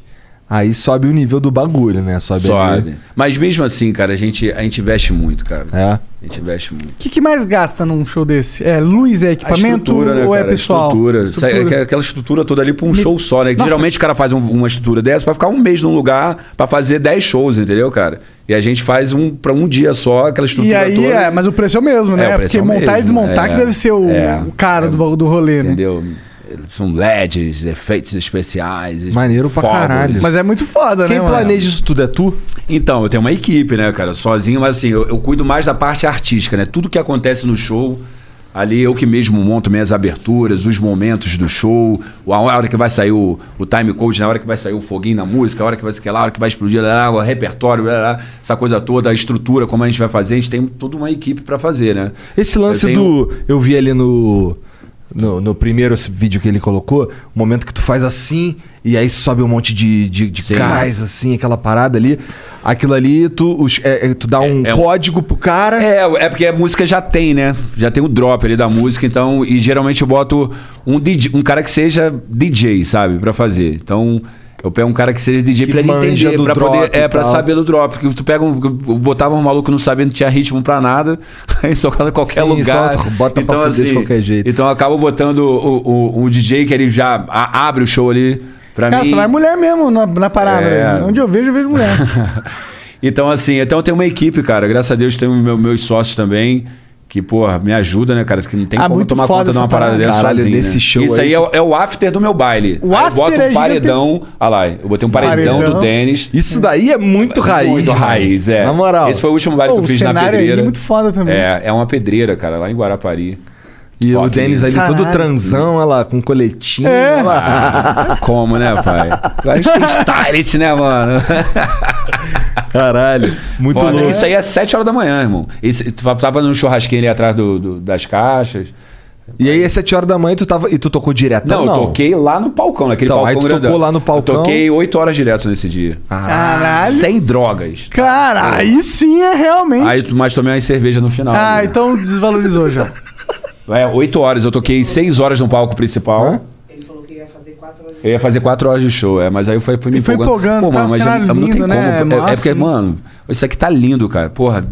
A: aí sobe o nível do bagulho, né? Sobe. ali.
C: Sobe. Mas mesmo assim, cara, a gente, a gente investe muito, cara.
A: É.
C: A gente investe muito.
B: O que, que mais gasta num show desse? É luz, é
C: A
B: equipamento
C: estrutura, né,
B: ou é
C: cara? A
B: pessoal?
C: Estrutura. é Sai- aquela- Aquela estrutura toda ali pra um show só, né?
B: Nossa.
C: Geralmente o cara faz um- uma estrutura dessa pra ficar um mês num lugar pra fazer 10 shows, entendeu, cara? E a gente faz um pra um dia só, aquela estrutura
B: E aí,
C: toda.
B: é, mas o preço é o mesmo,
C: É,
B: né?
C: o
B: Porque
C: preço é o
B: montar e
C: mesmo,
B: desmontar
C: é.
B: que deve ser o,
C: É.
B: o cara do, ba- do rolê, né?
C: Entendeu? São LEDs, efeitos especiais.
A: Maneiro pra
C: fogos.
A: caralho.
B: Mas é muito foda,
A: Quem
B: né? mano?
A: planeja isso tudo é tu?
C: Então, eu tenho uma equipe, né, cara? Sozinho, mas assim, eu, eu cuido mais da parte artística, né? Tudo que acontece no show, ali eu que mesmo monto minhas aberturas, os momentos do show, a hora que vai sair o, o time code, na hora que vai sair o foguinho na música, a hora que vai ser lá, a hora que vai explodir, lá, lá, o repertório, lá, lá, essa coisa toda, a estrutura, como a gente vai fazer, a gente tem toda uma equipe pra fazer, né?
A: Esse lance
C: Eu tenho-
A: do. Eu vi ali no. no, no primeiro vídeo que ele colocou, o momento que tu faz assim e aí sobe um monte de, de, de gás, assim, aquela parada ali. Aquilo ali, tu, os- é- é- tu dá um
C: é um-
A: código pro cara.
C: É, é porque a música já tem, né? Já tem o drop ali da música, então. E geralmente eu boto um, DJ, um cara que seja DJ, sabe? Pra fazer. Então. Eu pego um cara que seja DJ
A: Que
C: pra ele
A: manja
C: entender,
A: do
C: pra poder.
A: drop e
C: É, pra
A: tal.
C: saber do drop. Porque tu pega um. eu Botava um maluco que não sabia, não tinha ritmo pra nada, aí tocava em qualquer
A: Sim,
C: lugar.
A: só bota pra fuder de qualquer jeito.
C: Então eu acabo botando o, o- o DJ que ele já a- abre o show ali pra
B: Cara,
C: mim.
B: só vai mulher mesmo na, na parada.
C: É.
B: velho. Onde eu vejo, eu vejo mulher.
C: Então, assim, então eu tenho uma equipe, cara. Graças a Deus tenho meu- meus sócios também. Que, porra, me ajuda, né, cara? Que não tem
B: Ah,
C: como
B: muito
C: tomar
B: foda
C: conta de uma
B: essa
C: parada
B: parada.
C: dessa
A: Caralho,
C: sozinho,
A: nesse
C: né?
A: show
C: Isso aí,
A: aí-
C: é, o- é o after do meu baile.
B: O
C: Aí
B: after
C: eu boto
B: é
C: um paredão... Ah lá, eu botei um paredão,
B: Paredão.
C: do Denis.
A: Isso daí é muito raiz.
C: Muito
A: mano.
C: raiz, é.
A: Na moral.
C: Esse foi o último baile
B: Pô,
C: que eu
B: o
C: fiz na
B: cenário aí
C: pedreira.
B: muito foda também.
C: É, é uma pedreira, cara, lá em Guarapari.
A: E
C: Ó,
A: o
C: que
A: Denis ali todo
B: Caralho.
A: transão, olha lá, com coletinho.
C: É.
A: olha lá.
C: Ah, como, né, pai? Agora a gente tem stylist, né, mano?
A: Caralho. Muito
C: Foda.
A: louco.
C: Isso aí é 7 horas da manhã, irmão. Esse, tu tava fazendo um churrasquinho ali atrás do- do- das caixas.
A: E aí, às 7 horas da manhã, tu tava. E tu tocou direto?
C: Não, eu toquei lá no palcão, naquele
A: Então,
C: palcão
A: aí tu tocou
C: grandão.
A: lá no palcão.
C: Eu toquei 8 horas direto nesse dia.
B: Caralho.
C: Sem drogas.
B: Cara, aí sim é realmente.
C: Aí, mas tomei uma cerveja no final.
B: ah,
C: né?
B: então desvalorizou já.
C: É, 8 horas. Eu toquei 6 horas no palco principal. Eu ia fazer 4 horas de show, é, mas aí eu fui, fui me
B: E foi
C: empolgando.
B: empolgando, tá um cenário lindo, né?
C: como. É, é
B: Massa,
C: porque,
B: né?
C: mano, isso aqui tá lindo, cara. Porra,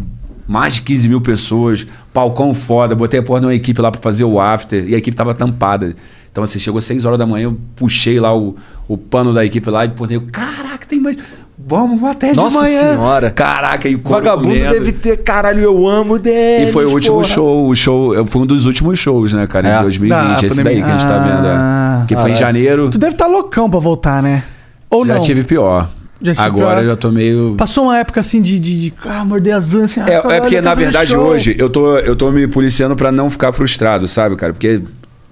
C: mais de 15 mil pessoas, palcão foda. Botei a porra de uma equipe lá pra fazer o after e a equipe tava tampada. Então, assim, chegou 6 horas da manhã, eu puxei lá o, o pano da equipe lá e botei, caraca, tem mais. Vamos até
A: Nossa
C: de manhã.
A: senhora.
C: Caraca, e o coro
A: Vagabundo
C: comendo.
A: deve ter, caralho, eu amo Denis.
C: E foi o último
A: porra.
C: show, o show, eu- foi um dos últimos shows, né, cara,
A: É.
C: em 2020,
B: Da
C: esse daí que a gente tá
B: pandemia.
C: vendo,
B: Ah,
C: é. que foi em janeiro,
B: Tu deve estar loucão pra voltar, né? Ou
C: já
B: não?
C: tive pior.
B: Já tive
C: Agora
B: pior.
C: eu já tô meio...
B: Passou uma época assim de, de, de ah, morder as unhas. Assim, ah,
C: É, é
B: caralho,
C: porque,
B: eu
C: na
B: quero ver
C: verdade,
B: show.
C: hoje, eu tô, eu tô me policiando pra não ficar frustrado, sabe, cara, porque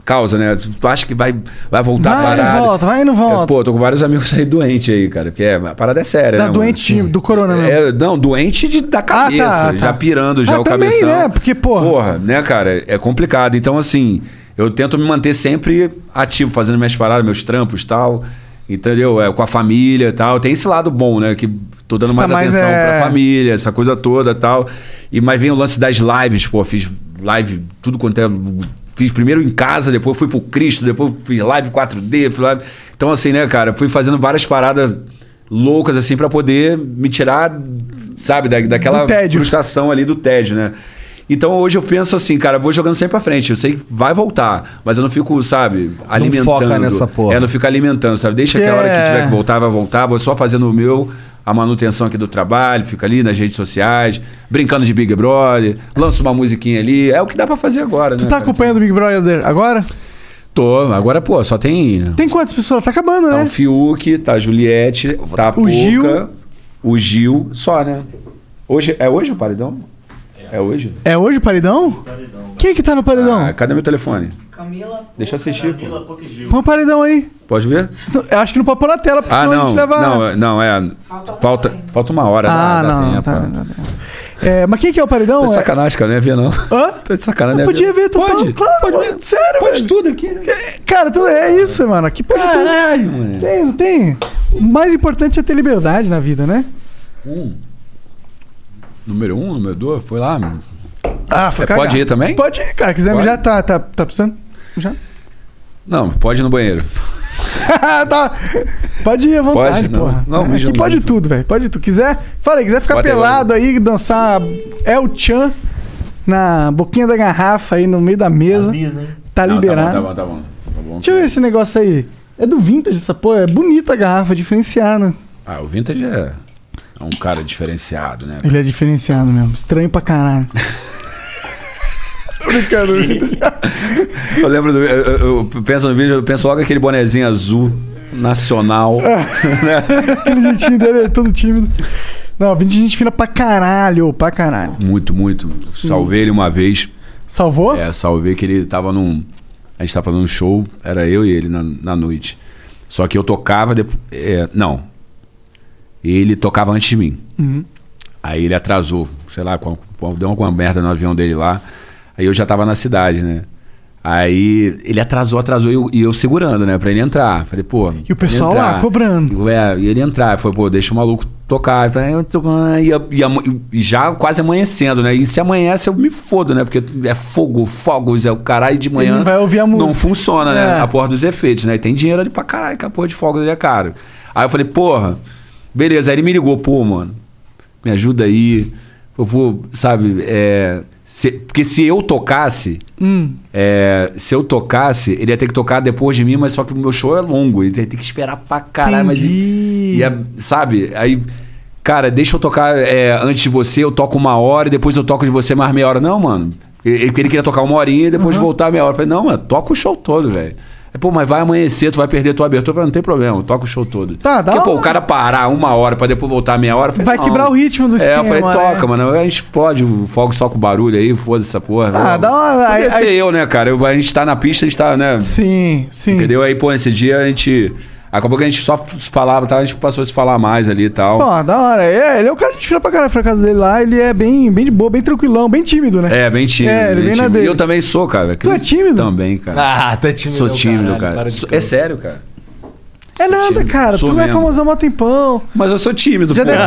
C: causa, né, tu acha que vai, vai voltar a
B: Vai,
C: parada.
B: não volta, vai, não volta. Tá
C: É, Pô, tô com vários amigos aí doente aí, cara, porque é, a parada é séria,
B: Da
C: né,
B: doente
C: mano?
B: do corona mesmo.
C: É, não, doente de, da cabeça,
B: tá,
C: já
B: tá.
C: pirando já
B: Ah,
C: o
B: também,
C: cabeção.
B: né? Porque, porra.
C: Porra, né, cara, é complicado. Então, assim, eu tento me manter sempre ativo, fazendo minhas paradas, meus trampos e tal. Entendeu? É, com a família e tal. Tem esse lado bom, né? Que tô dando
B: Você
C: mais
B: tá mais,
C: atenção
B: é,
C: pra família, essa coisa toda e tal. E, mas vem o lance das lives, pô. Fiz live, tudo quanto é. Fiz primeiro em casa, depois fui pro Cristo, depois fiz live 4D, fui live. Então, assim, né, cara, fui fazendo várias paradas loucas, assim, pra poder me tirar, sabe, da, daquela
B: Do tédio.
C: frustração ali do tédio, né? Então hoje eu penso assim, cara, eu vou jogando sempre pra frente. Eu sei que vai voltar, mas eu não fico, sabe, alimentando.
A: foca nessa porra.
C: É, não fico alimentando, sabe? Deixa que a hora que
B: É.
C: tiver que voltar, vai voltar. Vou só fazendo o meu, a manutenção aqui do trabalho, fica ali nas redes sociais, brincando de Big Brother, lanço uma musiquinha ali. É o que dá pra fazer agora,
B: Tu
C: né?
B: tá
C: cara?
B: acompanhando o Big Brother agora?
C: Tô. Agora, pô, só tem.
B: Tem quantas pessoas? Tá acabando,
C: Tá
B: né?
C: o Fiuk, tá a Juliette, tá a
B: O Gil.
C: Pouca, o Gil, só, né? Hoje, é hoje o paredão? É hoje?
B: É hoje o paredão? Quem que tá no paredão?
C: Ah, cadê meu telefone? Camila. Deixa eu assistir, pô.
B: Põe o paredão aí.
C: Pode ver?
B: Eu acho que não pode pôr na tela, porque
C: Ah,
B: senão É a
C: não.
B: gente leva.
C: Não, não, é. Falta, falta uma hora
B: ah,
C: da, da
B: não,
C: tenha,
B: tá,
C: pô.
B: tá, tá. É, mas quem que é o paredão?
C: Tô de
B: É-
C: sacanagem, cara. Não ia ver, não.
B: Hã?
C: Tô de sacanagem.
B: Eu
C: não ia
B: podia ver, total,
C: Pode,
B: claro,
C: pode
B: mano.
C: ver.
B: Sério,
C: Pode
B: velho.
C: tudo aqui, né?
B: É, Cara, tu- é isso, mano. Aqui pode tudo.
C: Caralho, mano.
B: Tem, não tem? O mais importante é ter liberdade na vida, né?
C: Um. Número um, número dois, foi lá. mano.
B: Ah, foi
C: É, pode ir também?
B: Pode ir, cara. Quiser
C: Pode?
B: já tá, tá, tá precisando. Já?
C: Não, pode ir no banheiro.
B: tá. Pode ir à vontade,
C: Pode? Não.
B: porra.
C: Não,
B: é,
C: mijo
B: aqui pode
C: mesmo.
B: tudo, velho. Pode tu quiser. Fala aí, quiser ficar
C: Bota aí,
B: pelado aí, dançar El Chan na boquinha da garrafa aí no meio da mesa. Tá
C: Não,
B: liberado.
C: Tá bom, tá bom, tá bom. Tá bom.
B: Deixa eu ver esse negócio aí. É do vintage essa porra. É bonita a garrafa, diferenciada.
C: Ah, o Vintage é, é um cara diferenciado, né?
B: Ele é diferenciado mesmo. Estranho pra caralho.
C: Eu lembro do. Eu, eu- eu penso no vídeo, eu penso logo aquele bonezinho azul, nacional.
B: Ah. Aquele jeitinho dele é todo tímido. Não, vintage gente fina pra caralho, pra caralho.
C: Muito, muito. Salvei ele uma vez.
B: Salvou?
C: É, salvei que ele tava num. A gente tava fazendo um show, era eu e ele na, na noite. Só que eu tocava depois. não. Ele tocava antes de mim. Aí ele atrasou, sei lá, com- com- deu alguma merda no avião dele lá. Aí eu já tava na cidade, né? Aí ele atrasou, atrasou e eu, e eu segurando, né? Pra ele entrar. Falei, pô.
B: E o pessoal
C: ele
B: lá,
C: entrar.
B: cobrando.
C: É, e ele entrar. Foi, pô, deixa o maluco tocar. Eu falei, eu tô- ah, E, a- e a- e já quase amanhecendo, né? E se amanhece eu me fodo, né? Porque é fogo, fogos, é o caralho de manhã.
B: não vai ouvir a música.
C: Não funciona, né?
B: É.
C: A porra dos efeitos, né? E tem dinheiro ali pra caralho, que a porra de fogos ali é caro. Aí eu falei, porra, beleza. Aí ele me ligou, pô, mano, me ajuda aí. Eu vou, sabe, é. se- porque se eu tocasse, é, se eu tocasse, ele ia ter que tocar depois de mim, mas só que o meu show é longo, ele ia ter que esperar pra caralho. Mas,
B: Entendi.
C: e é- sabe? Aí, cara, deixa eu tocar é, antes de você, eu toco uma hora e depois eu toco de você mais meia hora. Não, mano. Ele, ele queria tocar uma horinha e
B: Uhum.
C: depois voltar meia hora. Eu falei, não, mano, toca o show todo, velho. Aí, Pô, mas vai amanhecer, tu vai perder tua abertura. Eu falei, não tem problema, toca o show todo.
B: Tá, dá
C: Porque, pô,
B: uma-
C: o cara parar uma hora pra depois voltar meia hora. eu falei,
B: Vai
C: não.
B: quebrar o ritmo do
C: É,
B: esquema,
C: eu falei,
B: né?
C: toca, mano. Aí explode o fogo só com barulho aí, foda essa porra.
B: Ah, dá uma- aí-
C: Podia ser
B: aí-
C: eu, né, cara? Eu- a gente tá na pista, a gente tá, né?
B: Sim, sim.
C: Entendeu? Aí, pô, esse dia a gente. Acabou que a gente só f- falava, tá? a gente passou a se falar mais ali e tal.
B: Pô, da hora. É, ele é o cara que tira pra caralho pra casa dele lá. Ele é bem, bem de boa, bem tranquilão, bem tímido, né?
C: é, bem tímido.
B: É, ele
C: bem
B: vem na
C: tímido.
B: dele.
C: E eu também sou, cara.
B: Tu é tímido?
C: Também, cara.
H: Ah, tá tímido.
C: sou tímido,
H: caralho,
C: cara.
H: para de
C: Sou- é
H: cantar.
C: sério, cara.
B: É nada,
C: tímido,
B: cara.
C: sou
B: Tu é
C: mesmo.
B: famosão há um tempão.
C: Mas eu sou tímido,
B: Já
C: pô.
B: deve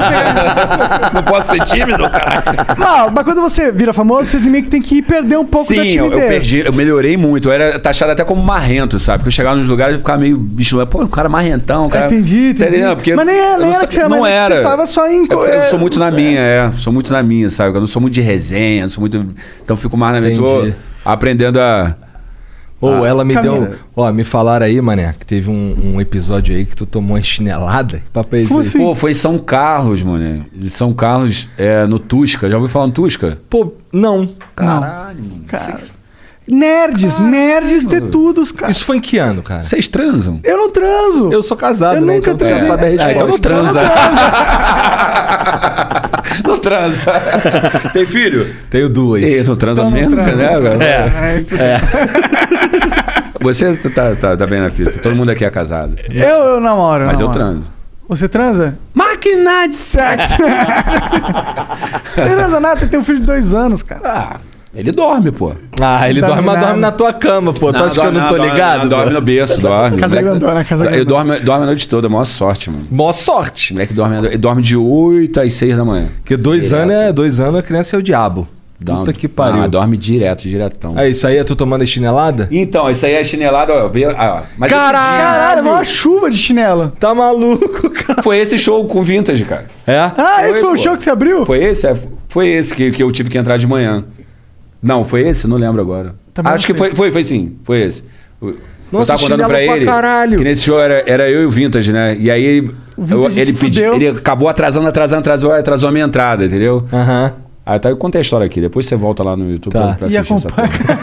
B: ter...
C: Não posso ser tímido, cara.
B: Não, mas quando você vira famoso, você meio que tem que perder um pouco da
C: Sim, eu,
B: timidez.
C: eu perdi, eu melhorei muito. Eu era taxado até como marrento, sabe? Porque eu chegava nos lugares e ficava meio bicho, mas, pô, o cara marrentão, cara.
B: É, Ah, Entendi,
C: Tá
B: entendi.
C: entendendo? Porque
B: Mas nem é-
C: eu
B: nem era
C: sa-
B: que você era
C: Não
B: marrento,
C: era.
B: você tava só em co-
C: Eu, eu sou muito
B: é,
C: na minha, é. Sou muito na minha, sabe? Eu não sou muito de resenha, não sou muito. Então fico mais na minha. Tô
A: Entendi.
C: aprendendo a.
A: Ou ela me
B: Camila.
A: deu. um, Ó, me falaram aí, mané, que teve um, um episódio aí que tu tomou uma chinelada. Que papo é esse
B: Como
A: aí?
B: assim?
C: Pô, foi em São Carlos, mano. Em São Carlos, é, no Tusca. Já ouviu falar no Tusca?
A: Pô, não.
C: Caralho, mano.
B: Nerds, nerds de tudo, cara.
A: Isso foi em que ano, cara?
C: Vocês transam?
B: Eu não transo.
A: Eu sou casado,
B: Eu
A: né?
B: nunca
A: então tu já
B: transei.
A: sabe a
C: Ah,
A: resposta.
C: então não transa. não transa. Tem filho?
A: Tenho duas.
C: Ei, não transa mesmo, né? Agora? Você tá, tá, tá bem na fita. Todo mundo aqui é casado.
B: Eu, eu namoro.
C: Mas eu
B: namoro.
C: transo.
B: Você transa?
C: é. Máquina de sexo.
B: Transa nada, você tem um filho de dois anos, cara.
C: Ah, ele dorme, pô.
A: Ah, ele
B: Tá
A: dorme, mas
B: virado.
A: dorme na tua cama, pô. tu acha que eu não tô
C: dorme,
A: ligado?
C: não,
A: pô?
C: dorme no berço, dorme.
B: Casa
C: Moleque-
B: grandona, casa
C: Ele
B: grandona.
C: dorme, dorme a noite toda, maior sorte, mano.
A: Mó
C: O
A: sorte.
C: moleque dorme, ele dorme de 8 às 6 da manhã.
A: Porque dois
C: Direto.
A: anos é dois anos, a criança é o diabo.
C: Dá
A: Puta
C: um-
A: que pariu.
C: Ah, dorme direto, diretão.
A: É isso aí, é tu tomando a chinelada?
C: Então, isso aí é chinelado, ó. veio- ah, ó. Mas
B: Caralho, é uma chuva de chinelo.
A: Tá maluco, cara.
C: esse- Foi esse show com o Vintage, cara.
A: É?
B: Ah, esse foi o
C: pô.
B: show que você abriu?
C: Foi esse? É, foi esse que, que eu tive que entrar de manhã. Não, foi esse? Não lembro agora.
B: Também não
C: Acho que
B: sei.
C: foi, foi, foi sim. Foi esse. Eu-
A: Nossa,
C: eu tava contando
A: chinelo
B: é
C: pra
A: pra
C: ele
A: caralho.
C: que nesse show era, era eu e o Vintage, né? E aí ele, eu,
B: Vintage
C: ele,
B: se
C: pedi-
B: fudeu.
C: ele acabou atrasando, atrasando, atrasou, aí atrasou a minha entrada, entendeu?
A: Aham.
C: Ah, tá. Eu contei a história aqui. Depois você volta lá no YouTube
A: Tá.
C: pra, pra
B: E
C: assistir essa
B: acompanha.
C: porra.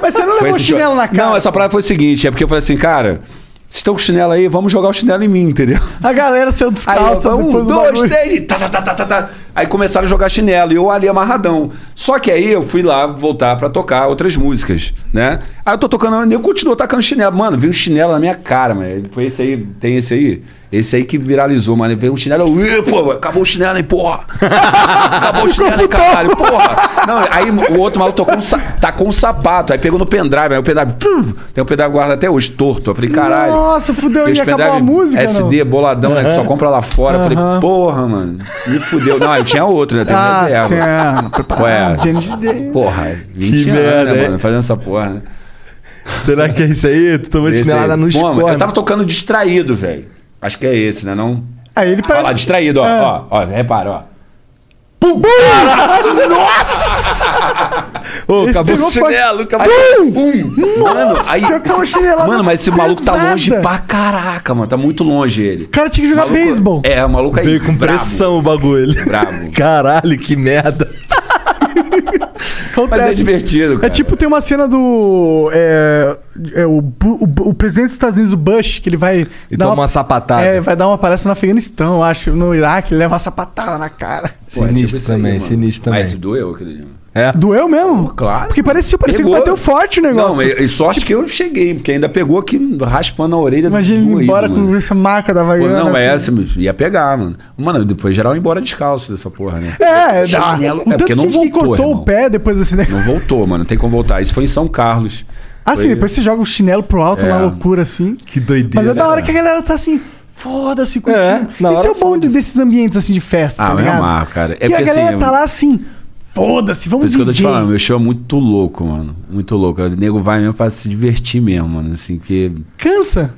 B: Mas você não
C: Foi
B: levou
C: esse
B: chinelo
C: show.
B: na cara.
C: Não, essa parada foi o seguinte: é porque eu falei assim, cara, vocês estão com chinelo aí, vamos jogar o chinelo em mim, entendeu?
B: A galera saiu
C: Aí eu
B: descalça.
C: falei, um,
B: depois do
C: dois,
B: bagulho.
C: três, e tá, tá, tá, tá, tá, tá. Aí começaram a jogar chinelo e eu ali amarradão. Só que aí eu fui lá voltar pra tocar outras músicas, né? Aí eu tô tocando, eu continuo tacando chinelo. Mano, veio um chinelo na minha cara, mano. Foi esse aí, tem esse aí? Esse aí que viralizou, mano. Veio um chinelo, eu, "Ih, pô, acabou o chinelo, hein, porra. acabou o chinelo, hein, caralho, porra. Não, aí o outro maluco tocou um, sa- tacou um sapato, aí pegou no pendrive, aí o pendrive, trum, tem um pendrive guardado até hoje, torto. Eu falei, caralho.
B: Nossa, fudeu,
C: Aqueles
B: e acabou
C: pendrive
B: a música, não?
C: SD, boladão, né? Que só compra lá fora. Eu
B: Aham.
C: Falei, porra, mano. Me fudeu. Não, eu tinha outro, né? Tem
B: Ah, você
C: reserva.
B: é preparado,
C: Ué.
B: Jenny Day.
C: Porra, 20
A: Que
C: anos,
A: merda,
C: né,
A: hein?
C: mano? Fazendo essa porra, né?
A: Será que é isso aí? Tu tomou
C: Esse
A: chinelada
C: aí.
A: no
C: Bom,
A: escorno.
C: Eu tava tocando distraído, velho. Acho que é esse, né? Não.
B: Aí ele
C: Olha
B: parece...
C: lá, distraído, ó.
B: É.
C: Ó, ó, repara, ó.
A: Ô,
B: Esse
A: acabou
B: pegou
A: o chinelo, acabou.
C: Mano, aí.
B: Pior que é uma chinelada
C: Mano, mas esse maluco tá
B: pesada.
C: longe pra caraca, mano. Tá muito longe ele.
B: O cara tinha que jogar
C: Maluco-
B: beisebol.
C: É, o maluco aí.
A: Veio com
C: brabo.
A: pressão o bagulho.
C: Brabo.
A: Caralho, que merda.
C: Mas é
B: Acontece.
C: divertido, cara.
B: É tipo, tem uma cena do. É, é, o, Bu- o Bu- o presidente dos Estados Unidos, o Bush, que ele vai.
A: E toma uma sapatada.
B: É, vai dar uma palestra no Afeganistão, eu acho. No Iraque, ele leva uma sapatada na cara.
C: Pô, é tipo
A: Sinistro
C: isso aí,
A: também,
C: mano.
A: sinistro também.
C: Mas esse doeu, aquele dia.
A: É.
B: Doeu mesmo?
C: claro.
B: Porque parecia, parecia que
C: Pegou.
B: bateu forte o negócio.
C: Não, é e e sorte que eu cheguei, porque ainda pegou aqui raspando a orelha
B: Imagina ele
C: doído,
B: ir embora
C: mano.
B: com essa marca da
C: Pô,
B: Havaiana.
C: não, é
B: assim.
C: essa, bicho, ia pegar, mano. Mano, foi geral embora descalço dessa porra, né?
B: É, dá.
C: Chinelo-
B: O
C: é
B: tanto
C: porque
B: de
C: não
B: gente que
C: voltou,
B: cortou
C: irmão.
B: o pé depois desse negócio.
C: Não voltou, mano, não tem como voltar. Isso foi em São Carlos.
B: Ah, sim,
I: Foi-
B: depois você joga o chinelo pro alto,
I: É.
B: uma loucura assim.
A: Que
B: Mas
A: doideira.
B: é da hora
A: cara.
B: que a galera tá assim, foda-se, curtindo.
A: É, na
B: Esse
A: hora
B: é o bom de-
A: foda-se.
B: desses ambientes assim de festa,
C: Ah,
B: tá
C: eu ia
B: ligado?
C: amar, cara. É
B: que a
C: porque,
B: galera
C: assim,
B: tá
C: eu-
B: lá assim, foda-se,
C: Por
B: vamos
C: isso que eu tô te
B: viver.
C: falando, meu show é muito louco, mano. Muito louco. O nego vai mesmo pra se divertir mesmo, mano. Assim, que.
B: Cansa.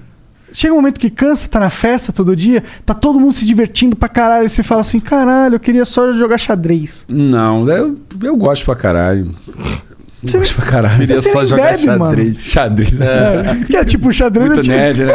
B: Chega um momento que cansa, tá na festa todo dia, tá todo mundo se divertindo pra caralho. E você fala assim, caralho, eu queria só jogar xadrez.
C: Não, eu, eu gosto pra caralho. Eu gosto pra caralho.
A: Queria
B: Você
A: só
B: nem
A: jogar
B: bebe, mano.
A: xadrez.
C: Xadrez. É.
B: Que é tipo, xadrez é
C: Muito
B: tipo,
C: nerd, né?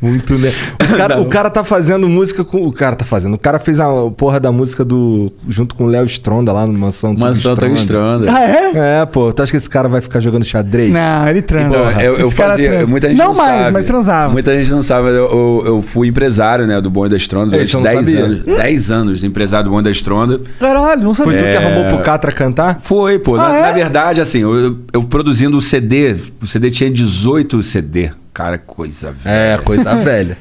A: Muito, né? O cara, o cara tá fazendo música com. O cara tá fazendo. O cara fez a porra da música do. junto com o Léo Stronda lá no Mansão
C: Uma
A: Tudo
C: Santa Gostronda.
B: Ah, é?
A: É, pô. Tu acha que esse cara vai ficar jogando xadrez?
B: Não, ele transa.
C: Então, eu, eu
B: Esse cara
C: fazia.
B: transa.
C: Muita gente
B: não,
C: não,
B: mais,
C: sabe.
B: mas transava.
C: Muita gente não sabe. mas Eu, eu, eu fui empresário, né? Do Bonho da Estronda.
A: Esse eu
C: Durante
A: não
C: 10
A: sabia. Hum?
C: anos. 10 anos, empresário do Bonho da Estronda.
B: Caralho, não
A: Foi
B: sabia. É.
A: tu
C: É.
A: que arrumou pro Catra cantar?
C: Foi, pô. na,
B: Ah, é?
C: na verdade, assim, eu, eu- eu produzindo o CD, o CD tinha 18 CD. Cara, coisa velha.
A: É, coisa velha.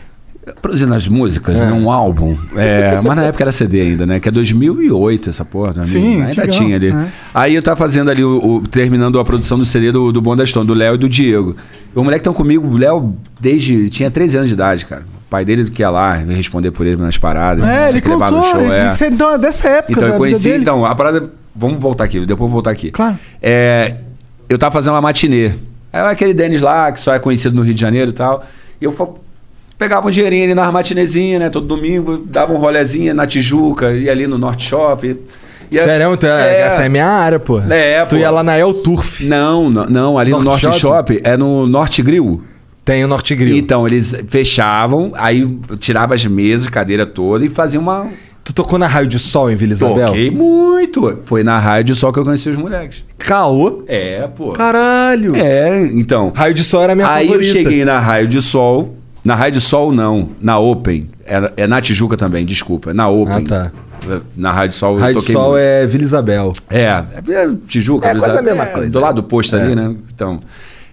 C: Produzindo as músicas, né? Um álbum. É, mas na época era CD ainda, né? Que é 2008 essa porra. né?
B: Sim,
C: ainda
B: antigão,
C: tinha ali.
B: né?
C: Aí eu tava fazendo ali, o, o- terminando a produção do CD do, do Bonda Stone, do Léo e do Diego. O moleque tão comigo, o Léo, desde. ele tinha 13 anos de idade, cara. O pai dele que ia lá responder por ele nas paradas.
B: É,
C: tinha
B: ele
C: que levar no
B: contou.
C: show,
B: esse-
C: é.
B: esse- então, é dessa época
C: Então,
B: da
C: eu
B: vida
C: conheci.
B: dele.
C: Então, a parada. Vamos voltar aqui, depois eu vou voltar aqui.
B: Claro.
C: É, eu tava fazendo uma matinê. Aí aquele Denis lá, que só é conhecido no Rio de Janeiro e tal. E eu fa- pegava um dinheirinho ali nas matinezinhas, né? Todo domingo, dava um rolezinho na Tijuca, ia ali no Norte Shopping. E a-
A: Sério, tu é- essa é minha área, pô.
C: É,
A: Tu
C: pô.
A: ia lá na El Turf.
C: Não, não, não, ali no
A: Norte
C: Norte Shopping, é no Norte Grill.
A: Tem o Norte Grill.
C: Então, eles fechavam, aí tirava as mesas, cadeira toda e fazia uma.
A: Tu tocou na Raio de Sol em Vila Isabel?
C: Toquei muito. Foi na rádio só que eu conheci os moleques.
A: Caô.
C: É, pô.
A: Caralho.
C: É, então.
A: Raio de Sol era a minha
C: Aí
A: favorita.
C: eu cheguei na Raio de Sol. Na Raio de Sol, não. Na Open. É, é na Tijuca também, desculpa. É na Open.
A: Ah, tá.
C: Na Raio de Sol
A: Raio
C: eu
A: de
C: toquei
A: Sol
C: muito.
A: é Vila Isabel.
C: É, é Tijuca.
A: É,
C: Luiz
A: quase a
C: Alves.
A: mesma coisa. É.
C: Do lado do posto ali, né? Então,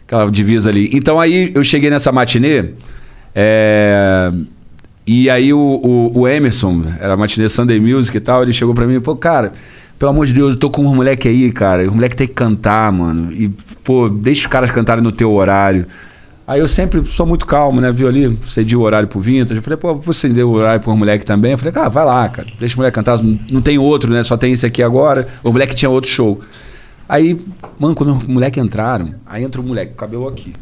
C: aquela divisa ali. Então aí eu cheguei nessa matinê, é, e aí o, o- o Emerson, era a matinê Sunday Music e tal, ele chegou pra mim e pô, cara, pelo amor de Deus, eu tô com uns moleque aí, cara, e os moleque tem que cantar, mano, e pô, deixa os caras cantarem no teu horário. Aí eu sempre sou muito calmo, né? Viu ali, cedi o horário pro Vintage. Eu falei, pô, vou ceder o horário pro moleque também. Eu falei, cara, vai lá, cara. Deixa o moleque cantar. Não não tem outro, né? Só tem esse aqui agora. O moleque tinha outro show. Aí, mano, quando os moleque entraram, aí entra o moleque, com o cabelo aqui.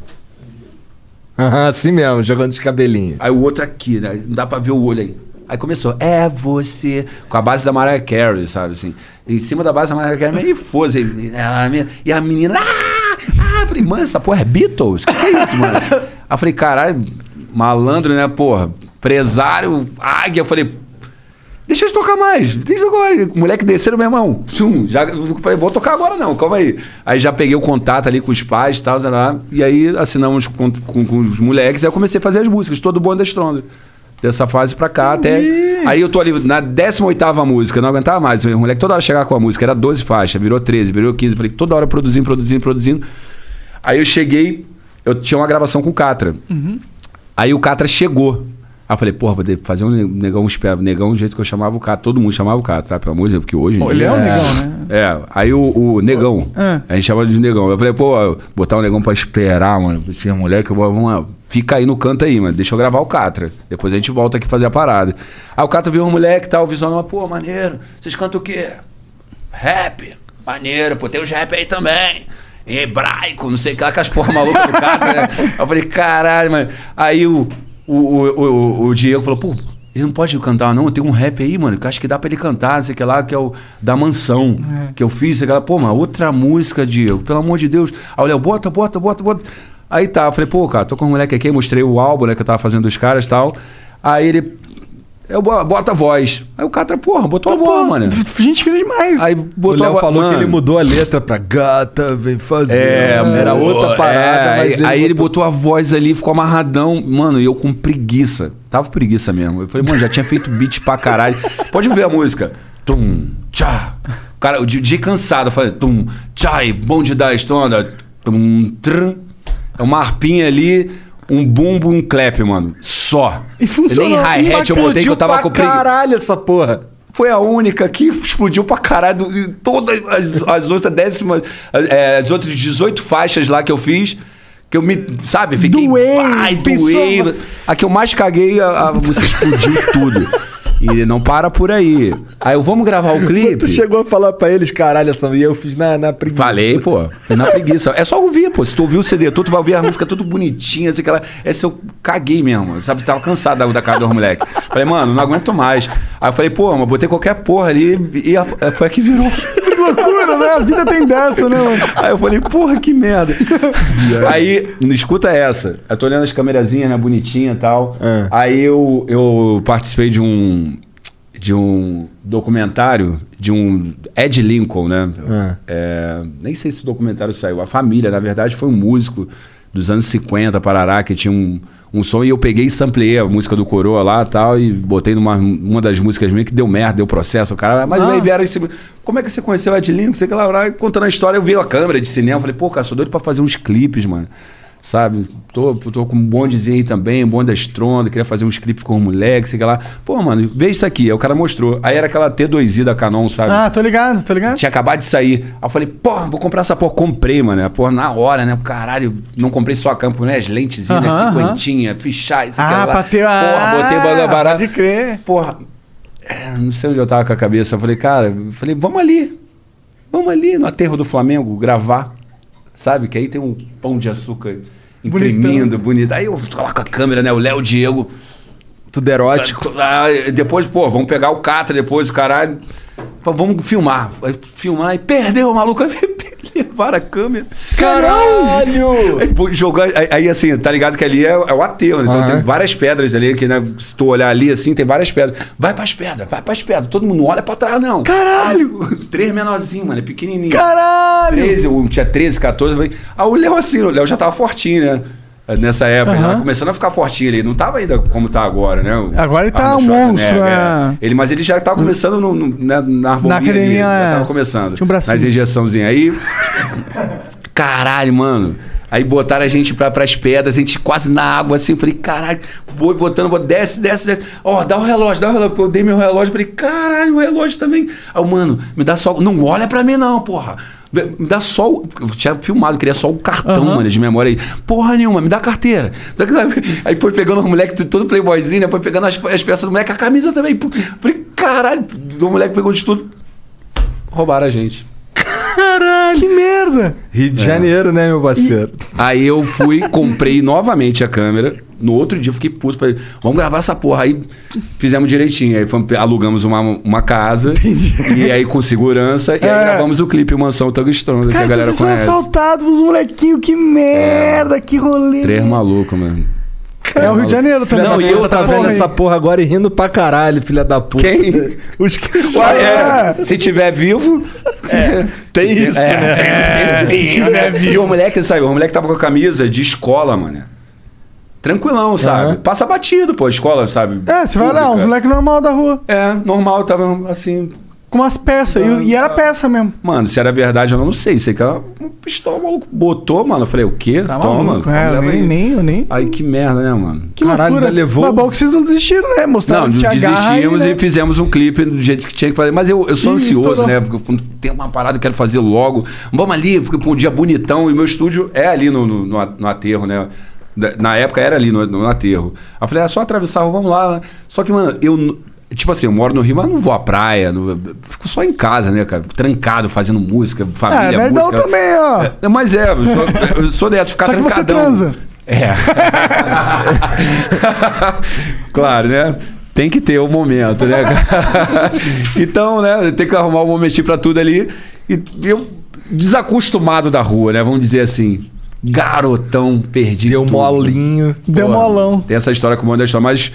A: Aham, assim mesmo, jogando de cabelinho.
C: Aí o outro aqui, né? Não dá pra ver o olho aí. Aí começou, é você, com a base da Mariah Carey, sabe assim. Em cima da base da Mariah Carey, e foda-se. E ela- E a menina, ah! ah! Eu falei, mano, essa porra é Beatles? O que é isso, mano? Aí eu falei, caralho, malandro, né, porra? Empresário, águia. Eu falei, deixa eles tocar mais, deixa eles tocar mais. Moleque desceram, meu irmão, tchum, já, eu falei, vou tocar agora não, calma aí. Aí já peguei o contato ali com os pais e tal, sei lá, e aí assinamos com, com- com os moleques, aí eu comecei a fazer as músicas, todo bom da estronda. Dessa fase pra cá, até. Aí eu tô ali na 18 música, não aguentava mais. O moleque toda hora chegava com a música, era 12 faixas, virou 13, virou 15. Falei, toda hora produzindo, produzindo, produzindo. Aí eu cheguei, eu tinha uma gravação com o Catra. Aí o Catra chegou. Aí eu falei, porra, vou ter que fazer um ne- negão esperto. Negão do jeito que eu chamava o Catra. Todo mundo chamava o Catra, tá? Pelo amor de Deus, porque hoje... em
B: Ele
C: dia-
B: é um negão, né?
C: É, aí o, o negão.
B: Ah.
C: A gente chamava de negão. Eu falei, pô, botar um negão pra esperar, mano. Esse moleque, eu vou- vamos lá. Fica aí no canto aí, mano. Deixa eu gravar o Catra. Depois a gente volta aqui fazer a parada. Aí o Catra viu um moleque e tal, visual, pô, maneiro. Vocês cantam o quê? Rap. Maneiro, pô, tem os rap aí também. Em hebraico, não sei o que lá, com as porra maluca do Catra, né? Eu falei, caralho, mano. Aí o, o, o, o, o Diego falou, pô, ele não pode cantar, não. Tem um rap aí, mano, que eu acho que dá pra ele cantar, não sei o que lá, que é o da mansão,
A: É.
C: que eu fiz, aquela, pô, mas outra música, Diego, pelo amor de Deus. Aí o Léo, bota, bota, bota, bota. Aí tá, eu falei, pô, cara, tô com um moleque aqui, mostrei o álbum, né, que eu tava fazendo dos caras e tal. Aí ele. Eu bo- bota a voz. Aí o Catra, porra, botou a voz, Tá mano.
B: Gente fina demais.
C: Aí
A: Então, O
C: botou a
A: Léo
C: voz-
A: falou que
C: mano.
A: ele mudou a letra pra gata, vem fazer. né? Era outra parada,
C: é, aí,
A: mas
C: aí ele botou a voz ali, ficou amarradão. Mano, e eu com preguiça. Tava com preguiça mesmo. Eu falei, mano, já tinha feito beat pra caralho. Pode ver a música. Tum, tchá. O Cara, o DJ cansado. Eu falei, tum, tchá, e bonde da estonda. Tum, trum. É uma harpinha ali, um bumbo e um clap, mano. Só.
B: E funcionou.
C: Nem hi-hat eu botei que
A: Explodiu
C: eu tava
A: pra
C: com preguiça.
A: caralho essa porra.
C: foi a única que explodiu pra caralho. E todas as, as outras décimas, é, as outras 18 faixas lá que eu fiz, que eu me, sabe, fiquei.
B: Doei,
C: ai,
B: pensou-
C: doei. A que eu mais caguei, a, a música explodiu tudo. E não para por aí. Aí eu vamos gravar o clipe.
A: Tu chegou a falar pra eles, caralho, essa e eu fiz na, na preguiça.
C: Falei, pô. Foi na preguiça. É só ouvir, pô. Se tu ouvir o CD, tu, tu vai ouvir a música tudo bonitinha, assim, aquela. Essa eu caguei mesmo. Sabe, tava cansado da, da cara dos moleque. Falei, mano, não aguento mais. Aí eu falei, pô, mas botei qualquer porra ali e a- a- foi a que virou.
B: Que loucura, né? A vida tem dessa, né? mano?
C: Aí eu falei, porra, que merda. Aí, escuta essa. Eu tô olhando as camerazinhas, né, bonitinha e tal.
A: É.
C: Aí eu, eu participei de um. De um documentário de um Ed Lincoln, né? É, nem sei se o documentário saiu. A família, na verdade, foi um músico dos anos 50, Parará, que tinha um, um som. E eu peguei e samplei a música do Coroa lá e tal. E botei numa uma das músicas minhas que deu merda, deu processo. O cara, mas aí vieram em cima. Como é que você conheceu o Ed Lincoln? Sei que lá, lá, contando a história, eu vi a câmera de cinema. Falei, pô, cara, sou doido pra fazer uns clipes, mano. Sabe, tô, tô com um bondezinho aí também, um bonde da estronda, queria fazer uns clipes com os moleques, sei lá. Pô, mano, vê isso aqui. Aí o cara mostrou. Aí era aquela T2i da Canon, sabe?
B: Ah, tô ligado, tô ligado.
C: Tinha acabado de sair. Aí eu falei, porra, vou comprar essa porra. Comprei, mano. A Porra, na hora, né? Caralho, não comprei só a campo, né? As lentezinhas,
B: Aham,
C: né?
B: aham.
C: cinquentinha, fichar, isso aqui.
B: Ah,
C: lá.
B: pra ter a-
C: Porra, botei bagulho barato.
B: pode crer.
C: Porra, é, não sei onde eu tava com a cabeça. Eu falei, cara, eu falei, vamos ali. Vamos ali no aterro do Flamengo gravar. Sabe? Que aí tem um pão de açúcar imprimindo, bonito. Aí eu tô lá com a câmera, né? O Léo Diego.
A: Tudo erótico.
B: Tá,
C: Ah, Depois, pô, vamos pegar o Catra depois, o caralho. Pô, Vamos filmar. Aí Filmar e perdeu o maluco. Aí levaram a câmera.
A: Caralho!
C: Aí, pô, jogar, aí, aí, assim, tá ligado que ali é, é o ateu, né? Então
A: Aham.
C: tem várias pedras ali, que né, se tu olhar ali assim, tem várias pedras. Vai pras pedras, vai pras pedras. Todo mundo não olha pra trás, não.
B: Caralho!
C: Aí, Três menorzinhos, mano, é pequenininho.
B: Caralho!
C: 13, eu tinha 13, 14. eu falei- Aí o Léo assim, o Léo já tava fortinho, né? Nessa época, ele tava começando a ficar fortinho ali. Não tava ainda como tá agora, né? O
B: Agora ele tá
C: Arnold
B: um
C: Schwarzenegger,
B: monstro,
C: é.
B: é.
C: Ele, mas ele já tava começando no, no- na, na harmonia.
B: Na
C: ali,
B: academia,
C: já
B: é.
C: tava começando.
B: Tinha um bracinho.
C: Nas injeçãozinhas. Aí. Caralho, mano. Aí botaram a gente pra, pras pedras, a gente quase na água, assim. Eu falei, caralho, boi botando, boi- desce, desce, desce. Ó, dá o relógio, dá o relógio. Eu dei meu relógio, falei, caralho, o relógio também. Aí, eu, mano, me dá só. Não olha pra mim, não, porra. Me dá só o. Eu tinha filmado, eu queria só o cartão, mano, de memória aí. Porra nenhuma, me dá a carteira. Só que, sabe, Aí foi pegando os moleques, todo playboyzinho, né? Foi pegando as, as peças do moleque, a camisa também. Pô, Falei, caralho, o moleque pegou de tudo. Roubaram a gente.
B: Que merda!
A: Rio de Janeiro, né, meu parceiro?
C: Aí eu fui, comprei novamente a câmera. No outro dia eu fiquei puto, falei, vamos gravar essa porra. Aí fizemos direitinho. Aí fomos, alugamos uma, uma casa. E aí com segurança. E aí
B: É.
C: gravamos o clipe Mansão Tangstrona, que a
B: Cara, então
C: galera
B: vocês foram
C: conhece. É.
B: assaltados os molequinhos, que merda, que rolê.
C: Três malucos, mano.
B: É o Rio de Janeiro também.
A: Não, e eu
B: Essa
A: tava tá vendo
B: porra aí.
A: essa porra agora e rindo pra caralho, filha da puta.
C: Quem?
A: Os que...
C: Ué,
B: é.
C: é, se tiver vivo.
A: Tem isso,
C: É,
A: né?
C: tem- tem-
B: né?
C: E o moleque, sabe? O moleque tava com a camisa de escola, mano. Tranquilão, sabe?
A: Aham.
C: Passa batido, pô, a escola, sabe?
B: É, você vai lá, uns
C: Pública.
B: moleques normal da rua,
C: É, normal, tava assim,
B: com umas peças. E, e era peça mesmo.
C: Mano, se era verdade, eu não sei. Sei que era um pistola, o maluco botou, mano. Eu falei, o quê?
B: Tá
C: Toma.
B: maluco, é,
C: leva
B: nem,
C: aí.
B: nem, eu nem.
C: Aí que merda, né, mano?
B: Que
A: Caralho,
B: loucura.
A: ainda levou-
B: Mas bom que vocês não desistiram, né?
C: Não,
B: Mostraram que tinha garra aí,
C: desistimos
B: né?
C: e fizemos um clipe do jeito que tinha que fazer. Mas eu, eu sou
B: Isso,
C: ansioso,
B: toda-
C: né? Porque quando tem uma parada, eu quero fazer logo. Vamos ali, porque pô, um dia bonitão. E meu estúdio é ali no, no, no a- no aterro, né? Da- Na época era ali no, no aterro. Aí eu falei, é só atravessar, a rua, vamos lá. Só que, mano, eu. n- Tipo assim, eu moro no Rio, mas não vou à praia. não- fico só em casa, né, cara? Trancado, fazendo música,
B: Ah,
C: família,
B: nerdão
C: música.
B: também, ó.
C: É, mas é, eu sou, eu sou dessa, ficar
B: Só que você
C: trancadão.
B: transa.
C: É. claro, né? Tem que ter o momento, né? cara? então, né? Tem que arrumar um momentinho pra tudo ali. E eu, desacostumado da rua, né? Vamos dizer assim. Garotão perdido.
A: Deu molinho.
B: Deu molão.
C: Tem essa história com o Mano da História, mas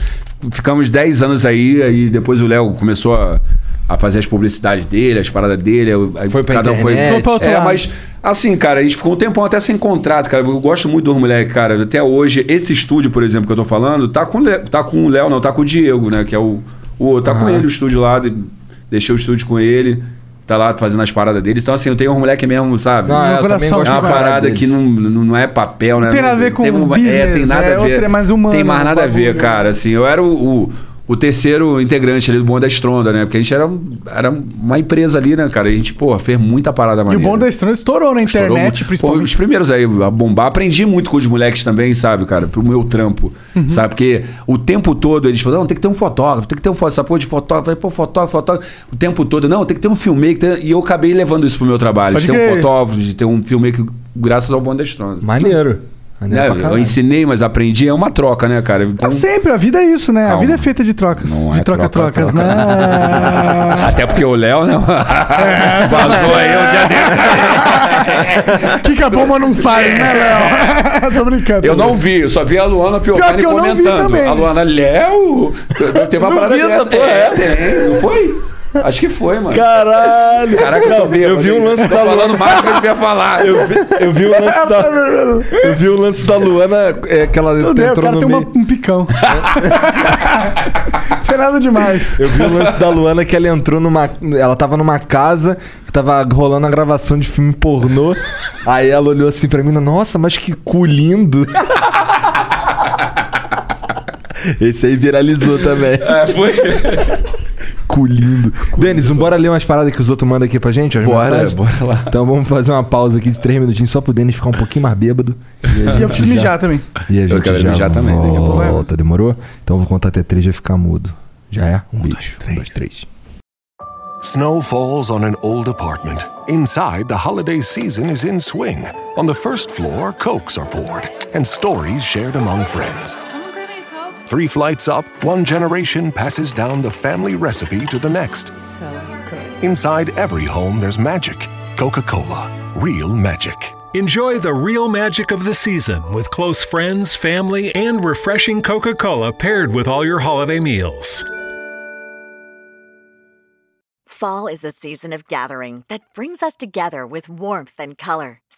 C: ficamos 10 anos aí, aí depois o Léo começou a, a fazer as publicidades dele, as paradas dele. eu- Aí
A: Foi pra
C: cada um foi.
A: internet. Foi
B: pra outro
C: é,
B: lado.
C: mas assim, cara, a gente ficou um tempão até sem contrato, cara. Eu gosto muito dos moleques, cara. Até hoje, esse estúdio, por exemplo, que eu tô falando, tá com, o Le- tá com o Léo, não, tá com o Diego, né? Que é o. o outro. tá com ele o estúdio lá, de- deixei o estúdio com ele. Tá lá fazendo as paradas deles. Então, assim, eu tenho um moleque mesmo, sabe?
A: Ah,
B: Meu
A: eu também
B: coração
A: gosto
C: É uma
A: pra caralho
C: parada
A: deles.
C: que não, não não é papel, né?
B: Tem nada a
C: Não-
B: ver com
C: tem um-
B: business,
C: É, tem nada
B: é
C: a ver.
B: outra, é mais humano
C: Tem mais
B: o
C: nada a ver,
B: bagulho.
C: cara. Assim, eu era o, o, o terceiro integrante ali do Bonda Estronda, né? Porque a gente era, um- era uma empresa ali, né, cara? E A gente, pô, fez muita parada
B: E o
C: maneira.
B: bom da Estranho estourou na
C: Estourou
B: internet,
C: muito. Pô, os
B: principalmente.
C: primeiros aí a bombar. Aprendi muito com os moleques também, sabe, cara? Pro meu trampo, sabe? Porque o tempo todo eles falam, não, tem que ter um fotógrafo, tem que ter um fotógrafo, essa porra de fotógrafo. Eu Falei, pô, fotógrafo, fotógrafo. O tempo todo, não, tem que ter um filmeiro. E eu acabei levando isso pro meu trabalho.
B: Pode
C: de ter um
B: crer.
C: fotógrafo, de ter um filmeiro, graças ao Bonda Estronda.
A: Maneiro. Maneiro
C: Né?
A: pra
C: eu
A: caralho.
C: ensinei, mas aprendi. É uma troca, né, cara? Então,
B: Ah, sempre, a vida é isso, né? A
C: Calma.
B: vida é feita de trocas.
C: Não
B: de
C: é
B: troca-trocas,
C: troca,
B: né?
C: Até porque o Léo, né? Vazou aí um dia
B: O que, que a bomba não faz, né, Léo? Tô brincando.
C: Eu não vi, eu só vi a Luana
B: Pior
C: Piovani
B: que eu não vi
C: comentando.
B: também.
C: A Luana, Léo! Teve uma parada
J: vi
C: dessa,
J: essa
C: pô. É, tem. Não foi? Acho que foi, mano.
J: Caralho!
C: Caraca, eu tô bêbado,
J: eu vi
C: hein?
J: um lance
C: Tô
J: da
C: falando mais do que eu devia falar.
J: Eu vi, eu vi o lance da. Eu vi o lance da Luana.
A: É que ela
B: Tudo bem, o
A: entrou
B: cara
A: no
B: tem
A: meio.
B: uma- um picão. Foi nada demais.
A: Eu vi o lance da Luana que ela entrou numa. Ela tava numa casa que tava rolando a gravação de filme pornô. Aí ela olhou assim pra mim, nossa, mas que cu lindo. Esse aí viralizou também. É, foi. Cu lindo. Denis, bora ler umas paradas que os outros mandam aqui pra gente? umas
C: Bora,
A: mensagens?
C: bora lá.
A: Então vamos fazer uma pausa aqui de três minutinhos só pro Denis ficar um pouquinho mais bêbado. E, a
B: E eu
A: gente
B: preciso
A: já- Ah,
B: mijar também.
A: E a gente
C: quero
A: já
C: mijar também, daqui a pouco
B: vai.
A: Volta, demorou? Então eu vou contar até três e vai ficar mudo. Já é? Um, dois, três. Um, dois, três.
K: Snow falls on an old apartment. Inside, the holiday season is in swing. On the first floor, cokes are poured and stories shared among friends. Three flights up, one generation passes down the family recipe to the next. Inside every home, there's magic. Coca Cola, real magic.
L: Enjoy the real magic of the season with close friends, family, and refreshing Coca Cola paired with all your holiday meals.
G: Fall is a season of gathering that brings us together with warmth and color.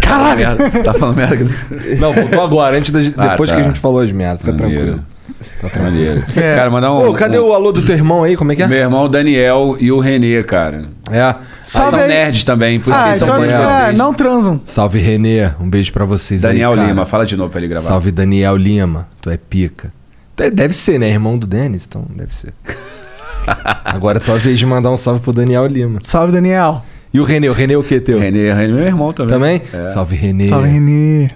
B: Caralho!
C: Merda, Tá falando merda.
A: Não, voltou agora, antes da,
C: Ah,
A: depois
C: tá.
A: que a gente falou as merdas. Fica tranquilo.
C: Tá tranquilo. Cara, mandar um.
A: Ô, cadê o alô do teu irmão aí? Como é que é?
C: Meu irmão Daniel e o Renê, cara.
A: É.
C: Ah, são
B: aí.
C: nerds também, por isso que
B: Ah,
C: eles são
B: então
C: fãs de
A: conhecidos.
B: é,
C: vocês.
B: não transam.
A: Salve, Renê. Um beijo pra vocês
C: Daniel
A: aí, cara.
C: Lima, fala de novo pra ele gravar.
A: Salve, Daniel Lima. Tu é pica. De- Deve ser, né? Irmão do Denis, então deve ser. Agora é tua vez de mandar um salve pro Daniel Lima.
B: Salve, Daniel.
A: E o Renê? O Renê é o que teu?
C: Renê, Renê, meu irmão também.
A: Também?
C: É.
A: Salve, Renê.
B: Salve, Renê.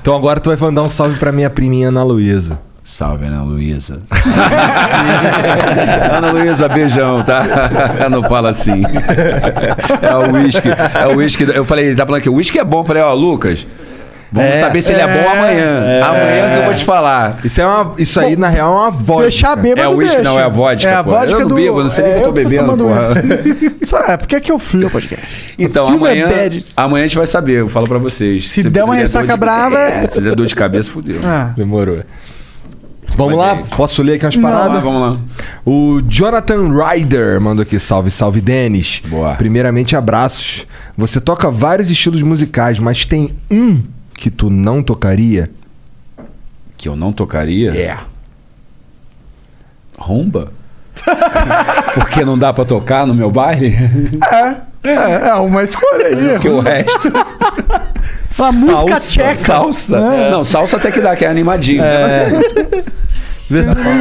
A: Então agora tu vai mandar um salve pra minha priminha Ana Luísa.
C: Salve, Ana Luísa. Ana Luísa, beijão, tá? Não fala assim. É o uísque. É o uísque. Eu falei, ele tá falando que o uísque é bom. Eu falei, ó, Lucas, vamos
A: É,
C: saber se ele é,
A: é,
C: bom amanhã.
A: é.
C: amanhã que eu vou te falar.
A: Isso, é uma, isso aí, na real, é uma voz.
B: Deixar bêbado
C: É o uísque,
B: deixa.
C: não, é a vodka,
B: É a
C: pô.
B: vodka
C: Eu não
B: do... É,
C: bebo, não sei nem o que eu tô bebendo,
B: tomando
C: porra.
B: uísque. Só é, porque é que eu fui o podcast.
C: Então,
B: Silva
C: amanhã,
B: Bad.
C: amanhã a gente vai saber, eu falo pra vocês.
B: Se der uma
C: dor de-
B: ressaca brava, é-
C: É, se der dor de cabeça, fudeu.
B: Ah,
A: Demorou. Vamos
C: Mas é
A: lá?
C: aí.
A: Posso ler aqui umas
C: Vamos lá,
A: paradas?
C: vamos lá.
A: O Jonathan Ryder mandou aqui, salve, salve, Denis.
C: Boa.
A: Primeiramente, abraços. Você toca vários estilos musicais, mas tem um que tu não tocaria? É.
C: Que eu não tocaria. Romba? Porque não dá pra tocar no meu baile?
B: é, é uma escolha aí.
C: Porque o resto.
B: Uma música
A: Salsa.
B: tcheca.
C: É Salsa. Não, salsa até que dá, que é animadinho. É, né? Mas é-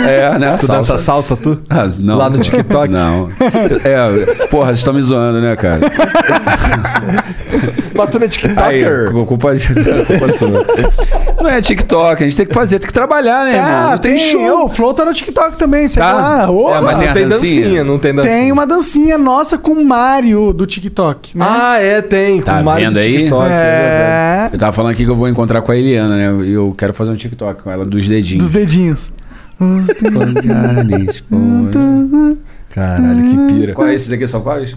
C: é, né?
A: Tu dança salsa, tu?
C: Ah, não,
A: Lá no
C: pô.
A: TikTok?
C: Não. É, porra, vocês estão me zoando, né, cara?
A: Mas tu não é
C: Aí,
A: TikToker?
C: cu- culpa, culpa sua. Não é TikTok, a gente tem que fazer, tem que trabalhar, né, irmão?
B: Ah,
C: Não tem, show.
B: O Flow tá no TikTok também, sei
C: Tá?
B: lá. Ô,
C: É, mas tem
A: não
C: a
A: tem dancinha.
C: dancinha,
A: não tem dancinha.
B: Tem uma dancinha nossa com o Mario do TikTok. Né?
A: Ah, é, tem.
C: Tá
A: com o Mário do
C: vendo aí?
A: TikTok, é
B: é.
A: verdade.
C: Eu tava falando aqui que eu vou encontrar com a Eliana, né? E eu quero fazer um TikTok com ela dos dedinhos.
B: Dos dedinhos. Os dedinhos.
C: tipo,
A: Caralho, que pira.
C: Qual é esses aqui? São quais?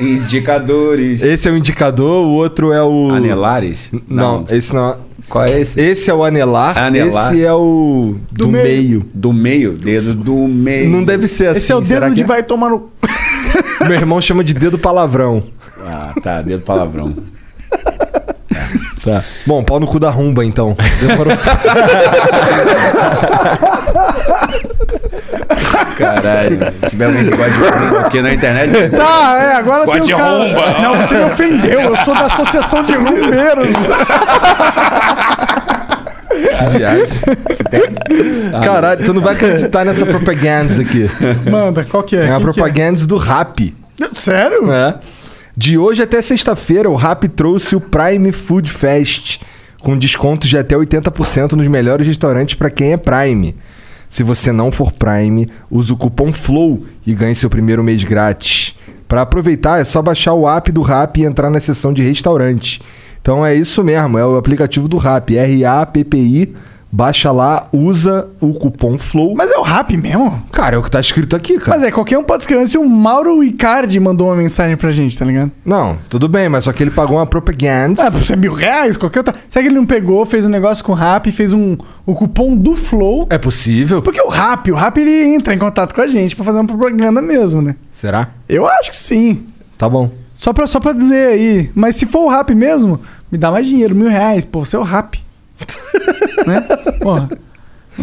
C: Indicadores.
A: Esse é o indicador, o outro é o.
C: Anelares?
A: Não, esse não.
C: Qual é esse?
A: Esse é o anelar.
C: Anelar.
A: Esse é o do, meio.
C: Do meio? Dedo do meio.
A: Não deve ser assim.
B: Esse é o
A: será
B: dedo
A: que
B: de
A: é?
B: vai tomar no.
A: Meu irmão chama de dedo palavrão.
C: Ah, tá, dedo palavrão.
A: Tá. Bom, pau no cu da rumba, então. Demorou.
C: Caralho. Se tiver alguém que gosta de rumba aqui na internet.
B: Tá, é, agora
C: Gosta
B: tem
C: de
B: um cara...
C: rumba.
B: Não, você me ofendeu. Eu sou da Associação de Rumbeiros.
C: Que tá viagem.
A: Caralho, tu não vai acreditar nessa propaganda aqui.
B: Manda, qual que é?
A: É a
B: Quem que
A: propaganda do rap.
B: Sério?
A: É. De hoje até sexta-feira, o Rap trouxe o Prime Food Fest, com descontos de até 80% nos melhores restaurantes para quem é Prime. Se você não for Prime, use o cupom FLOW e ganhe seu primeiro mês grátis. Para aproveitar, é só baixar o app do Rap e entrar na seção de restaurante. Então é isso mesmo, é o aplicativo do Rap, R-A-P-P-I. Baixa lá, usa o cupom FLOW.
B: Mas é o rap mesmo?
A: Cara, é o que tá escrito aqui, cara.
B: Mas é, qualquer um pode escrever. Se o Mauro Icardi mandou uma mensagem pra gente, tá ligado?
A: Não, tudo bem, mas só que ele pagou uma propaganda.
B: Ah, pra você mil reais, qualquer outra. Será que ele não pegou, fez um negócio com o rap, fez um, o cupom do Flow?
A: É possível?
B: Porque o rap, o rap ele entra em contato com a gente pra fazer uma propaganda mesmo, né?
A: Será?
B: Eu acho que sim.
A: Tá bom.
B: Só pra, só pra dizer aí. Mas se for o rap mesmo, me dá mais dinheiro, mil reais. Pô, você é o rap. né? Porra. Pelo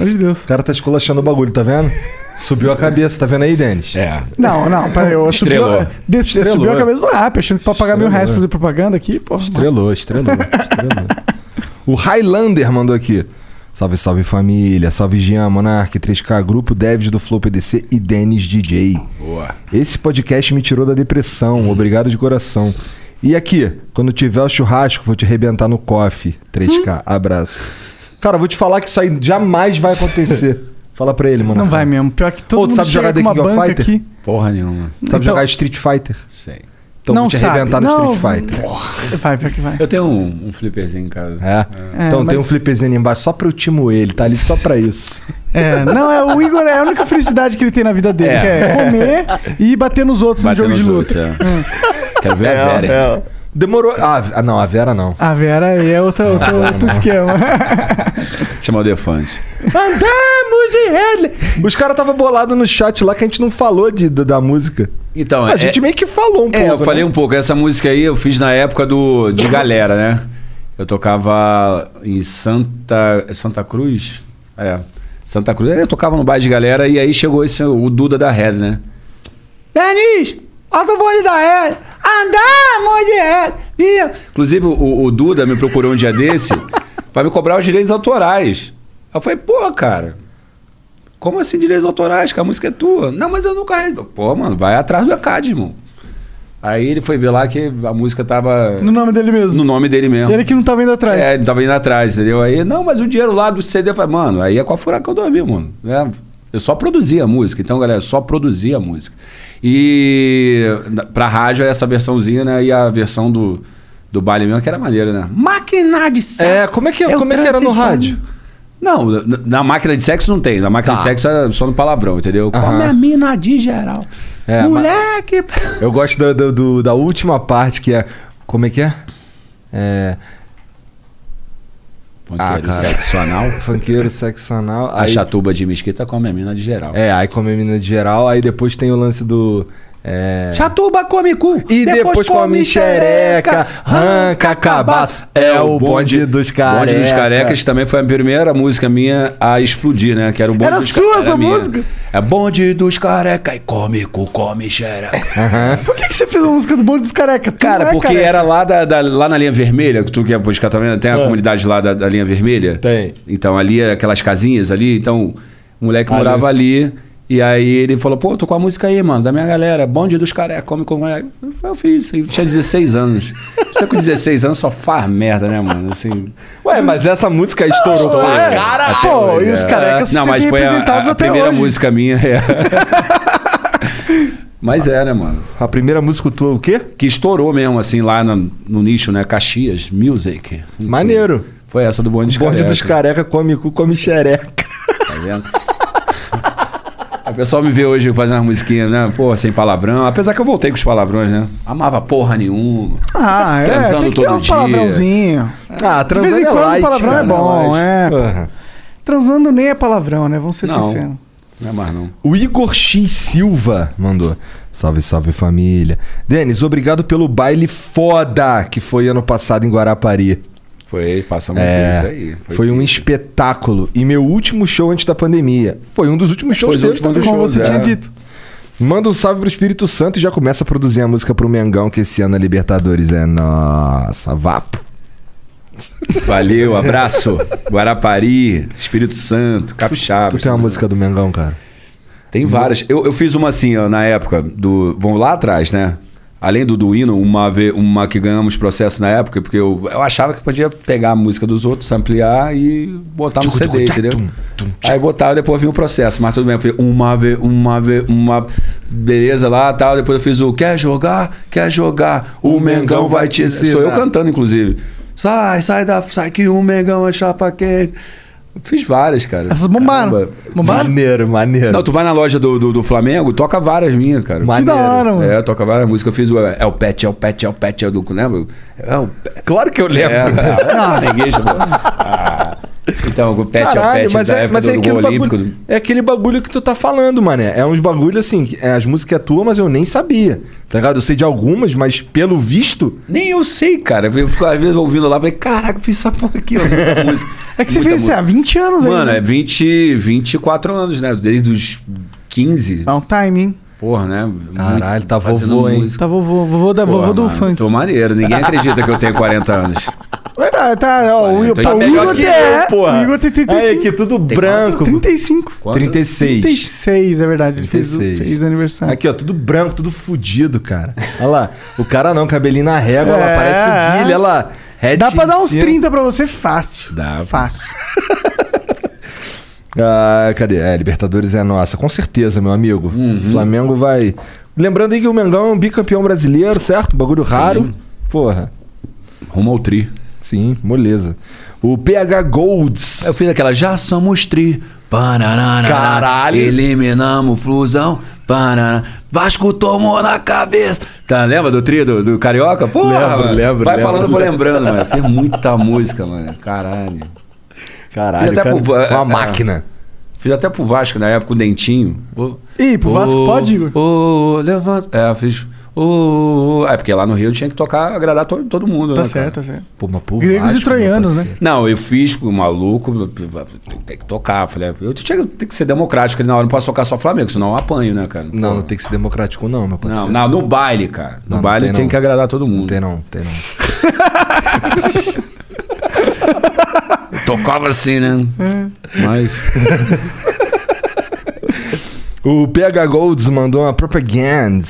B: amor de Deus.
A: O cara tá esculachando o bagulho, tá vendo? Subiu a cabeça, tá vendo aí, Denis?
C: É.
B: Não, não, peraí. Eu subi-
C: Estrelou.
B: Desci-
A: Estrelou. né?
B: subiu a cabeça do rap, achando que pra pagar mil
A: Estrelou. né?
B: reais pra fazer propaganda aqui, pô.
A: Estrelou, estrelou, estrelou. O Highlander mandou aqui. Salve, salve família. Salve Jean, Monark, 3K, grupo devs do Flow PDC e Denis DJ.
C: Boa.
A: Esse podcast me tirou da depressão. Obrigado de coração. E aqui, quando tiver o churrasco, vou te arrebentar no coffee. 3K, abraço. Cara, eu vou te falar que isso aí jamais vai acontecer. Fala pra ele, mano.
B: Não vai mesmo. Pior que todo
A: né? Ô, tu
B: mundo
A: sabe
B: chega
A: jogar
B: com
A: The
B: uma
A: King of
B: banca
A: Fighter?
B: aqui.
C: Porra nenhuma.
A: Sabe
B: Então-
A: jogar Street Fighter?
C: Sei.
A: Então
B: não
A: vou te
B: sabe.
A: arrebentar no
B: não,
A: Street Fighter.
B: Vai, pior que vai.
C: Eu tenho um, um flipperzinho em casa.
A: É.
B: É,
A: então tem um
B: mas-
A: flipperzinho ali embaixo só pra eu timo ele, tá ali só pra isso.
B: É, não, é o Igor é a única felicidade que ele tem na vida dele,
C: É.
B: que é comer e bater nos
A: um
B: outros
C: Bater
B: no jogo
C: nos
B: de
C: outros,
B: luta.
C: é. Quero ver
A: É,
C: a Vera.
A: Demorou. Ah, ah, não, a Vera não.
B: A Vera aí é outra, outra- outro esquema.
C: Chamar o Defante.
A: Andamos de Headley! Os caras tava bolado no chat lá que a gente não falou de, da, da música.
C: Então,
A: A gente meio que falou um pouco.
C: É, eu
A: né?
C: falei um pouco. Essa música aí eu fiz na época do de galera, né? Eu tocava em Santa é Santa Cruz. É. Santa Cruz. Eu tocava no bar de galera e aí chegou esse o Duda da Red, né? Denis, alto voo da Red. Andamos de Red. Ih. Inclusive o, o Duda me procurou um dia desse pra me cobrar os direitos autorais. Eu falei, pô, cara, como assim direitos autorais? Que a música é tua. Não, mas eu nunca. re- Pô, mano, vai atrás do ECAD, irmão. Aí ele foi ver lá que a música tava
B: No nome dele mesmo.
C: no nome dele mesmo.
B: Ele que não tá vendo atrás.
C: É, ele tava indo atrás, entendeu? Aí, não, mas o dinheiro lá do CD, eu falei, mano, aí é com a Furacão 2000, mano. né? Eu só produzia a música, então, galera, eu só produzia a música. E na- pra rádio é essa versãozinha, né? E a versão do, do baile mesmo, que era maneira, né?
E: Máquina de sexo.
A: É, como é que, como é que era no rádio?
C: Não, na, na máquina de sexo não tem. Na máquina
A: Tá.
C: de sexo é só no palavrão, entendeu? Como é
E: Minha mina de geral.
A: É, mas-
E: Moleque.
A: Eu gosto da, da- do- da última parte que é. Como é que é? É. Ah,
C: Ponteiro
A: cara.
C: sexo anal.
A: Funkeiro sexo anal.
C: A
A: aí-
C: chatuba de mesquita come a mina de geral.
A: É, aí come a mina de geral, aí depois tem o lance do. É...
E: Chatuba come cu.
A: E depois, come xereca, arranca cabaço. É o bonde dos
C: Bonde
A: carecas.
C: dos Carecas também foi a primeira música minha a explodir, né? Que era o bonde
B: Era
C: dos
B: sua
C: Carecas,
B: essa
C: minha.
B: música?
C: É bonde dos carecas e come cu, come xereca.
B: Por que, que você fez uma música do Bonde dos Careca? Tu
C: Cara,
B: não é
C: porque
B: careca.
C: era lá, da, da- lá na linha vermelha, que tu que é buscar também, tem a comunidade lá da, da linha vermelha.
A: Tem.
C: Então, ali, aquelas casinhas ali. Então, o moleque morava ali. E aí ele falou, pô, tô com a música aí, mano, da minha galera, bonde dos carecas, come com... Eu fiz isso, eu tinha 16 anos. Você com 16 anos só faz merda, né, mano? Assim,
A: Ué, mas essa música estourou pra
B: É,
A: caralho.
B: Pô,
C: hoje,
B: e os
C: é.
B: carecas
C: Não,
B: sempre
C: mas foi a,
B: representados
C: a
B: até
C: primeira
B: hoje.
C: música minha. é. mas é, né, mano?
A: A primeira música tua, é o quê?
C: Que estourou mesmo, assim, lá no, no nicho, né? Caxias Music.
A: Maneiro.
C: Foi essa do Bonde dos
A: Bonde
C: Carecas.
A: dos careca come cu, come xereca.
C: Tá vendo? O pessoal me vê hoje fazendo umas musiquinhas, né? Pô, sem palavrão. Apesar que eu voltei com os palavrões, né? Amava porra nenhuma.
B: Ah, é,
C: Transando
B: tem que ter
C: todo
B: um
C: dia.
B: palavrãozinho.
A: Ah,
B: De vez
A: transando
B: em
A: é
B: quando
A: light,
B: palavrão é
A: cara,
B: bom, é.
A: é light.
B: pô. Transando nem é palavrão, né? Vamos ser
A: Não.
B: sinceros.
C: Não é mais não.
A: O Igor X Silva mandou. Salve, salve família. Denis, obrigado pelo baile foda que foi ano passado em Guarapari.
C: Foi, passamos
A: É,
C: por isso aí.
A: Foi, um espetáculo. E meu último show antes da pandemia. Foi um dos últimos shows
C: Foi o
A: teus,
C: último dos
A: como
C: shows,
A: você
C: é.
A: tinha dito. Manda um salve pro Espírito Santo e já começa a produzir a música pro Mengão, que esse ano a Libertadores é nossa, vapo.
C: Valeu, abraço. Guarapari, Espírito Santo, Capixaba.
A: Tu tem uma música do Mengão, cara?
C: Tem várias. Eu, eu fiz uma assim, ó, na época do. Vamos lá atrás, né? Além do do hino, uma, ve- uma que ganhamos processo na época, porque eu, eu achava que podia pegar a música dos outros, ampliar e botar no CD, entendeu? Aí botava, depois vinha o processo, mas tudo bem, eu fiz uma vez, uma vez, uma. Beleza lá tal. Depois eu fiz o quer jogar, quer jogar, o, Mengão vai te. Sou eu
H: ensinar."
C: cantando, inclusive. Sai, sai da. Sai que o Mengão é chapa quente. Eu Fiz várias, cara.
B: Essas bombaram.
C: Caramba.
B: Bombaram?
A: Maneiro, maneiro.
C: Não, tu vai na loja do, do, do Flamengo, toca várias minhas, cara.
A: Maneiro.
B: da hora, mano.
C: É, toca várias músicas. Eu fiz o É o Pet, é o Pet, é o Pet, é o do. Lembra? É o Pet.
A: Claro que eu lembro.
C: É, ah, Flamenguista, pô. Ah, Então, o Pet é o Pet
A: mas
C: da
A: é,
C: época
A: mas é
C: do, do
A: aquele
C: gol olímpico.
A: bagulho, é aquele bagulho que tu tá falando, mané. É uns bagulho assim, que, é, as músicas é tua, mas eu nem sabia. Tá ligado? Eu sei de algumas, mas pelo visto.
C: Nem eu sei, cara. Eu fico às vezes ouvindo lá, falei, caraca, eu fiz essa porra aqui, ó. Muita música.
B: É que você
C: Muita
B: fez isso há 20 anos aí.
C: Mano,
B: né?
C: é 20, 24 anos, né? Desde os 15.
B: Dá um time, hein?
C: Porra, né?
A: Caralho, tá
C: fazendo
A: vovô, hein?
C: música.
B: Tá vovô, vovô, da, vovô
C: Porra,
B: do
C: mano,
B: funk.
C: Tô maneiro, ninguém acredita que eu tenho 40 anos.
B: Verdade, tá. Ó, o,
C: Olha,
B: pô,
C: então
B: o
C: tá melhor
B: Igor
C: que
B: tem,
C: eu, porra.
B: o Igor tem 35.
A: Aí, que tudo
C: Tem
A: branco.
B: 35.
C: Quanto?
A: 36.
B: 36, é verdade. Ele fez, o-
A: 36.
B: fez aniversário.
A: Aqui, ó, tudo branco, tudo fudido, cara. Olha lá. O cara não, cabelinho na régua, olha
B: É.
A: lá, parece o Guilherme, olha lá. Red
B: Dá pra
A: em
B: dar uns
A: cima.
B: 30 pra você fácil.
C: É Dá.
B: Fácil.
A: Ah, cadê? É, Libertadores é nossa, com certeza, meu amigo.
C: Uhum.
A: Flamengo vai. Lembrando aí que o Mengão é um bicampeão brasileiro, certo? Bagulho raro. Porra.
C: Rumo ao tri.
A: Sim, moleza. O PH Golds.
C: Eu fiz aquela, já somos tri. Panarana,
A: Caralho.
C: Eliminamos o flusão. Panarana, Vasco tomou na cabeça. Tá, lembra do tri do, do Carioca? Porra,
A: Lembro,
C: mano.
A: lembro,
C: Vai
A: lembro.
C: falando, eu vou lembrando, mano. Tem muita música, mano. Caralho.
A: Caralho,
C: Ele até
A: cara,
C: pro- é,
A: uma
C: é.
A: máquina.
C: Fiz até pro Vasco na época, o Dentinho.
B: Ih, pro Vasco pode, Igor?
C: Ô, ô, levanta. É, eu fiz. Ô, ô, ô. É, porque lá no Rio tinha que tocar, agradar to, todo mundo.
B: Tá
C: né,
B: certo,
C: cara?
B: tá certo.
A: Pô, mas pô,
B: Gregos e troianos, né?
C: Não, eu fiz com o maluco, tem- tem que tocar. Falei, eu tinha, tem que ser democrático ali na hora, não posso tocar só Flamengo, senão eu apanho, né, cara?
A: Não, não tem que ser democrático, não, meu parceiro.
C: Não, não, no baile, cara. No
A: Não, não
C: baile
A: tem
C: tem,
A: não.
C: que agradar todo mundo.
A: Tem não, tem não.
C: Tocava assim, né?
B: É.
C: Mas.
A: O PH Golds mandou uma propaganda.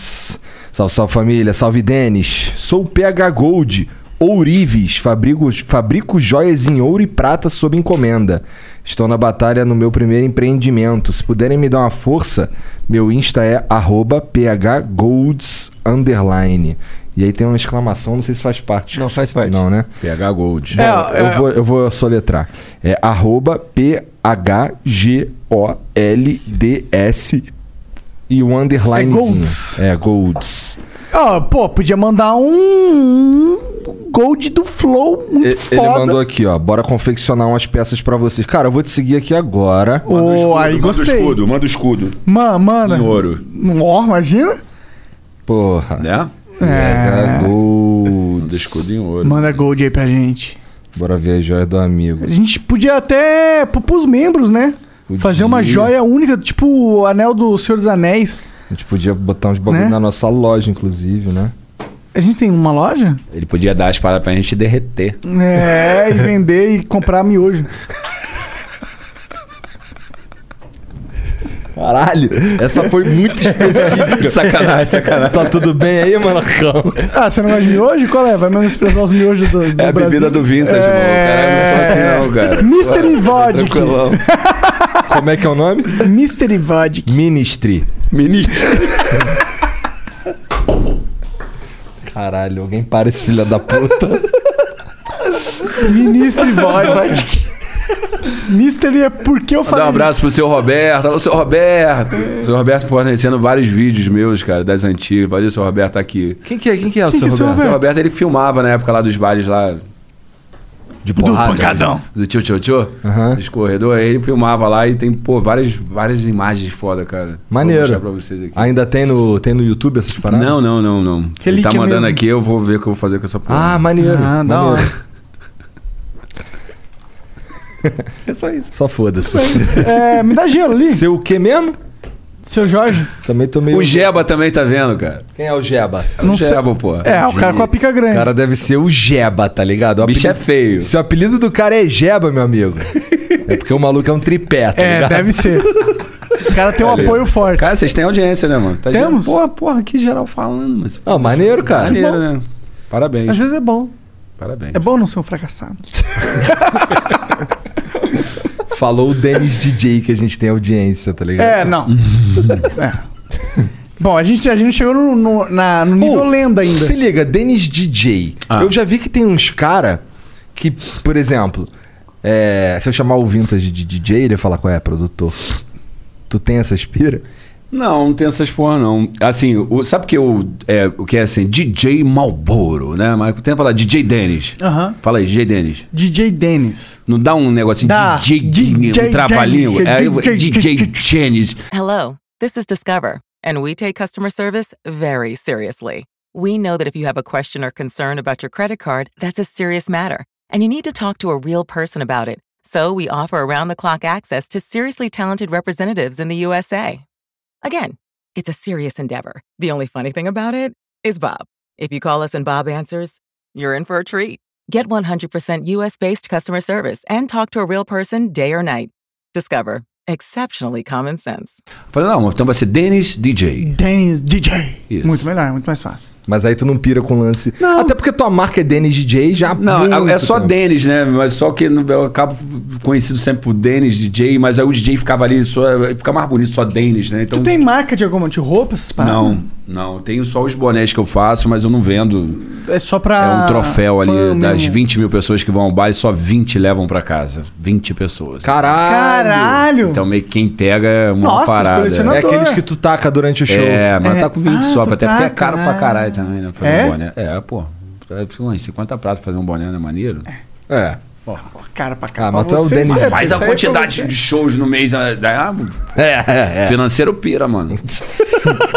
A: Salve, salve família, salve Denis. Sou o PH Gold, ourives, fabrico, fabrico joias em ouro e prata sob encomenda. Estou na batalha no meu primeiro empreendimento. Se puderem me dar uma força, meu Insta é arroba phgolds__. E aí tem uma exclamação, não sei se faz parte.
D: Não, faz parte.
A: Não, né?
C: PH Gold.
B: É,
A: Bom,
B: é.
A: eu, vou, eu vou soletrar. É arroba P-H-G-O-L-D-S e o underline.
B: É Golds.
A: É, Golds.
B: Ó, pô, podia mandar um Gold do Flow muito
A: E- Ele
B: foda.
A: mandou aqui, ó. Bora confeccionar umas peças pra vocês. Cara, eu vou te seguir aqui agora.
B: Ô, aí gostei.
C: manda o escudo.
B: Mano,
C: Em
B: mano.
C: ouro.
B: Ó, imagina.
A: Porra.
C: Né?
B: É.
A: Pega
C: Manda o
A: Golds.
C: escudo em ouro.
B: Manda Gold aí pra gente.
A: Bora ver as joias do amigo.
B: A gente podia até pôr pros membros, né? Fazer uma joia única, tipo o anel do Senhor dos Anéis.
A: A gente podia botar uns bagulho
B: Né?
A: na nossa loja, inclusive, né?
B: A gente tem uma loja?
C: Ele podia dar as paradas pra gente derreter.
B: É, e vender e comprar miojo.
A: Caralho, essa foi muito específica. sacanagem, sacanagem. Tá tudo bem aí, manacão?
B: Ah, você não gosta de miojo? Qual é? Vai menosprezar os miojos do, do
C: É a
B: Brasil?
C: bebida do vintage,
B: É.
C: mano. Cara, eu não sou assim, não, cara.
B: Mystery Vodka.
C: Tranquilão.
A: Como é que é o nome?
B: Mystery Vodka.
A: Ministry.
C: Ministro.
A: Caralho, alguém para esse filho da puta.
B: Ministro Vodka. Mister, é porque eu
C: Mandar
B: falei.
C: um abraço pro seu Roberto. Alô, seu Roberto.
B: É.
C: O seu Roberto fornecendo vários vídeos meus, cara, das antigas. Valeu, seu Roberto, tá aqui.
A: Quem que é? Quem que é o
C: seu,
A: seu
C: Roberto?
A: Roberto?
C: Seu Roberto, ele filmava na época lá dos bailes lá.
A: De
H: porrada,
C: pancadão. né? Do tio tio tio. Dos corredores. Ele filmava lá e tem, pô, várias, várias imagens foda, cara.
A: Maneiro.
C: Vou mostrar pra vocês aqui.
A: Ainda tem no, tem no YouTube essas paradas?
C: Não, não, não, não. ele tá
A: Relíquia
C: mandando
A: mesmo.
C: aqui, eu vou ver o que eu vou fazer com essa porra.
A: Ah, maneiro.
B: Ah, da
A: maneiro.
B: É só isso.
A: Só foda-se.
B: É, me dá gelo ali.
A: Seu o que mesmo?
B: Seu Jorge.
A: Também tô meio.
C: O Jeba também tá vendo, cara.
A: Quem é o Jeba?
C: É o Não sei. Jeba, pô.
B: É, o cara com a pica grande.
A: O cara deve ser o Jeba, tá ligado? O
C: Bicho é feio.
A: Se o apelido do cara é Jeba, meu amigo. é porque o maluco é um tripé, tá
B: É,
A: ligado?
B: deve ser. O cara tem um
C: Valeu.
B: apoio forte.
C: Cara, vocês têm audiência, né, mano? Tá
B: Temos?
C: Porra, porra, que geral falando, mas.
A: Ah, maneiro, cara.
C: Maneiro,
B: Bom.
C: né? Parabéns.
B: Às vezes é bom.
C: Parabéns.
B: É bom não ser um fracassado.
A: Falou o Denis DJ que a gente tem audiência, tá ligado?
B: É, não. É. Bom, a gente, a gente chegou no, no- na, no nível
C: Oh,
A: Pô,
B: lenda ainda.
A: Se liga, Denis DJ.
C: Ah.
A: Eu já vi que tem uns cara que, por exemplo, é, se eu chamar o Vintage de DJ, ele ia falar qual é, produtor. Tu tem essa aspira?
C: Não, não tem essas porra, não. Assim, o- sabe que eu, é, o que é assim? DJ Malboro, né? Mas tenta falar DJ Dennis.
B: Aham.
C: Fala aí, DJ Dennis.
B: DJ Dennis.
C: Não dá um negocinho
B: Dá.
C: DJ, Dennis,
B: DJ
C: um trabalhinho?
B: Dennis,
C: É, eu-
B: DJ
C: DJ Dennis.
F: Hello, this is Discover, and we take customer service very seriously. We know that if you have a question or concern about your credit card, that's a serious matter, and you need to talk to a real person about it. So we offer around the clock access to seriously talented representatives in the USA. Again, it's a serious endeavor. The only funny thing about it is Bob. If you call us and Bob answers, you're in for a treat. Get 100% US based customer service and talk to a real person day or night. Discover exceptionally common sense.
C: Falei, não, então vai ser Dennis DJ.
B: Dennis DJ.
C: Isso.
B: Muito melhor, muito mais fácil.
A: Mas aí tu não pira com lance. Até porque tua marca é Denis DJ já. há
C: Não,
A: muito
C: é só
A: tempo.
C: Dennis, né? Mas só que no- eu acabo conhecido sempre por Dennis DJ, mas aí o DJ ficava ali, só, fica mais bonito só Dennis, né? Então,
B: Tu tem marca de alguma de roupa, essas paradas?
C: Não, não. eu Tenho só os bonés que eu faço, mas eu não vendo.
B: É só pra.
C: É um troféu ali
B: fã
C: das
B: mesmo.
C: 20 mil pessoas que vão ao baile, só 20 levam pra casa. 20 pessoas.
A: Caralho!
B: Caralho!
C: Então meio que quem pega é uma
B: Nossa,
C: parada.
B: colecionador.
A: É aqueles que tu taca durante o show.
C: É, mas
B: É.
C: tá com 20 só,
B: Ah, tu
C: até porque é caro
B: taca.
C: pra caralho também, né? Fazer
B: É?
C: um boné. É, pô. É, fica uns 50 pratos fazer um boné, né? Maneiro.
A: É.
B: Cara pra
A: Ah,
B: cá.
A: mas tu é o Dennis
C: Mas
A: DJ.
C: faz a
B: isso aí é
C: quantidade
B: pra você.
C: de shows no mês. ah, dá-
A: É, é, é.
C: Financeiro pira, mano.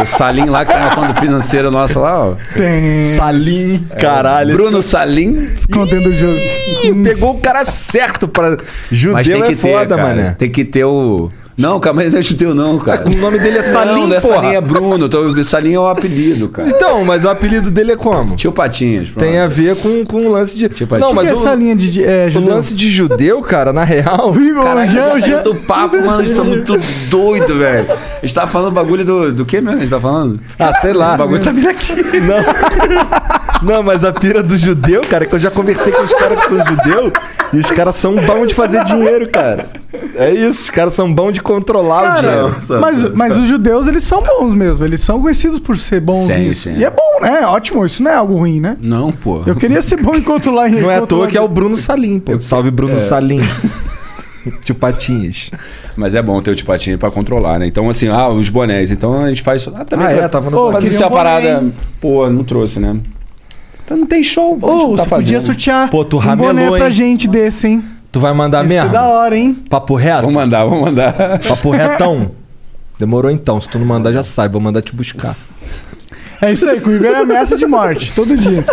C: o Salim lá, que tá na conta financeira nossa lá, ó.
B: Tem.
A: Salim, caralho.
C: É. Bruno Salim.
B: Escondendo o jogo.
A: Ih, pegou o cara certo pra.
C: Mas tem
A: Judeu
C: que
A: é
C: ter,
A: foda,
C: cara.
A: mané.
C: Tem que ter o... Não, calma aí, não é judeu não, cara.
A: O nome dele é Salim,
C: não, não é
A: porra.
C: Salim, é Bruno. Então, Salim é um apelido, cara.
A: Então, mas o apelido dele é como?
C: Tio Patinhas, pronto.
A: Tem a ver com, com o lance de.
C: Tipo,
A: não,
C: tipo-
A: mas
B: Mas
A: o,
B: essa linha de. É,
A: o
B: judeu?
A: lance de judeu, cara, na real.
B: Viva,
C: Caralho,
B: já,
C: já
B: já.
C: saiu do papo, mano. A gente tá muito doido, velho. A gente tá falando bagulho do... Do que mesmo a gente tá falando?
A: Ah, sei lá.
C: Esse bagulho tá vindo aqui.
A: Não, mas a pira do judeu, cara, é que eu já conversei com os caras que são judeu e os caras são bons de fazer dinheiro, cara. É isso, os caras são bons de controlar o
B: Cara,
A: dinheiro.
C: Não,
B: mas,
C: não, não.
B: mas os judeus, eles são bons mesmo. Eles são conhecidos por ser bons
C: Sim,
B: nisso.
C: sim.
B: E é bom, né? Ótimo. Isso não é algo ruim, né?
C: Não, pô.
B: Eu queria ser bom em controlar em
A: Não é à
B: controlar-
A: toa que é o Bruno Salim, pô. Salve
B: É.
A: Bruno Salim. Tio Patinhas.
C: Mas é bom ter o tipatinho pra controlar, né? Então, assim, ah, os bonés. Então a gente faz. isso. Ah, também
A: Ah,
C: pra-
A: é, tava no
C: Pô,
A: boné.
C: Mas isso é uma
B: Queria um boné,
C: parada. Pô, não trouxe, né? Então não tem show. a gente
B: Ô,
C: não
B: você podia
C: fazendo.
B: sortear
A: tá Pô, tu
B: um
A: ramelou,
B: boné pra
A: hein?
B: gente desse, hein?
A: Tu vai mandar
B: Ia ser
A: mesmo?
B: da hora, hein?
A: Papo reto?
C: Vamos mandar, vamos mandar.
A: Papo retão. Demorou então. Se tu não mandar, já sai. Vou mandar te buscar.
B: É isso aí, comigo é ameaça de morte, todo dia.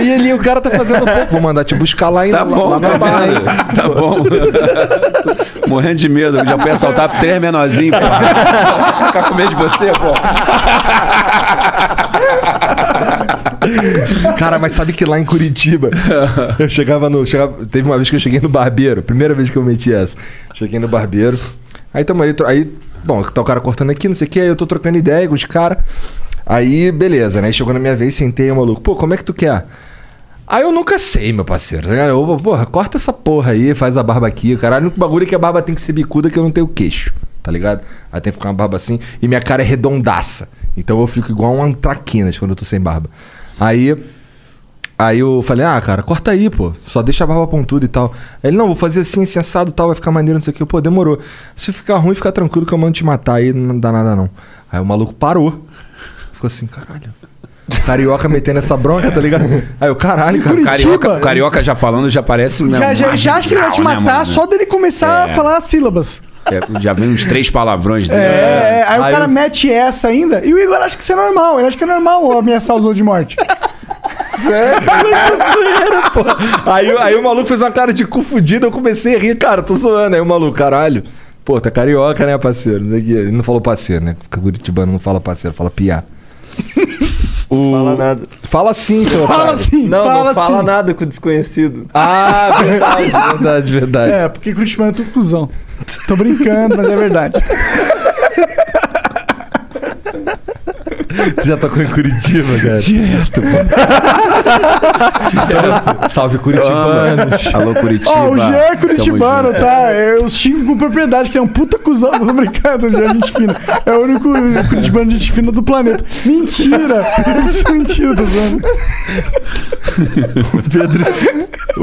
A: E ali o cara tá fazendo pouco. Vou mandar te buscar lá ainda.
C: um Tá bom,
A: lá, lá
C: tá
A: na barra, hein?
C: bom. Tá bom. Tô Morrendo de medo. Eu já fui assaltar três menorzinhos, pô. Ficar Tá com medo de você, pô.
A: Cara, mas sabe que lá em Curitiba, eu chegava no. chegava- teve uma vez que eu cheguei no barbeiro, primeira vez que eu meti essa. Cheguei no barbeiro. Aí tamo ali, tro- aí, bom, tá o cara cortando aqui, não sei o que, aí eu tô trocando ideia com os caras. Aí, beleza, né? Aí Chegou na minha vez, sentei, o maluco, pô, como é que tu quer? Aí eu nunca sei, meu parceiro. tá ligado? Eu, porra, corta essa porra aí, faz a barba aqui. Caralho, o único bagulho é que a barba tem que ser bicuda que eu não tenho queixo, tá ligado? Aí tem que ficar uma barba assim. E minha cara é redondaça. Então eu fico igual um antraquinas quando eu tô sem barba. Aí Aí eu falei, ah, cara, corta aí, pô. Só deixa a barba pontuda e tal. Aí ele, não, vou fazer assim, assim, assado e tal, vai ficar maneiro, não sei o que. Pô, demorou. Se ficar ruim, fica tranquilo que eu mando te matar aí, não dá nada não. Aí o maluco parou. Ficou assim, caralho. Carioca metendo essa bronca, tá ligado? Aí eu, caralho, cara.
C: O carioca, o carioca já falando já parece. né,
B: Já,
C: um
B: já, já acho que ele vai te
C: marginal, né,
B: matar
C: mano?
B: só dele começar
C: É.
B: a falar as sílabas.
C: É, já vem uns três palavrões dele.
B: É, aí, o cara
C: eu-
B: mete essa ainda. E o Igor acha que isso é normal. Ele acha que é normal ameaçar os outros de morte.
A: É. Aí, aí o maluco fez uma cara de confundido, eu comecei a rir, cara, tô zoando. Aí o maluco, caralho. Pô, tá carioca, né, parceiro? Não sei o quê. Ele não falou parceiro, né? Porque Curitibano não fala parceiro, fala piá. Fala nada. Fala sim, seu
D: Fala
A: otário.
B: assim,
D: sim,
A: não,
D: fala
A: não fala assim.
D: sim.
A: nada com o desconhecido. Ah, verdade, verdade, verdade.
B: É, porque Curitibano é tudo cuzão. Tô brincando, mas é verdade.
A: Tu já tocou em Curitiba, cara?
B: Direto,
A: pô. Salve Curitibanos.
C: Alô, Curitiba.
B: Ó, o Jean é
C: Tamo
B: curitibano,
C: junto.
B: tá? Eu xingo com propriedade, que é um puta cuzão. Tô brincando, o Jean é gente fina. É o único curitibano de gente fina do planeta. Mentira! Isso é mentira, tô zoando.
A: O Pedro,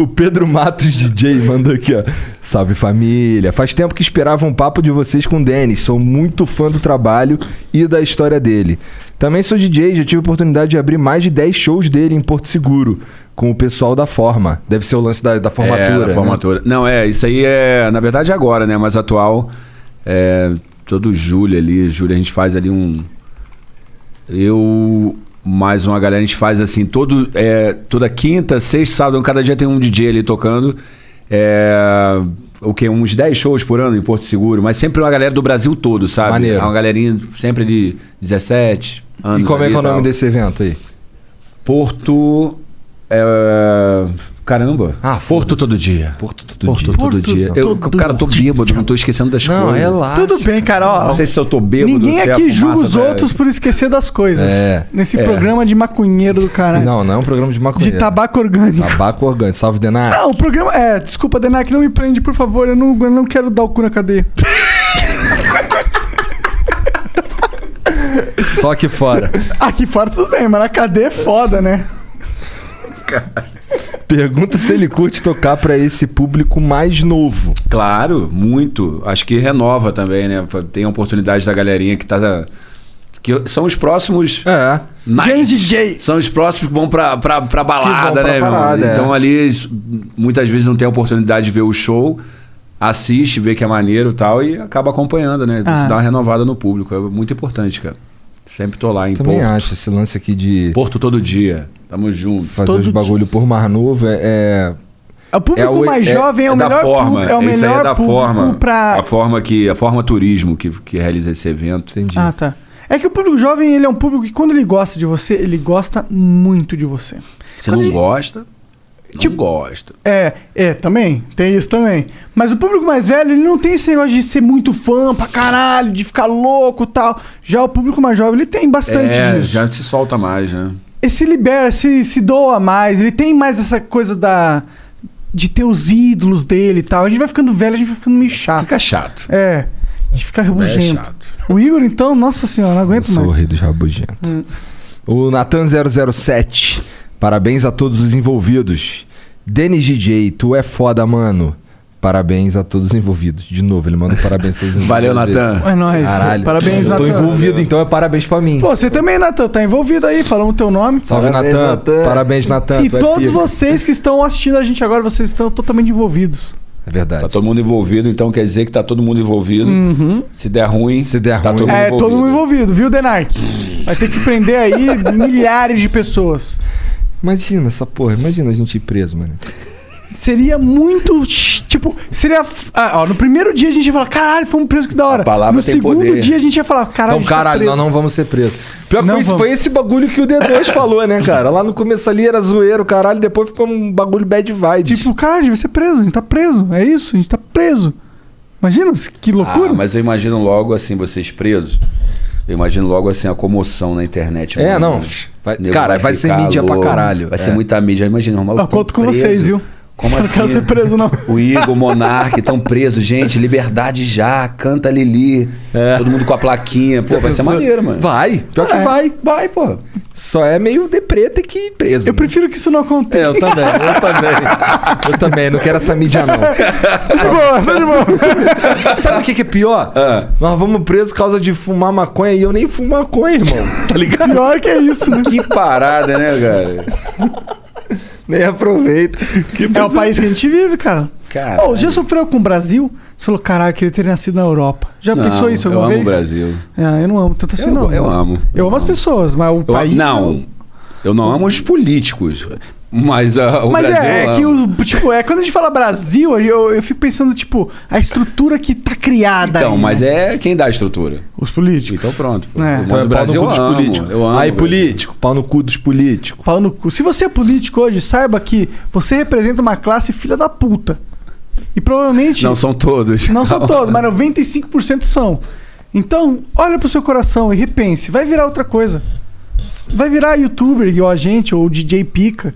A: o Pedro Matos DJ mandou aqui, ó. Salve família. Faz tempo que esperava um papo de vocês com o Denis. Sou muito fã do trabalho e da história dele. Também sou DJ, já tive a oportunidade de abrir mais de 10 shows dele em Porto Seguro, com o pessoal da forma. Deve ser o lance da, da formatura.
C: É,
A: né?
C: da formatura. Não, é, isso aí é, na verdade, é agora, né? Mas atual, é, todo julho ali, julho a gente faz ali um. Eu, mais uma galera, a gente faz assim, todo, é, toda quinta, sexta, sábado, cada dia tem um DJ ali tocando. É, o quê? Uns 10 shows por ano em Porto Seguro, mas sempre uma galera do Brasil todo, sabe?
A: Maneiro.
C: É uma galerinha sempre de 17 anos.
A: E como é
C: ali
A: que é o
C: tal.
A: nome desse evento aí?
C: Porto. é, caramba. Porto todo dia.
A: Porto todo
C: dia. Porto todo dia. Eu, cara, eu tô bêbado, não tô esquecendo das
A: Não, é
C: coisas.
A: relaxa.
B: Tudo bem, cara. Ó,
C: Não sei se eu tô bêbado.
B: Ninguém
C: se é a
B: aqui julga
C: fumaça
B: os
C: da-
B: outros por esquecer das coisas.
A: É.
B: Nesse
A: É.
B: programa de maconheiro do caralho.
A: Não, não é um programa de maconha.
B: né? De tabaco orgânico.
A: Tabaco orgânico. Salve, Denar.
B: Ah, o programa. É, desculpa, Denac, não me prende, por favor. Eu não, eu não quero dar o cu na cadeia.
A: Só aqui fora.
B: Aqui fora tudo bem, mas na cadeia é foda, né?
A: Pergunta se ele curte tocar pra esse público mais novo.
C: Claro, muito. Acho que renova também, né? Tem a oportunidade da galerinha que tá. Que são os próximos.
A: É.
B: DJ.
C: São os próximos que vão pra, pra, pra
A: vão
C: balada,
A: pra
C: né, irmão?
A: parada, é.
C: Então ali, s- muitas vezes não tem a oportunidade de ver o show, assiste, vê que é maneiro e tal, e acaba acompanhando, né?
A: Ah.
C: Isso dá uma renovada no público. É muito importante, cara. Sempre tô lá em
A: Também
C: Porto.
A: acho esse lance aqui de
C: Porto todo dia. Tamo junto.
A: fazer os bagulho por mar novo é. é...
B: O público
A: o-
B: mais jovem é o
C: da
B: melhor
C: forma.
B: público- é o
C: Isso aí
B: melhor
C: é da
B: público
C: forma.
B: pra-
C: A forma que a forma turismo que, que realiza esse evento.
A: Entendi.
B: Ah, tá. É que o público jovem, ele é um público que quando ele gosta de você, ele gosta muito de você.
C: Você
B: Quando
C: não
B: ele-
C: gosta? Não gosta.
B: É, é, também. Tem isso também. Mas o público mais velho, ele não tem esse negócio de ser muito fã pra caralho, de ficar louco e tal. Já o público mais jovem, ele tem bastante
C: é,
B: disso.
C: já se solta mais, né?
B: Ele se libera, se, se doa mais, ele tem mais essa coisa da. de ter os ídolos dele e tal. A gente vai ficando velho, a gente vai ficando meio chato.
C: Fica chato.
B: É. A gente fica rabugento.
A: chato.
B: o Igor, então, nossa senhora, não aguento
A: Sou o
B: mais. Hum.
A: rei dos rabugentos. O Natan007. Parabéns a todos os envolvidos. Denis DJ, tu é foda, mano. Parabéns a todos os envolvidos. De novo, ele manda um parabéns a todos os
C: Valeu,
A: envolvidos.
C: Natan.
B: É nóis.
A: Caralho.
B: Parabéns,
A: Eu tô
B: Natan.
A: envolvido, então é parabéns pra mim.
B: Pô, você também, Natan, tá envolvido aí, falando o teu nome.
A: Salve, Natan. Parabéns, Natan.
B: E
A: tu é
B: todos
A: pica.
B: vocês que estão assistindo a gente agora, vocês estão totalmente envolvidos.
A: É verdade.
C: Tá todo mundo envolvido, então quer dizer que tá todo mundo envolvido. Se der ruim, se der tá todo mundo
B: Uhum. é,
C: envolvido.
B: todo mundo envolvido, viu, Denark? Vai ter que prender aí milhares de pessoas.
A: Imagina essa porra, imagina a gente ir preso, mano.
B: Seria muito. ch- Tipo, seria. f- ah, ó, no primeiro dia a gente ia falar, caralho, fomos presos que da hora.
A: palavra
B: no
A: tem
B: segundo
A: poder.
B: dia a gente tá ia falar, caralho.
A: Então, caralho, nós não vamos ser presos. Pior que
B: Não
A: foi, esse-
B: vamos.
A: foi esse bagulho que o D2 falou, né, cara? Lá no começo ali era zoeiro, caralho, depois ficou um bagulho bad vibes.
B: Tipo, caralho, a gente vai ser preso, a gente tá preso. É isso, a gente tá preso. Imagina que loucura.
C: Ah, mas eu imagino logo assim, vocês presos. Eu imagino logo assim a comoção na internet.
A: É, não.
C: né?
A: Vai-
C: O nego
A: cara, vai ser
C: ficar
A: mídia pra caralho.
C: Vai
A: É.
C: ser muita mídia. Imagina, maluco. tá
B: Eu conto com vocês, viu?
C: Como
B: Eu não
C: assim?
B: quero ser preso, não.
C: O Igor, o Monark estão presos, gente. Liberdade já, canta
B: É.
C: Lili. Todo mundo com a plaquinha. Pô, vai ser maneiro, mano.
A: Vai, pior que vai, vai, pô. Só é meio deprê ter que ir preso. Eu
B: prefiro que isso não aconteça.
A: É, eu também, eu também. Eu também, não quero essa mídia, não.
B: Tá De boa, de boa.
A: Sabe o que, que é pior?
C: Ah.
A: Nós vamos presos por causa de fumar maconha e eu nem fumo maconha, irmão. Tá ligado?
B: Pior que é isso, né?
A: Que parada, né, cara?
D: Nem aproveita.
B: é o país que a gente vive, cara.
C: Cara.
B: Ô, já sofreu com o Brasil? Você falou, caralho, queria ter nascido na Europa. Já
C: Não,
B: pensou isso
C: eu
B: alguma
C: amo o
B: vez?
C: Brasil.
B: É, eu não amo tanto assim,
C: Eu-
B: não.
C: eu amo.
B: Eu amo as pessoas, mas o
C: Eu-
B: país.
C: não, eu não amo os políticos, mas ah, o
B: Mas
C: Brasil
B: é,
C: eu
B: é que
C: amo.
B: o, tipo, é quando a gente fala Brasil, eu, eu fico pensando, tipo, a estrutura que tá criada.
C: Então,
B: aí,
C: mas
B: né?
C: é quem dá a estrutura.
B: Os políticos.
C: Então pronto. pô.
B: É.
C: Mas
B: Então é
C: o Brasil eu
A: pau no cu
C: amo.
A: dos políticos.
C: Eu amo.
A: Aí,
C: o Brasil.
A: político, pau no cu dos políticos.
B: Pau no cu. Se você é político hoje, saiba que você representa uma classe filha da puta. E provavelmente.
C: Não são todos.
B: Não são todos, mas 95% são. Então, olha pro seu coração e repense. Vai virar outra coisa. Vai virar youtuber, ou agente, ou DJ pica.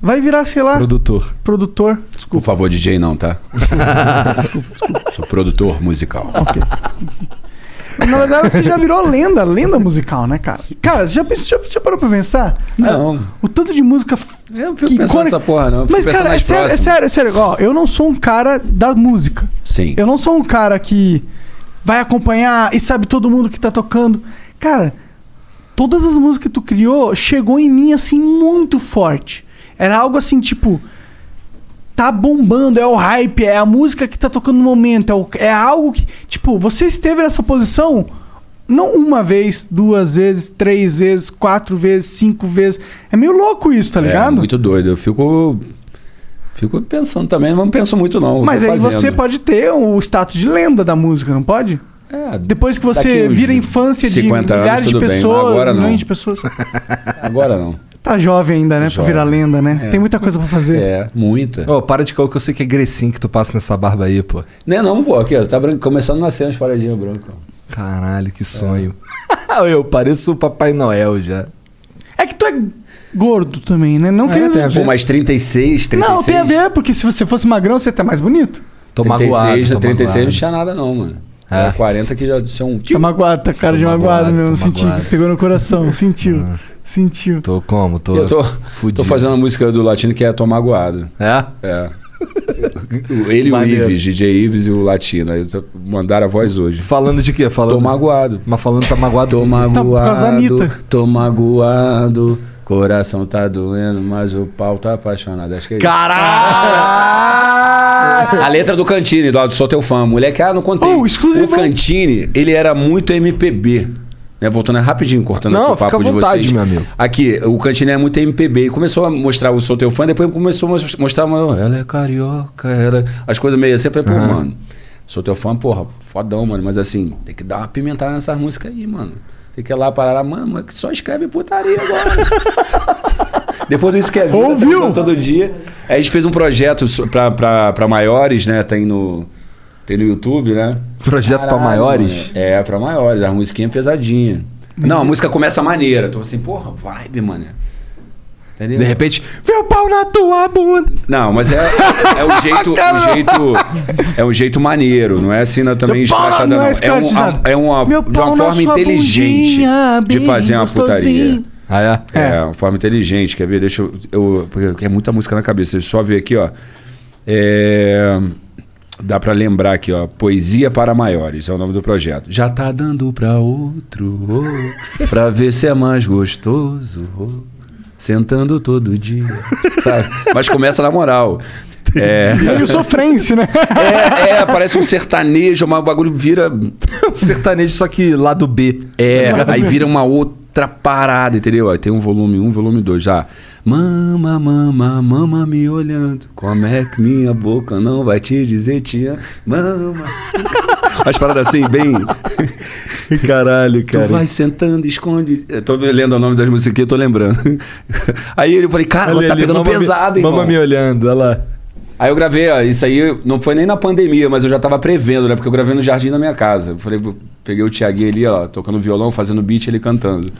B: Vai virar, sei lá,
A: Produtor.
B: produtor.
C: Por favor, DJ não, tá? Sou produtor musical.
B: Na verdade, você já virou lenda, lenda musical, né, cara? Cara, você já, pensou, já, já parou pra pensar?
C: Não.
B: Ah, O tanto de música. f-
C: Eu não fico pensando
B: icônica-
C: nessa porra, não. Eu fico
B: Mas,
C: pensando
B: cara, é
C: nas
B: sério, é
C: próximas.
B: sério, é sério. Ó, eu não sou um cara da música.
C: Sim.
B: Eu não sou um cara que vai acompanhar e sabe todo mundo que tá tocando. Cara, todas as músicas que tu criou chegou em mim assim muito forte. Era algo assim, tipo, tá bombando, é o hype, é a música que tá tocando no momento, é, o- é algo que, tipo, você esteve nessa posição não uma vez, duas vezes, três vezes, quatro vezes, cinco vezes. É meio louco isso, tá
C: É
B: ligado?
C: muito doido. Eu fico. Fico pensando também, mas não penso muito, não. Eu
B: Mas
C: tô
B: aí você
C: fazendo.
B: pode ter o status de lenda da música, não pode?
C: É,
B: Depois que
C: daqui
B: você
C: uns
B: vira a infância de
C: 50 anos,
B: milhares de
C: tudo bem, mas
B: pessoas,
C: agora não.
B: milhões de pessoas.
C: Agora não.
B: Tá jovem ainda, né? Pra
C: Jovem.
B: virar lenda, né?
C: É.
B: Tem muita coisa pra fazer.
C: É, muita.
A: Ô, para de calcular que eu sei que é grecinho que tu passa nessa barba aí, pô.
C: Não é não, pô. Aqui, ó, tá branco, começando a nascer umas paradinhas brancas.
A: Caralho, que sonho. eu pareço o Papai Noel já.
B: É que tu é gordo também, né? Não
A: É,
B: querendo.
A: tem a
C: Pô, mas 36, 36.
B: Não, tem a ver, porque se você fosse magrão, você tá mais bonito.
A: Tô
C: 36,
A: magoado, É. tô
C: 36 não
A: magoado.
C: tinha nada, não, mano. Era 40 que já tinha um.
B: Tá magoado, tá cara de magoado
A: magoado,
B: mesmo.
A: tô
B: Senti,
A: magoado.
B: pegou no coração, sentiu.
C: Ah.
B: Sentiu.
A: Tô como? Tô,
C: Eu tô,
A: fudido.
C: tô fazendo a música do Latino que é Tô Magoado.
A: É?
C: É. O- Ele e o
A: Maneiro.
C: Ives, DJ Ives e o Latino. Aí tô- Mandaram a voz hoje.
A: Falando de quê? Falando...
C: Tô magoado.
A: Mas falando tá magoado.
C: Tô
B: causa da
C: magoado.
B: Anitta.
C: Tô magoado. Coração tá doendo, mas o pau tá apaixonado. Acho que é isso.
A: Caralho!
C: A letra do Cantini, Eduardo, sou teu fã. Moleque, ah, não contei.
B: Oh, exclusivão.
C: O Cantini, ele era muito MPB. Né? Voltando rapidinho, cortando aqui
A: Não,
C: o
A: fica
C: papo
A: à vontade,
C: de vocês.
A: meu amigo.
C: Aqui, o Cantini é muito MPB. E começou a mostrar o Sou Teu Fã, depois começou a mos- mostrar... Mano, ela é carioca, ela... As coisas meio assim. Eu falei, pô, mano, Sou Teu Fã, porra, fodão, mano. Mas assim, tem que dar uma pimentada nessas músicas aí, mano. Tem que ir lá parar, mano, é que só escreve putaria agora. né? Depois do Isso Que É Vida, tá
B: Ouviu?
C: usando todo dia. Aí a gente fez um projeto so- pra, pra, pra maiores, né? Tem no, tem no YouTube, né?
A: Projeto pra
C: Caralho,
A: maiores?
C: mano. É, pra maiores. A musiquinha é pesadinha. Não, a música começa maneira. Tô assim, porra, vibe, mano. Entendeu?
A: De repente, meu pau na tua bunda.
C: Não, mas é, é um jeito, um jeito. É um jeito maneiro, não é assim não, também
B: Meu pau
C: escrachada,
B: na-
C: não.
B: não é
C: É, um,
B: escrachizado.
C: é uma,
B: Meu
C: de
B: pau
C: uma
B: na
C: forma
B: sua
C: inteligente
B: bundinha,
C: de
B: bem
C: fazer uma putaria.
B: gostosinho.
A: Ah, é?
C: É, uma forma inteligente. Quer ver? Deixa eu. eu- porque é muita música na cabeça. Deixa eu só ver aqui, ó. É, dá pra lembrar aqui, ó. Poesia para maiores é o nome do projeto. Já tá dando pra outro, oh, pra ver se é mais gostoso. oh, sentando todo dia. Sabe? Mas começa na moral. É,
B: Meio sofrência, né?
C: é, é, parece um sertanejo, mas o bagulho vira
A: É um Sertanejo, só que lá do B.
C: é, aí vira uma outra parada, entendeu? Aí tem um volume 1, um, volume 2 já. Mama, mama, mama me olhando. Como é que minha boca não vai te dizer te amo? Mama. As paradas assim, bem.
A: Caralho,
C: Tu vai sentando, esconde. Eu tô lendo o nome das músicas aqui, eu tô lembrando. Aí eu falei, cara,
A: Olha
C: tá
A: ali,
C: pegando
A: mama me-
C: pesado, irmão.
A: Mama me olhando, olha lá.
C: Aí eu gravei, ó, isso aí não foi nem na pandemia, mas eu já tava prevendo, né? Porque eu gravei no jardim da minha casa. Eu falei, vou- peguei o Thiaguinho ali, ó, tocando violão, fazendo beat, ele cantando.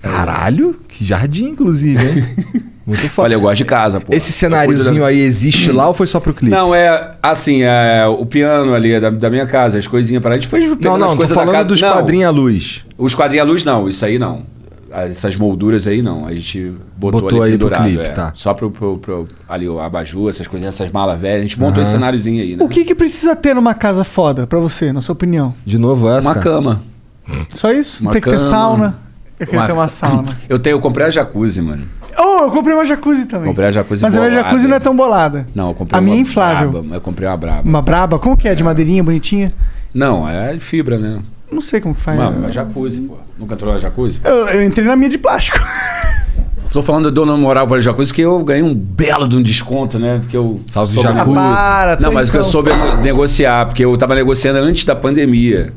A: Caralho, que jardim, inclusive, hein? Muito foda.
C: Falei, eu gosto de casa, pô.
A: é,
C: tá
A: Esse cenáriozinho aí existe lá ou foi só pro clipe?
C: Não, é assim, é, o piano ali da, da minha casa, as coisinhas para a gente foi pegando
A: não,
C: as
A: não tô
C: coisas da
A: falando
C: casa.
A: dos
C: não,
A: quadrinhos à luz.
C: Os quadrinhos à luz não, isso aí não. Essas molduras aí não. A gente botou,
A: Botou
C: ali
A: aí pro
C: pendurado,
A: clipe,
C: é.
A: tá.
C: Só pro, pro, pro- ali o abajur, essas coisinhas, essas malas velhas. A gente montou
B: Aham.
C: esse cenáriozinho aí, né?
B: O que que precisa ter numa casa foda pra você, na sua opinião?
A: De novo é essa?
C: Uma cama.
B: Só isso?
C: Uma
B: Tem que ter
C: cama.
B: sauna. Eu queria ter uma né? sauna.
C: Eu tenho, eu comprei a jacuzzi, mano.
B: Oh, eu comprei uma jacuzzi também.
C: Comprei a jacuzzi
B: Mas a minha
C: bolada.
B: jacuzzi não é tão bolada.
C: Não, eu comprei
B: A minha é inflável.
C: braba. Eu comprei uma braba.
B: Uma braba? Como que é? De madeirinha, bonitinha?
C: Não, é fibra, né?
B: Não sei como que faz.
C: Mano, é jacuzzi, pô. Nunca entrou na jacuzzi?
B: Eu, eu entrei na minha de plástico.
C: Estou falando dando uma moral para o jacuzzi, porque eu ganhei um belo de um desconto, né? Porque eu Salve
B: jacuzzi. Ah, para,
C: Não,
B: tô
C: mas que eu
B: então.
C: soube é negociar, porque eu tava negociando antes da pandemia.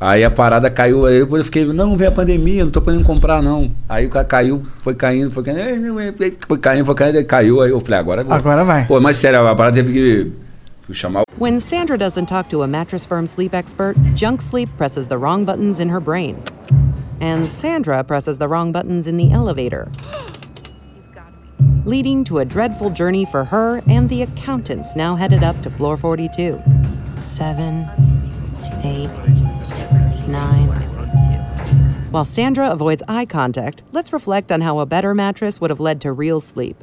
C: Aí a parada caiu, aí eu fiquei, não, vem a pandemia, não tô podendo comprar, não. Aí o cara caiu, foi caindo, foi caindo, "Ei, não, ei, ei", foi caindo, foi caindo, aí caiu, aí eu falei, agora vou.
B: Agora vai.
C: Pô, mas sério, a parada teve que chamar o
M: When Sandra doesn't talk to a mattress firm sleep expert, junk sleep presses the wrong buttons in her brain. And Sandra presses the wrong buttons in the elevator, leading to a dreadful journey for her and the accountants now headed up to floor 42. Seven, eight, nine. While Sandra avoids eye contact, let's reflect on how a better mattress would have led to real sleep.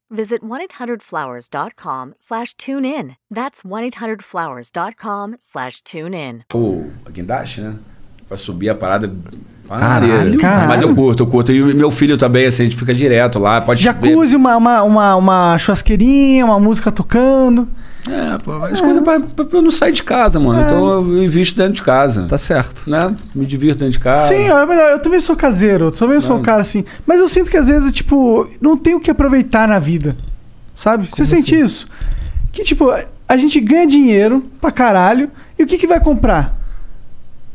G: visit 1-800-Flowers.com slash tune in. That's 1-800-Flowers.com slash tune in.
C: o guindaste, né? Pra subir a parada.
A: Caralho,
C: maneira.
B: caralho.
C: Mas eu curto, eu curto. E meu filho também, assim, a gente fica direto lá. Pode ver.
B: Jacuzzi, uma, uma, uma, uma churrasqueirinha, uma música tocando.
C: É, pô, as coisas pra, pra- pra eu não sair de casa, mano.
B: É.
C: Então eu invisto dentro de casa. Tá
A: certo.
C: Né? Me divirto dentro de casa.
B: Sim, é melhor. Eu também sou caseiro, eu também sou um cara assim. Mas eu sinto que às vezes, tipo, não tem o que aproveitar na vida. Sabe? Você sente
C: assim?
B: isso? Que, tipo, a gente ganha dinheiro pra caralho. E o que, que vai comprar?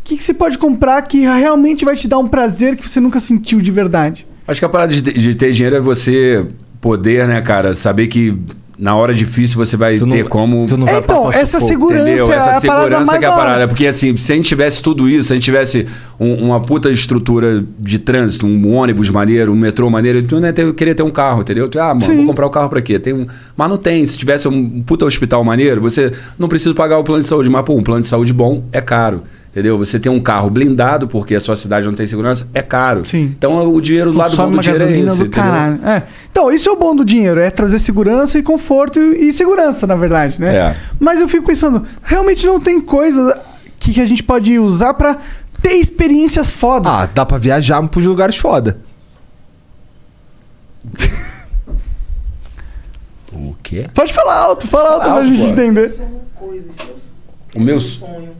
B: O que, que você pode comprar que realmente vai te dar um prazer que você nunca sentiu de verdade?
C: Acho que a parada de, te- de ter dinheiro é você poder, né, cara? Saber que na hora difícil você vai ter como.
A: não
B: É, vai então, passar essa sufoco. segurança
C: Entendeu?
B: é
C: Essa
B: a parada
C: segurança
B: mais
C: que é a
B: da hora.
C: parada. Porque assim, se a gente tivesse tudo isso, se a gente tivesse um- uma puta estrutura de trânsito, um ônibus maneiro, um metrô maneiro, tu não ia ter- queria ter um carro, entendeu? Tu, ah, mano, vou comprar o carro pra quê? Tem um... Mas não tem. Se tivesse um puta hospital maneiro, você não precisa pagar o plano de saúde. Mas, pô, um plano de saúde bom é caro. Entendeu? Você tem um carro blindado porque a sua cidade não tem segurança, é caro. Então o dinheiro do lado bom
B: Consome
C: do
B: uma
C: dinheiro é
B: gasolina
C: esse,
B: do
C: entendeu?
B: caralho. É. Então, isso é o bom do dinheiro, é trazer segurança e conforto e, e segurança, na verdade, né?
C: É.
B: Mas eu fico pensando, realmente não tem coisa que, que a gente pode usar pra ter experiências fodas.
A: Ah, dá pra viajar pros lugares foda.
C: O quê?
B: Pode falar alto, fala alto pra
C: alto,
B: gente
C: Ah, pô.
B: entender.
C: O meu sonho.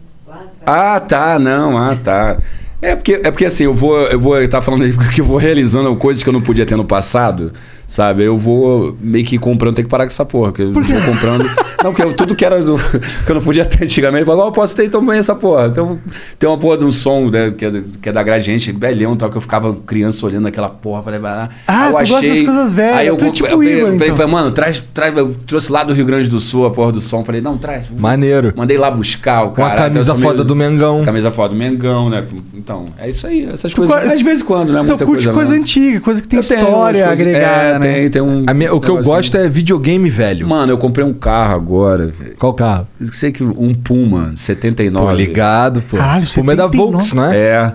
C: Ah, tá, não, ah, tá. É porque, é porque assim, eu vou, eu vou estar falando aí que eu vou realizando coisas que eu não podia ter no passado, sabe? Eu vou meio que comprando, tem que parar com essa porra, que eu vou comprando. Não, porque eu, tudo que era do- que eu não podia ter antigamente, eu falo, "Ah, eu posso ter então vem essa porra. Então, tem uma porra de um som, né, que é, do- que é da Gradiente, velhão e tal, que eu ficava criança olhando aquela porra, falei, ah,
B: Ah,
C: eu
B: tu gosta das coisas velhas,
C: Aí eu,
B: tu é
C: comp-
B: tipo
C: eu peguei-
B: Igor,
C: eu peguei-
B: então.
C: mano, traz, traz, eu trouxe lá do Rio Grande do Sul a porra do som, falei, não, traz,
A: Maneiro.
C: Mandei lá buscar o cara. então
A: camisa foda do
C: Mengão. Camisa foda do Mengão, né? Então, é isso aí. Essas
A: Tu
C: coisas.
A: curte-
C: Às vezes quando, né?
A: Então
C: Muita
A: curte
C: coisa
A: coisa
C: né?
B: Antiga, coisa que tem
C: Eu tenho
B: história
C: umas coisas-
B: agregada,
C: é,
B: né?
C: Tem, tem um.
A: A minha- o que eu
C: negocinho.
A: gosto é videogame velho.
C: Mano, eu comprei um carro agora. velho.
A: Qual carro?
C: Eu sei que um Puma, 79.
A: Tô ligado, pô.
C: Caralho,
A: Puma é da Volks, né?
C: É.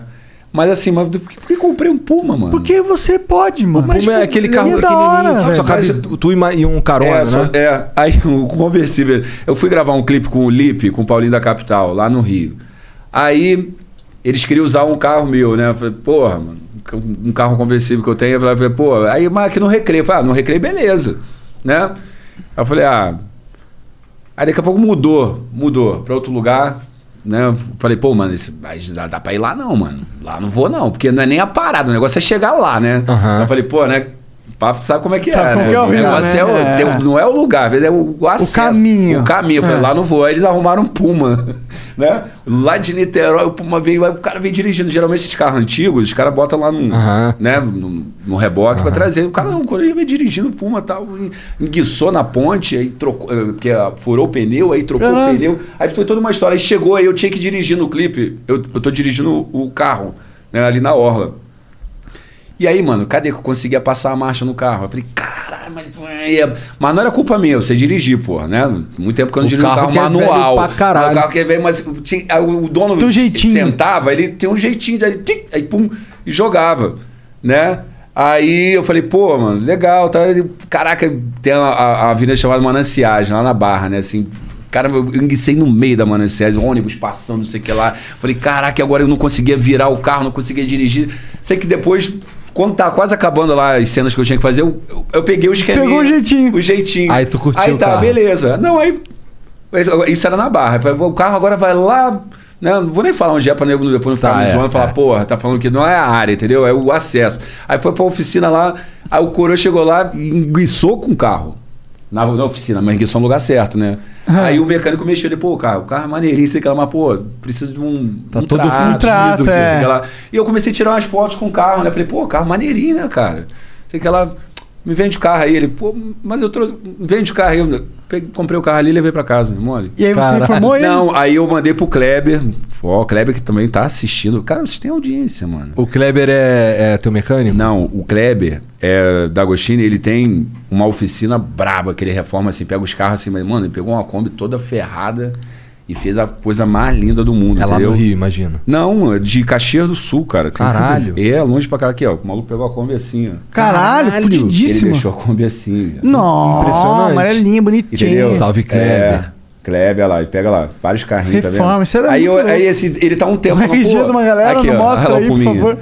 C: Mas assim, mas por que, por que comprei um Puma, mano?
B: Porque você pode, mano.
A: Puma é aquele carro
B: tipo, da hora,
A: pequenininho, que só
B: velho.
A: cabe tu e ma- e um carona,
C: é,
A: né?
C: só- é, aí o conversível. Eu fui gravar um clipe com o Lipe, com o Paulinho da Capital, lá no Rio. Aí eles queriam usar um carro meu, né? Eu falei, porra, mano, um carro conversível que eu tenho. Eu falei, pô, aí, mas aqui no recreio. Eu falei, ah, no recreio, beleza, né? Aí eu falei, ah. Aí daqui a pouco mudou, mudou pra outro lugar, né? Eu Falei, pô, mano, esse, mas dá, dá pra ir lá não, mano. Lá não vou não, porque não é nem a parada, o negócio é chegar lá, né? Aí Eu falei, pô, né? Pra- sabe como é que
N: Sabe
C: é,
N: como
C: né?
N: que é o
C: o
N: Rio,
C: negócio
N: né?
C: é, o-
N: É.
C: tem- não é o lugar, às vezes é o, acesso.
N: caminho.
C: O caminho. Eu falei,
N: É.
C: lá no voo, aí eles arrumaram um Puma, né? Lá de Niterói, o Puma veio, aí o cara veio dirigindo. Geralmente esses carros antigos, os caras botam lá num, né, num, num reboque pra trazer. O cara não, quando ele veio dirigindo o Puma e tal, enguiçou na ponte, aí trocou, eh, porque ah, furou o pneu, aí trocou
N: Caralho.
C: o pneu. Aí foi toda uma história. Aí chegou, aí eu tinha que dirigir no clipe. Eu, eu tô dirigindo o, o carro, né, ali na orla. E aí, mano, cadê que eu conseguia passar a marcha no carro? Eu falei, caralho, mas, é- mas não era culpa minha, eu sei dirigir, porra, né? Muito tempo que eu não
N: O
C: dirijo um
N: carro
C: carro
N: que é velho
C: manual.
N: pra caralho.
C: O carro que é velho, mas tinha- aí o dono sentava, ele tem um jeitinho, daí, tic, aí pum, e jogava, né? Aí eu falei, pô, mano, legal, tá? Ele, caraca, tem a, a, a avenida chamada Mananciais, lá na Barra, né? Assim, cara, eu enguicei no meio da Mananciais, ônibus passando, não sei o que lá. Falei, caraca, agora eu não conseguia virar o carro, não conseguia dirigir. Sei que depois, quando tá quase acabando lá as cenas que eu tinha que fazer, eu, eu, eu peguei o esqueminha.
N: Pegou o
C: jeitinho. O jeitinho. Aí tu
N: curtiu
C: Aí
N: o
C: tá,
N: carro.
C: beleza. Não, aí isso- Isso era na barra. Eu falei, "Pô, O carro agora vai lá. Né? Não vou nem falar onde é pra nego depois não ficar me zoando e falar, porra, tá falando que não é a área, entendeu? É o acesso. Aí foi pra oficina lá, aí o coroa chegou lá e enguiçou com o carro. Na, na oficina, mas enguiçou no lugar certo, né? Aí o mecânico mexeu ele, pô, cara, o carro é maneirinho, sei que ela, mas, pô, precisa de um. Tá um
N: todo
C: trato,
N: filtrado,
C: sei
N: é.
C: que lá. E eu comecei a tirar umas fotos com o carro, né? Falei, pô, carro maneirinho, né, cara? Sei que ela me vende o carro aí. Ele, pô, mas eu trouxe. Vende o carro aí. Eu peguei- comprei o carro ali e levei pra casa, mole.
B: E aí você informou ele?
C: Não, aí eu mandei pro Kleber. Ó, o Kleber que também tá assistindo. Cara, vocês têm audiência, mano.
A: O Kleber é, é teu mecânico?
C: Não, o Kleber é da Agostini, ele tem uma oficina braba que ele reforma assim, pega os carros assim, mas, mano, ele pegou uma Kombi toda ferrada e fez a coisa mais linda do mundo.
A: É lá
C: entendeu?
A: no Rio, imagina.
C: Não, é de Caxias do Sul, cara. Tem
A: Caralho.
C: tudo- É, longe pra cá aqui, ó. O maluco pegou a Kombi assim, ó.
B: Caralho, Caralho. fudidíssimo.
C: Ele deixou a Kombi assim. ó.
B: Não,
C: Impressionante.
B: amarelinho, bonitinho.
C: Entendeu?
A: Salve,
C: É, Kleber, olha lá, ele pega lá, vários carrinhos, tá
B: Reforma,
C: vendo?
B: isso era
C: aí, eu-
B: muito
C: aí
B: louco.
C: esse, ele tá um tempo...
B: O
C: eu falo,
B: RG
C: pô,
B: de uma galera,
C: aqui,
B: não
C: ó, olha
B: mostra
C: lá o
B: aí, por
C: pulinho.
B: favor.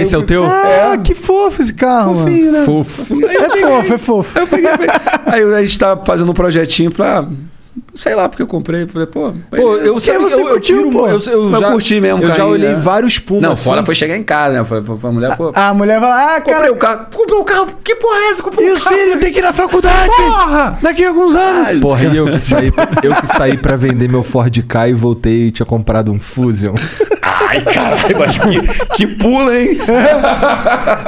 C: Esse é o teu?
B: Ah, que fofo esse carro, mano.
A: Fofo.
B: É fofo, é fofo.
C: Aí a gente tá fazendo um projetinho pra. Sei lá porque eu comprei. Falei, pô.
A: Pô, eu
C: sei
A: sabe que eu- eu piro, pô, eu- eu
C: eu
A: já-
C: curti mesmo,
A: eu já
C: carrinho,
A: olhei vários Pumas,
C: Não,
A: assim.
C: fora foi chegar em casa, né? Foi, foi, foi a mulher, pô.
B: A mulher fala, ah, cara...
C: o carro. Comprou o carro. Que porra é essa? Comprou
B: e os filhos tem que ir na faculdade. Porra! Daqui a alguns anos.
A: Porra, e eu que saí, eu que saí pra vender meu Ford Ka e voltei e tinha comprado um Fusion.
C: Ai, caralho, mas que, que pula, hein?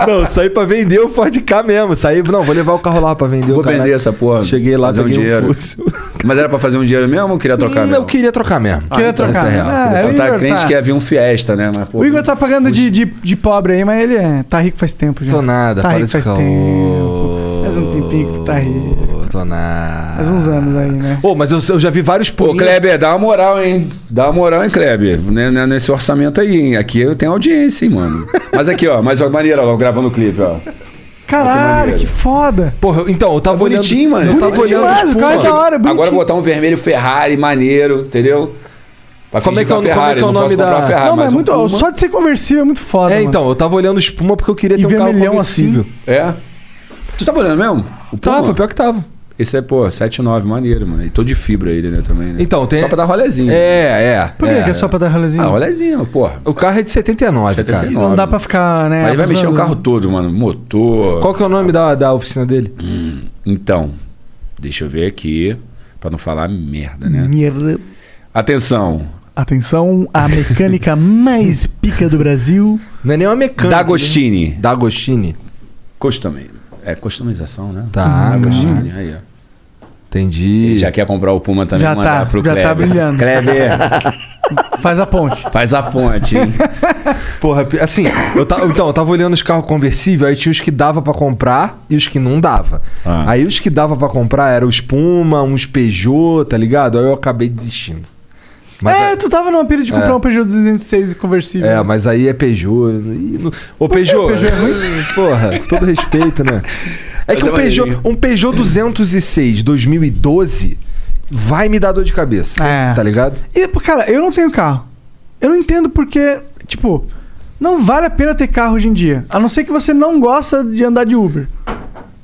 A: Não, eu saí pra vender o Ford Ka mesmo. Saí, não, vou levar o carro lá pra vender
C: Vou
A: o caralho.
C: vender essa porra.
A: Cheguei lá,
C: fazer um
A: peguei um
C: dinheiro.
A: Fusion.
C: Mas era pra fazer um dinheiro mesmo ou queria trocar
A: Não,
C: mesmo?
A: eu queria trocar mesmo. é
B: Queria trocar
C: essa
B: mesmo.
C: real.
B: Ah,
C: Então
B: o
C: tá
B: Igor
C: crente
B: tá-
C: que ia vir um Fiesta, né? Mas, pô,
B: o Igor tá pagando de, de, de pobre aí, mas ele é, tá rico faz tempo já.
A: Tô nada,
B: tá
A: para
B: rico
A: de
B: faz
A: caô.
B: tempo. Faz um tempinho que tu tá rico.
A: Tô nada.
B: Faz uns anos aí, né?
A: Pô, mas eu, eu já vi vários
C: Ô, Kleber, dá uma moral, hein? Dá uma moral, hein, Kleber? Né, né, Nesse orçamento aí, hein? Aqui eu tenho audiência, hein, mano? Mas aqui, ó, mais uma maneira, ó, gravando o clipe, ó.
A: É
B: Caralho,
C: maneiro.
B: que foda.
A: Porra, então, eu tava
C: Bonitinho, mano.
B: Eu tava olhando os Demais, o cara é da hora, bonitinho.
C: Agora botar um vermelho Ferrari, maneiro, entendeu? Pra
A: Como é
C: fingir
A: que é o-
C: uma Ferrari,
A: como é que é o
C: não posso
A: nome
C: comprar
A: da-
C: uma Ferrari,
B: não, mas
C: mas
B: é muito.
C: um Puma.
B: Só de ser conversível é muito foda.
A: É,
B: mano.
A: então, eu tava olhando os Puma porque eu queria
B: E assim.
A: ter um carro
B: vermelhão
A: conversível.
C: É? Tu tá olhando mesmo? O
A: Tava, pior que tava.
C: Esse é, pô, 7,9, maneiro, mano. E todo de fibra ele, né, também, né?
A: Então, tem-
C: Só pra dar rolezinho.
A: É, é.
B: Por que que é só pra dar rolezinho?
C: Ah, rolezinho, porra.
A: O carro é de 79, cara.
B: Não dá pra ficar, né?
C: Mas ele vai mexer o
B: abusando.
C: carro todo, mano. Motor.
A: Qual que é o nome da, da oficina dele?
C: Então, deixa eu ver aqui, pra não falar merda,
B: Hum.
C: né?
B: Merda.
C: Atenção,
B: Atenção, a mecânica mais pica do Brasil.
A: Não é nem uma
B: né?
A: mecânica.
C: D'Agostini.
A: D'Agostini.
C: Custom. É customização, né?
A: Tá,
C: D'Agostini, aí, ó.
A: entendi.
C: Ele já quer comprar o Puma também,
B: Já
C: mandar
B: tá,
C: pro
B: já
C: Kleber.
B: tá brilhando.
C: Kleber,
B: Faz a ponte.
C: faz a ponte, hein?
A: Porra, pi- assim, eu ta- então, eu tava olhando os carros conversíveis, aí tinha os que dava pra comprar e os que não dava.
C: Ah.
A: Aí os que dava pra comprar eram os Puma, uns Peugeot, tá ligado? Aí eu acabei desistindo. Mas
B: é, tu tava numa pilha de comprar um Peugeot 206 conversível.
A: É, mas aí é Peugeot. e não- Ô, Peugeot.
B: Peugeot é
A: Porra, com todo respeito, né? É
C: Mas
A: que
C: é
A: um Peugeot,
C: maneirinho.
A: um Peugeot 206 2012 vai me dar dor de cabeça,
B: É.
A: tá ligado?
B: E, pô, cara, eu não tenho carro. Eu não entendo porque, tipo, não vale a pena ter carro hoje em dia. A não ser que você não gosta de andar de Uber.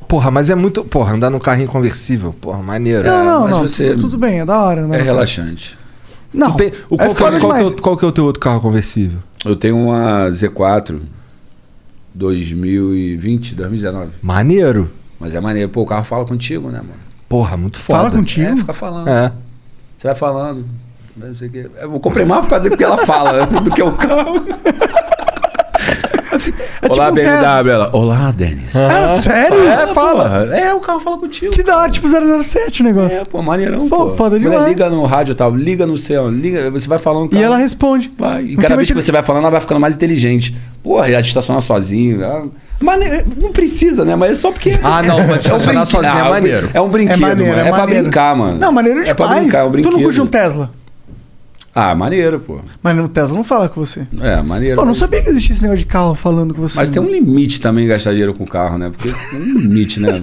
A: Porra, mas é muito. Porra, andar num carrinho conversível, porra, maneiro.
B: não, não,
C: mas
B: não.
C: você-
B: tu- Tudo bem, é da hora, né?
C: É relaxante.
B: Não,
A: Tu tem- o,
B: é
A: qual, que é-
B: foda
A: qual que é o-
B: demais.
A: qual que é o teu outro carro conversível?
C: Eu tenho uma Z4 2020, 2019.
A: Maneiro.
C: Mas é maneiro. Pô, o carro fala contigo, né, mano?
A: Porra, muito foda.
C: Fala contigo? É, fica falando.
A: É.
C: Você vai falando. né, Não sei o quê. Eu comprei mais por causa do que ela fala né, do que o carro.
B: É tipo um
C: Olá, BMW. Ela, Olá, Denis.
B: Ah, sério?
C: É, fala. É, o carro fala contigo.
B: Que da hora, tipo 007 o negócio. É,
C: pô, maneirão,
B: pô. Foda
C: Mulher,
B: demais.
C: liga no rádio e tal, liga no céu, liga, você vai falando com
B: E ela responde.
C: tá. Vai. E cada vez que você vai falando, ela vai ficando mais inteligente. Porra, ela estaciona sozinha. ela- Mane... Não precisa, né? Mas é só porque.
A: Ah, não, mas
C: É um
A: estacionar
C: brinque-
A: sozinha é
C: Ah,
A: maneiro.
C: É um brinquedo,
A: É maneiro,
C: mano.
A: é
C: É, pra
A: maneiro.
C: brincar, mano.
B: Não, maneiro demais.
C: É pra brincar, é um
B: tu
C: brinquedo.
B: não curte um Tesla.
C: Ah, maneiro, pô.
B: Mas o Tesla não fala com você.
C: É, maneiro.
B: Pô, não né?
C: mas-
B: sabia que existia esse negócio de carro falando com você.
C: Mas tem um limite também gastar dinheiro com carro, né? Porque tem um limite, né?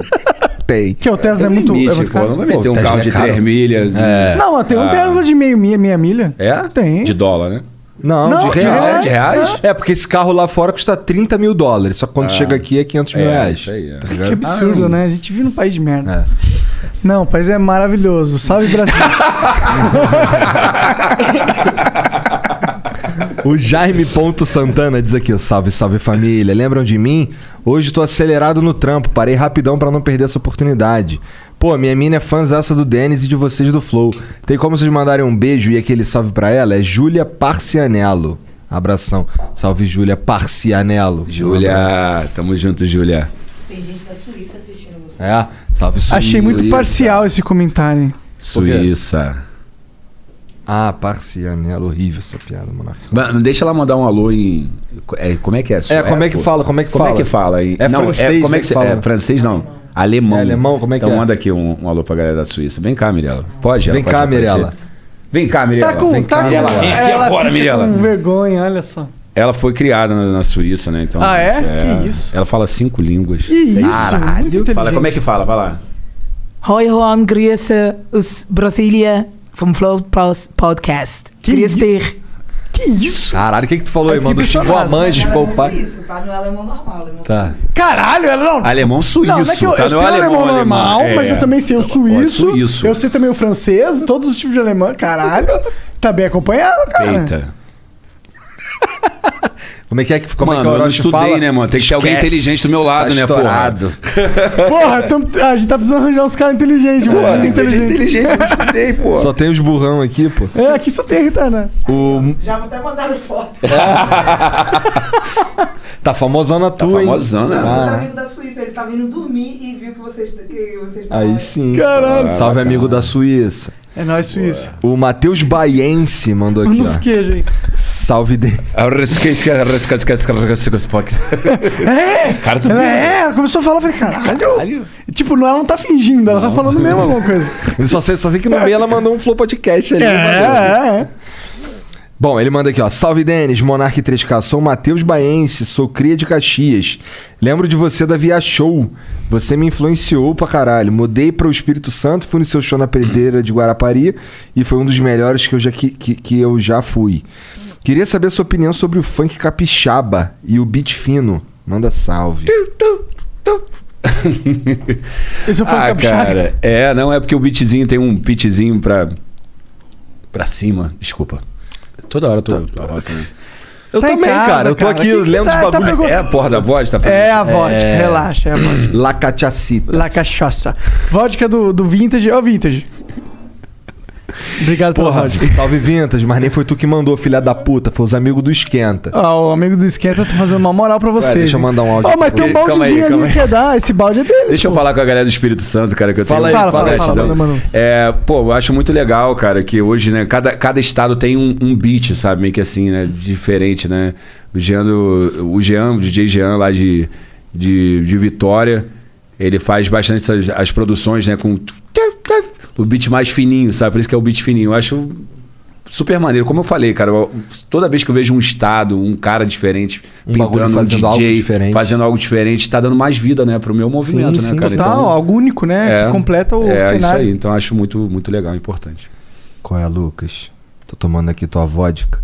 A: tem.
B: Que o Tesla é
C: um
B: muito- é
C: limite,
B: muito
C: pô.
B: caro.
C: Não vai meter
B: Pô,
C: um
B: Tesla
C: carro
B: é
C: de
B: caro.
C: 3 milhas. de-
B: Não, mas tem um
C: Ah.
B: Tesla de meio, meia, meia milha.
C: É?
B: Tem.
C: De dólar, né?
A: Não,
B: Não,
A: de
B: de
A: reais.
B: reais,
A: É. É, porque esse carro lá fora custa 30 mil dólares. Só que quando
B: Ah.
A: chega aqui é 500 mil
B: É,
A: reais.
B: isso
C: aí, é.
A: Tá
B: Que
A: ligado?
B: absurdo, né? A gente vive num país de merda. Não, o país é maravilhoso. Salve Brasil.
A: O Jaime Ponto Santana diz aqui, salve, salve família. Lembram de mim? Hoje tô acelerado no trampo, parei rapidão pra não perder essa oportunidade. Pô, minha mina é fãzaça do Denis e de vocês do Flow. Tem como vocês mandarem um beijo e aquele salve pra ela? É Júlia Parcianello. Abração. Salve, Júlia Parcianello. Um
C: Júlia, tamo junto, Júlia.
F: Tem gente da Suíça assistindo você.
A: É, salve, Suíça.
B: Achei muito parcial esse comentário. hein?
C: Suíça.
A: Ah, Parcianello. Horrível essa piada, mano.
C: Mano, deixa ela mandar um alô em. é, como é que é?
A: É, como é que fala? Como é que
C: Como
A: fala?
C: é que fala? Em-
A: É
C: não,
A: francês,
C: como
A: né,
C: é que
A: que
C: se-
A: fala?
C: É francês, não. Alemão.
A: É alemão, como é que
C: então
A: é?
C: manda aqui um, um alô pra galera da Suíça. Vem cá, Mirella. Pode, ela
A: Vem
C: pode
A: cá,
C: aparecer.
A: Mirella.
C: Vem cá, Mirella.
B: Tá com.
C: Vem
B: tá
C: cá,
B: com
C: Mirella. Vem aqui agora,
B: fica
C: Mirella.
B: Com vergonha, olha só.
C: Ela foi criada na, na Suíça, né? Então,
B: Ah, é? Que isso?
C: Ela fala cinco línguas.
F: Que isso,
C: Caralho.
F: muito inteligente.
C: Fala, como é que fala? Vai lá.
F: Hoi, Juan, grüße aus Brasília vom Flow Pros- Podcast. Que Grüß dich.
B: Que isso?
A: Caralho, o que, que tu falou aí, mano? Xingou a mãe, xingou o pai.
F: Isso, tá no alemão normal.
A: Tá.
B: Caralho, ela não.
C: Alemão suíço,
B: Não, não é que eu,
C: tá?
B: eu
C: Não
B: sei
C: é
B: alemão,
C: alemão,
B: normal,
C: alemão,
B: mas
C: é.
B: eu também sei o suíço,
C: suíço.
B: Eu sei também o francês, todos os tipos de alemão. Caralho, tá bem acompanhado, cara.
C: Eita.
A: Como é que é que ficou
C: Mano, eu não estudei, né, mano? Tem que ter alguém inteligente do meu lado, né, porra?
B: Porra, tam- a gente tá precisando arranjar uns caras inteligentes, mano. Porra, tem inteligente.
C: inteligente, eu não estudei, pô.
A: Só tem os burrão aqui, pô.
B: É, aqui só tem retardado.
A: O...
F: Já até mandaram foto.
A: Tá famosona tua, hein?
C: famosona.
A: Ah,
F: da Suíça, ele tá vindo dormir e viu que vocês, que vocês
A: Aí sim.
B: Caralho.
A: Salve, amigo da Suíça.
B: É nóis, Suíça.
A: O Matheus Baiense mandou aqui,
B: Nos
A: ó.
B: queijos aí.
A: Salve, de...
B: É!
C: Cara, tu
B: ela
C: viu?
B: é, ela começou a falar, eu falei, caralho. Tipo, não, ela não tá fingindo, ela tá falando mesmo alguma coisa.
A: Eu só, sei, só sei que no meio ela mandou um flow podcast ali.
B: É,
A: maneiro.
B: é, é.
A: Bom, ele manda aqui, ó. Salve, Denis, Monark 3K. Sou o Matheus Baense, sou cria de Caxias. Lembro de você da Via Show. Você me influenciou pra caralho. Mudei para o Espírito Santo, fui no seu show na Pedreira de Guarapari e foi um dos melhores que eu já, que, que, que eu já fui. Queria saber a sua opinião sobre o funk capixaba e o beat fino. Manda salve.
B: Esse foi o
C: ah,
B: capixaba.
C: cara. É, não, é porque o beatzinho tem um pitzinho pra. pra cima. Desculpa. Toda hora eu tô. né? a voz também.
A: Eu
B: Tá em
A: também,
B: casa,
A: cara. Eu tô
B: cara.
A: aqui,
B: Que que
A: lembro
B: tá-
A: de
B: tá
A: bagulho.
B: perguntando?
C: É a porra da voz, tá falando?
B: É a vodka, relaxa, é a vodka.
A: La Cachaçita.
B: La cachaça. Vodka do, do vintage. Ó, vintage. Obrigado pela
A: Porra,
B: vodka.
A: salve Vintas, mas nem foi tu que mandou, filha da puta. Foi os amigos do Esquenta.
B: Ó, o amigo do Esquenta tá fazendo uma moral pra vocês.
A: deixa eu
B: hein?
A: mandar um áudio
B: Ó, mas tem
A: pra
B: um
A: você.
C: Calma aí,
B: baldezinho
C: calma
B: ali
C: aí.
B: que é dar. Esse balde é deles.
C: Deixa eu falar com a galera do Espírito Santo, cara, que eu
B: Fala
C: tenho
B: aí, fala, fala,
C: gratidão.
B: fala, manda,
C: É, pô, eu acho muito legal, cara, que hoje, né, cada, cada estado tem um, um beat, sabe? Meio que assim, né? Diferente, né? O Jean, do, o Jean, o DJ Jean lá de, de, de Vitória, ele faz bastante essas- as produções, né? Com o beat mais fininho, sabe? Por isso que é o beat fininho. Eu acho super maneiro. Como eu falei, cara, eu- toda vez que eu vejo um estado, um cara diferente,
A: Um bagulho
C: pintando um
A: fazendo
C: DJ,
A: algo diferente.
C: fazendo algo diferente, tá dando mais vida, né, pro meu movimento, né, cara?
B: Total, Tá, algo único, né? que completa o
C: é, isso
B: cenário.
C: aí. Então acho muito, muito legal, importante.
A: Qual é, Lucas? Tô tomando aqui tua vodka.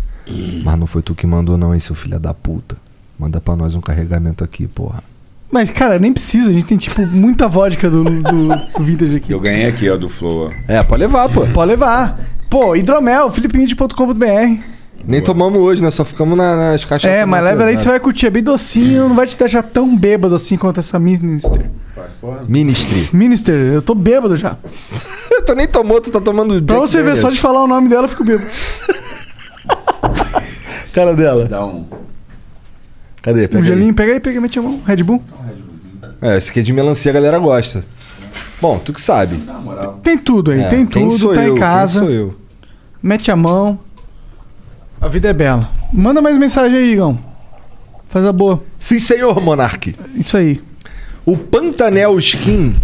A: Mas não foi tu que mandou, não, hein, seu filho da puta. Manda pra nós um carregamento aqui, porra.
B: Mas, cara, nem precisa. A gente tem, tipo, muita vodka do, do, do vintage aqui.
C: Eu ganhei aqui, ó, do Flow.
A: É, pode levar, pô.
B: Pode levar. Pô, hidromel, filipinhide.com.br.
A: Nem tomamos hoje, né? Só ficamos na- nas caixas.
B: É, mas leva daí você vai curtir, é bem docinho, não vai te deixar tão bêbado assim quanto essa Minister.
A: Ministry.
B: Minister, eu tô bêbado já.
A: tu nem tomou, tu tá tomando.
B: Pra você ver, só de falar o nome dela, eu fico bêbado.
A: Cara dela.
C: Dá um.
A: Cadê?
B: Um
A: Pega aí.
B: gelinho, pega aí, pega aí, mete a mão. Red Bull.
A: É, esse aqui é de melancia, a galera gosta. Bom, tu que sabe.
B: Tem tudo aí,
A: É,
B: tem
A: quem
B: tudo,
A: sou
B: tá
A: eu?
B: em
A: Quem
B: casa.
A: sou eu?
B: Mete a mão. A vida é bela. Manda mais mensagem aí, Igão. Faz a boa.
A: Sim, senhor Monark.
B: Isso aí.
A: O Pantanel Skin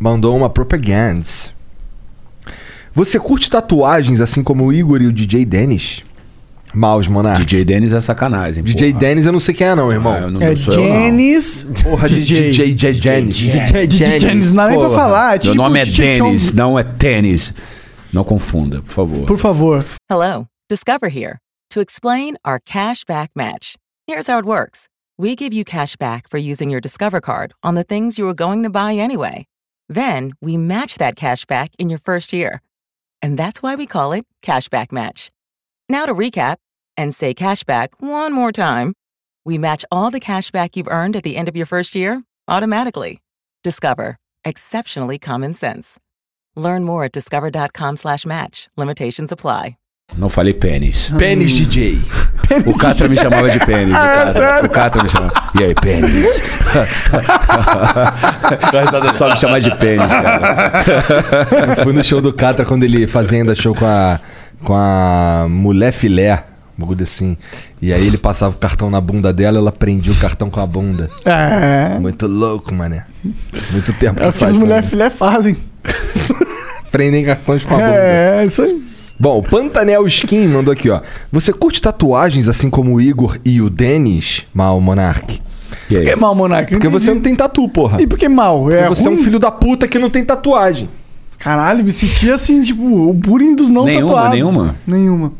A: mandou uma propaganda. Você curte tatuagens assim como o Igor e o DJ Dennis? Maus, Monark. DJ
C: Dennis é sacanagem.
A: DJ Ah. Dennis eu não sei quem é, não, irmão.
C: Ah, eu não-
B: É Janis.
A: Porra, de DJ, DJ, Janis.
B: DJ Janis, não dá nem pra falar. é
C: É. Meu
B: tipo
C: nome é
B: DJ
C: Dennis,
B: Jones.
C: não é tênis. Não confunda, por favor.
B: Por favor.
F: Hello, Discover here to explain our cash back match. Here's how it works we give you cash back for using your Discover card on the things you were going to buy anyway. Then we match that cash back in your first year. And that's why we call it cash back Match. Now to recap and say cash back one more time. We match all the cash back you've earned at the end of your first year automatically. Discover. Exceptionally common sense. Learn more at discover.com slash match. Limitations apply.
C: Não falei
B: Ah.
C: pênis.
A: Pênis DJ.
C: O Catra me chamava de pênis.
O: Ah,
C: o,
O: é
C: Catra,
O: sério?
C: o Catra me chamava. E aí, pênis? Gostava só me chamar de pênis, cara.
A: Eu fui no show do Catra quando ele fazia ainda show com a, com a mulher filé, um bagulho assim. E aí ele passava o cartão na bunda dela, ela prendia o cartão com a bunda.
B: É.
A: Muito louco, mané. Muito tempo
B: É o que as
A: que faz. né?
B: mulheres filé fazem.
A: também. Prendem cartões com a bunda.
B: É, isso aí.
A: Bom, o Pantanel Skin mandou aqui, ó. Você curte tatuagens assim como o Igor e o Denis, mal Monark?
C: Por
B: que mal, Monark? Eu
A: Porque
B: entendi.
A: você não tem tatu, porra.
B: E por que mal? É
A: Porque você é um
B: ruim?
A: filho da puta que não tem tatuagem.
B: Caralho, me senti assim, tipo, o bullying dos não
A: Nenhuma,
B: tatuados.
A: nenhuma?
B: Nenhuma.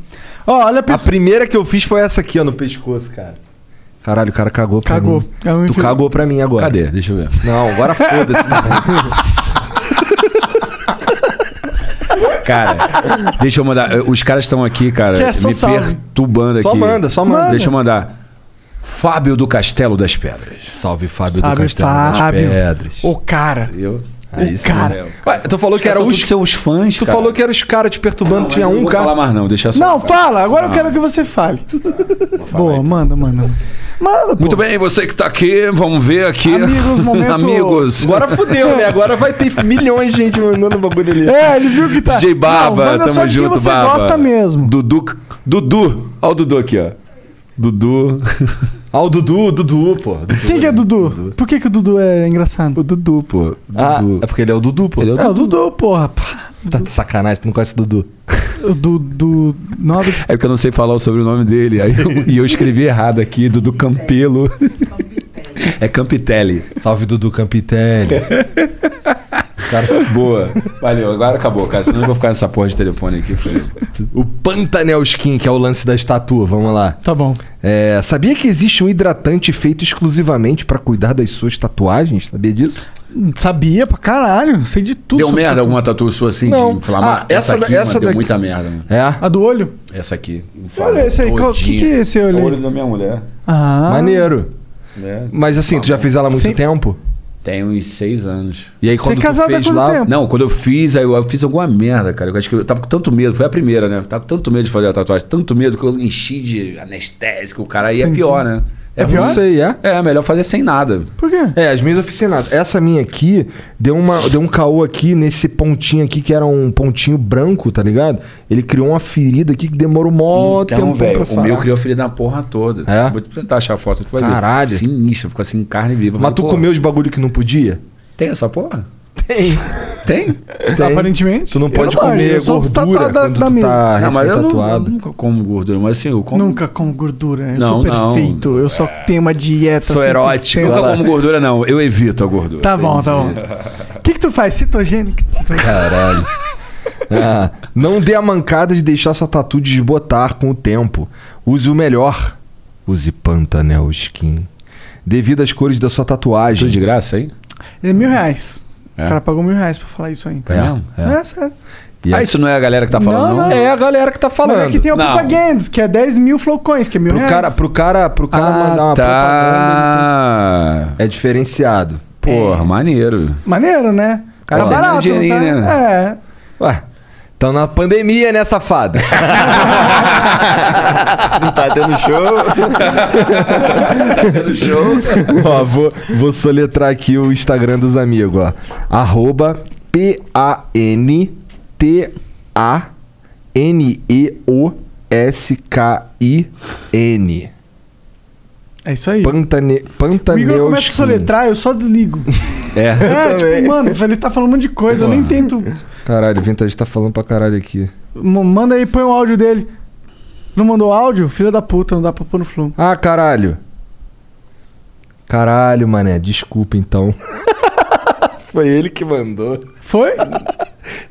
B: Ó, olha a
A: A primeira que eu fiz foi essa aqui, ó, no pescoço, cara. Caralho, o cara cagou pra
B: Cagou. É um
A: mim. Tu cagou pra mim agora.
C: Cadê? Deixa eu ver.
A: Não, agora foda-se. tá bom.
C: Cara, deixa eu mandar. Eh, Os caras estão aqui, cara,
A: Quer? é, Só
C: me
A: salve.
C: perturbando
A: Só
C: aqui.
A: manda, só manda.
C: Deixa eu mandar. Fábio do Castelo das Pedras.
A: Salve, Fábio
C: do
B: Sabe,
C: Castelo
B: Fábio.
C: das Pedras.
B: O cara.
C: Eu?
A: É Aí sim. Ué, tu falou que
C: Cara,
A: era
C: são
A: os
C: todos seus fãs,
A: Tu
C: cara.
A: falou que era os caras te perturbando, tinha
C: Não
A: um
C: vou
A: cara.
C: falar mais não, deixa só.
B: Não, fala, agora eu quero que você fale. Boa, manda, manda. Manda, pô.
C: Muito bem, você que tá aqui, vamos ver aqui.
B: Amigos, momento-
C: Amigos.
A: Agora fudeu, né? Agora vai ter milhões de gente mandando bagulho ali.
B: É, ele viu que tá.
C: DJ Baba,
B: manda só
C: tamo
B: de
C: junto,
B: quem você
C: Baba.
B: gosta mesmo.
C: Dudu. Dudu. Ó o Dudu aqui, ó. Dudu.
A: Ó o Dudu, Dudu, pô.
B: Quem que é Dudu? Por que, que o Dudu é engraçado? O
C: Dudu, pô.
A: é porque ele é o Dudu, pô.
B: É, o Dudu, porra. pá.
A: Tá de sacanagem, tu não conhece o Dudu.
B: O Dudu. Nobre.
C: É porque eu não sei falar o sobrenome dele. Aí eu- e eu escrevi errado aqui, Dudu Campelo. É Campitelli.
A: Salve, Dudu Campitelli.
C: Cara, boa. Valeu, agora acabou, cara. Senão eu vou ficar nessa porra de telefone aqui. foi.
A: O Pantanel Skin, que é o lance da estatua, vamos lá.
B: Tá bom.
A: É, sabia que existe um hidratante feito exclusivamente pra cuidar das suas tatuagens? Sabia disso?
B: Sabia pra caralho, sei de tudo.
C: Deu
B: sobre
C: merda
B: tatu.
C: alguma tatu sua assim?
B: Não.
C: De inflamar?
B: Ah, essa da-
C: aqui,
B: essa
C: mano, deu
B: daqui.
C: muita merda, mano.
A: É?
B: A do olho?
C: Essa aqui. inflamou
B: Olha esse aí, qual- que, que é
C: todinha.
B: esse olho?
C: É o
B: aí?
C: olho da minha mulher.
B: Ah.
A: Maneiro.
C: É.
A: Mas assim, tu já fez ela há muito
C: Sim.
A: tempo?
C: Tem uns seis anos.
A: E aí, Você quando é tu casado há fez quanto lá- tempo?
C: Não, quando eu fiz, aí eu eu fiz alguma merda, cara. Eu acho que eu tava com tanto medo, foi a primeira, né? Eu tava com tanto medo de fazer a tatuagem, tanto medo que eu enchi de anestésico, o cara aí é
A: Entendi.
C: pior, né?
A: É pior? Não sei, é?
C: É, melhor fazer sem nada.
B: Por quê?
A: É, as minhas eu fiz sem nada. Essa minha aqui deu, uma, deu um caô aqui nesse pontinho aqui, que era um pontinho branco, tá ligado? Ele criou uma ferida aqui que demorou mó
C: Então,
A: tempo
C: velho,
A: pra
C: o
A: sarar.
C: meu criou ferida na porra toda.
A: um É?
C: Vou te tentar achar a foto, tu vai ver.
A: Caralho.
C: Sinistra, ficou assim, carne viva.
A: Mas tu comeu os bagulho que não podia?
C: Tem essa porra?
A: Tem.
C: Tem?
B: Aparentemente.
A: Tu não
B: Eu
A: pode
B: não manjo,
A: comer
B: eu sou
A: gordura
B: tatuado da-
A: quando
B: da
A: tu tá
B: mesa. Não, mas eu não-
A: recém-tatuado.
C: Eu nunca como gordura, mas assim, eu como.
B: Nunca como gordura, eu
C: Não,
B: sou
C: não.
B: perfeito. Eu só tenho uma dieta. assim 100%.
C: Nunca como gordura, não. Eu evito a gordura.
B: Tá bom, tá bom. O que, que tu faz? Citogênica?
A: Caralho. Ah, não dê a mancada de deixar sua tatu desbotar com o tempo. Use o melhor. Use Pantanel Skin. Devido às cores da sua tatuagem. Tudo
C: de graça, hein?
B: É mil reais.
A: É.
B: O cara pagou mil reais pra falar isso aí.
A: É mesmo?
B: É, sério.
C: Ah, isso não é a galera que tá falando, não?
A: É a galera que tá falando.
B: Mas aqui tem o
C: Não.
B: Propagands, que é 10 mil flocões, que é mil
A: Pro
B: reais.
A: cara, pro cara, pro cara
B: Ah,
A: mandar uma
B: tá.
A: propaganda. É. ele tem- É diferenciado.
C: Porra, maneiro.
B: Maneiro, né?
A: Cara,
B: tá
A: você ganha um
B: barato, não tá?
A: dinheirinho, né?
B: É.
A: Ué, tão na pandemia, né, safado?
P: Não tá tendo show?
A: tá tendo show? ó, vou, vou soletrar aqui o Instagram dos amigos, ó. Arroba P-A-N-T-A-N-E-O-S-K-I-N.
B: É isso aí.
A: Pantane,
B: O Igor começa a soletrar, eu só desligo.
A: É,
B: É, tipo, mano, ele tá falando um monte de coisa, eu nem tento.
A: Caralho, o Vintage tá falando pra caralho aqui.
B: M- Manda aí, põe o áudio dele. Não mandou áudio? Filho da puta, não dá pra pôr no flow.
A: Ah, caralho. Caralho, mané, desculpa então. Foi ele que mandou.
B: Foi?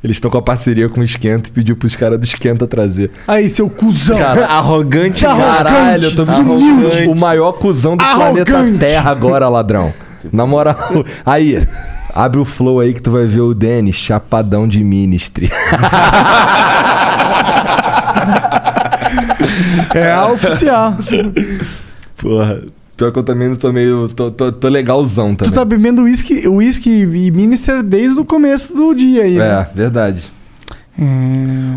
A: Eles estão com a parceria com o Esquenta e pediu pros caras do Esquenta trazer.
B: Aí, seu cuzão.
A: Cara, arrogante, caralho, eu tô me
B: Então, desumilde.
A: sentindo o maior cuzão do
B: Arrogante.
A: planeta Terra agora, ladrão. Na moral, aí, abre o flow aí que tu vai ver o Denis, chapadão de ministry.
B: É a oficial.
A: Porra, pior que eu também não tô meio. tô, tô, tô legalzão
B: Tu
A: também.
B: tá bebendo uísque whisky e minister desde o começo do dia aí. né?
A: É, verdade.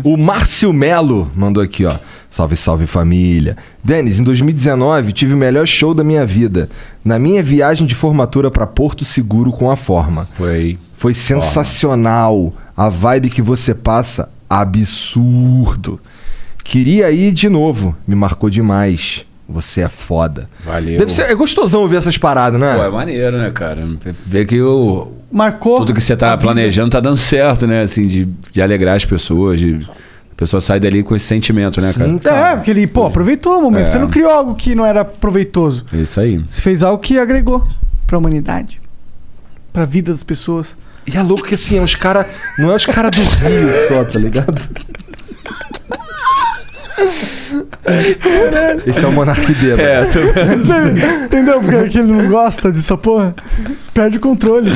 A: O Márcio Melo mandou aqui, ó. Salve, salve família. Denis, em 2019 tive o melhor show da minha vida. Na minha viagem de formatura pra Porto Seguro com a Forma.
C: Foi.
A: Foi sensacional. A vibe que você passa, absurdo. Queria ir de novo. Me marcou demais. Você é foda.
C: Valeu.
A: Deve ser, é gostosão ouvir essas paradas, né?
C: Pô, é maneiro, né, cara? Ver que o
B: Marcou.
C: tudo que você tá planejando tá dando certo, né? Assim, de, de alegrar as pessoas, de... a pessoa sai dali com esse sentimento, né, cara?
B: É, porque ele, pô, aproveitou o momento.
C: É.
B: Você não criou algo que não era proveitoso.
C: É isso aí.
B: Você fez algo que agregou pra humanidade, pra vida das pessoas.
A: E é louco que assim, é uns cara. Não é os caras do Rio só, tá ligado? Esse é o Monark Dedo.
C: É, tô
B: Entendeu? Porque que ele não gosta dessa porra. Perde o controle.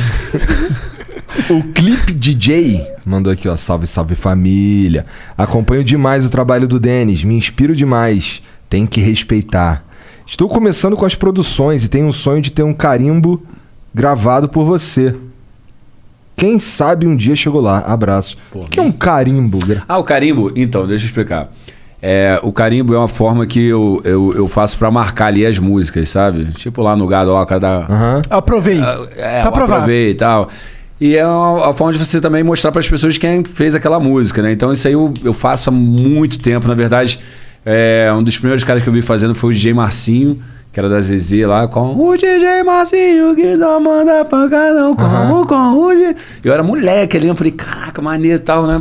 A: O Clip DJ mandou aqui, ó. Salve, salve família. Acompanho demais o trabalho do Denis, me inspiro demais. Tem que respeitar. Estou começando com as produções e tenho um sonho de ter um carimbo gravado por você. Quem sabe um dia chegou lá. Abraço. O que, que é um carimbo? gra-
C: Ah, o carimbo? Então, deixa eu explicar. É, o carimbo é uma forma que eu, eu, eu faço pra marcar ali as músicas, sabe? Tipo lá no Gadoca da.
B: Aprovei.
C: É,
B: tá
C: eu
B: aprovado.
C: aprovei e tal. E é uma, a forma de você também mostrar para as pessoas quem fez aquela música, né? Então isso aí eu, eu faço há muito tempo. Na verdade, é, um dos primeiros caras que eu vi fazendo foi o DJ Marcinho, que era da ZZ lá, com
Q: O DJ Marcinho que não manda pancadão com o com o DJ.
C: eu era moleque ali, eu falei, caraca, maneiro e tal, né?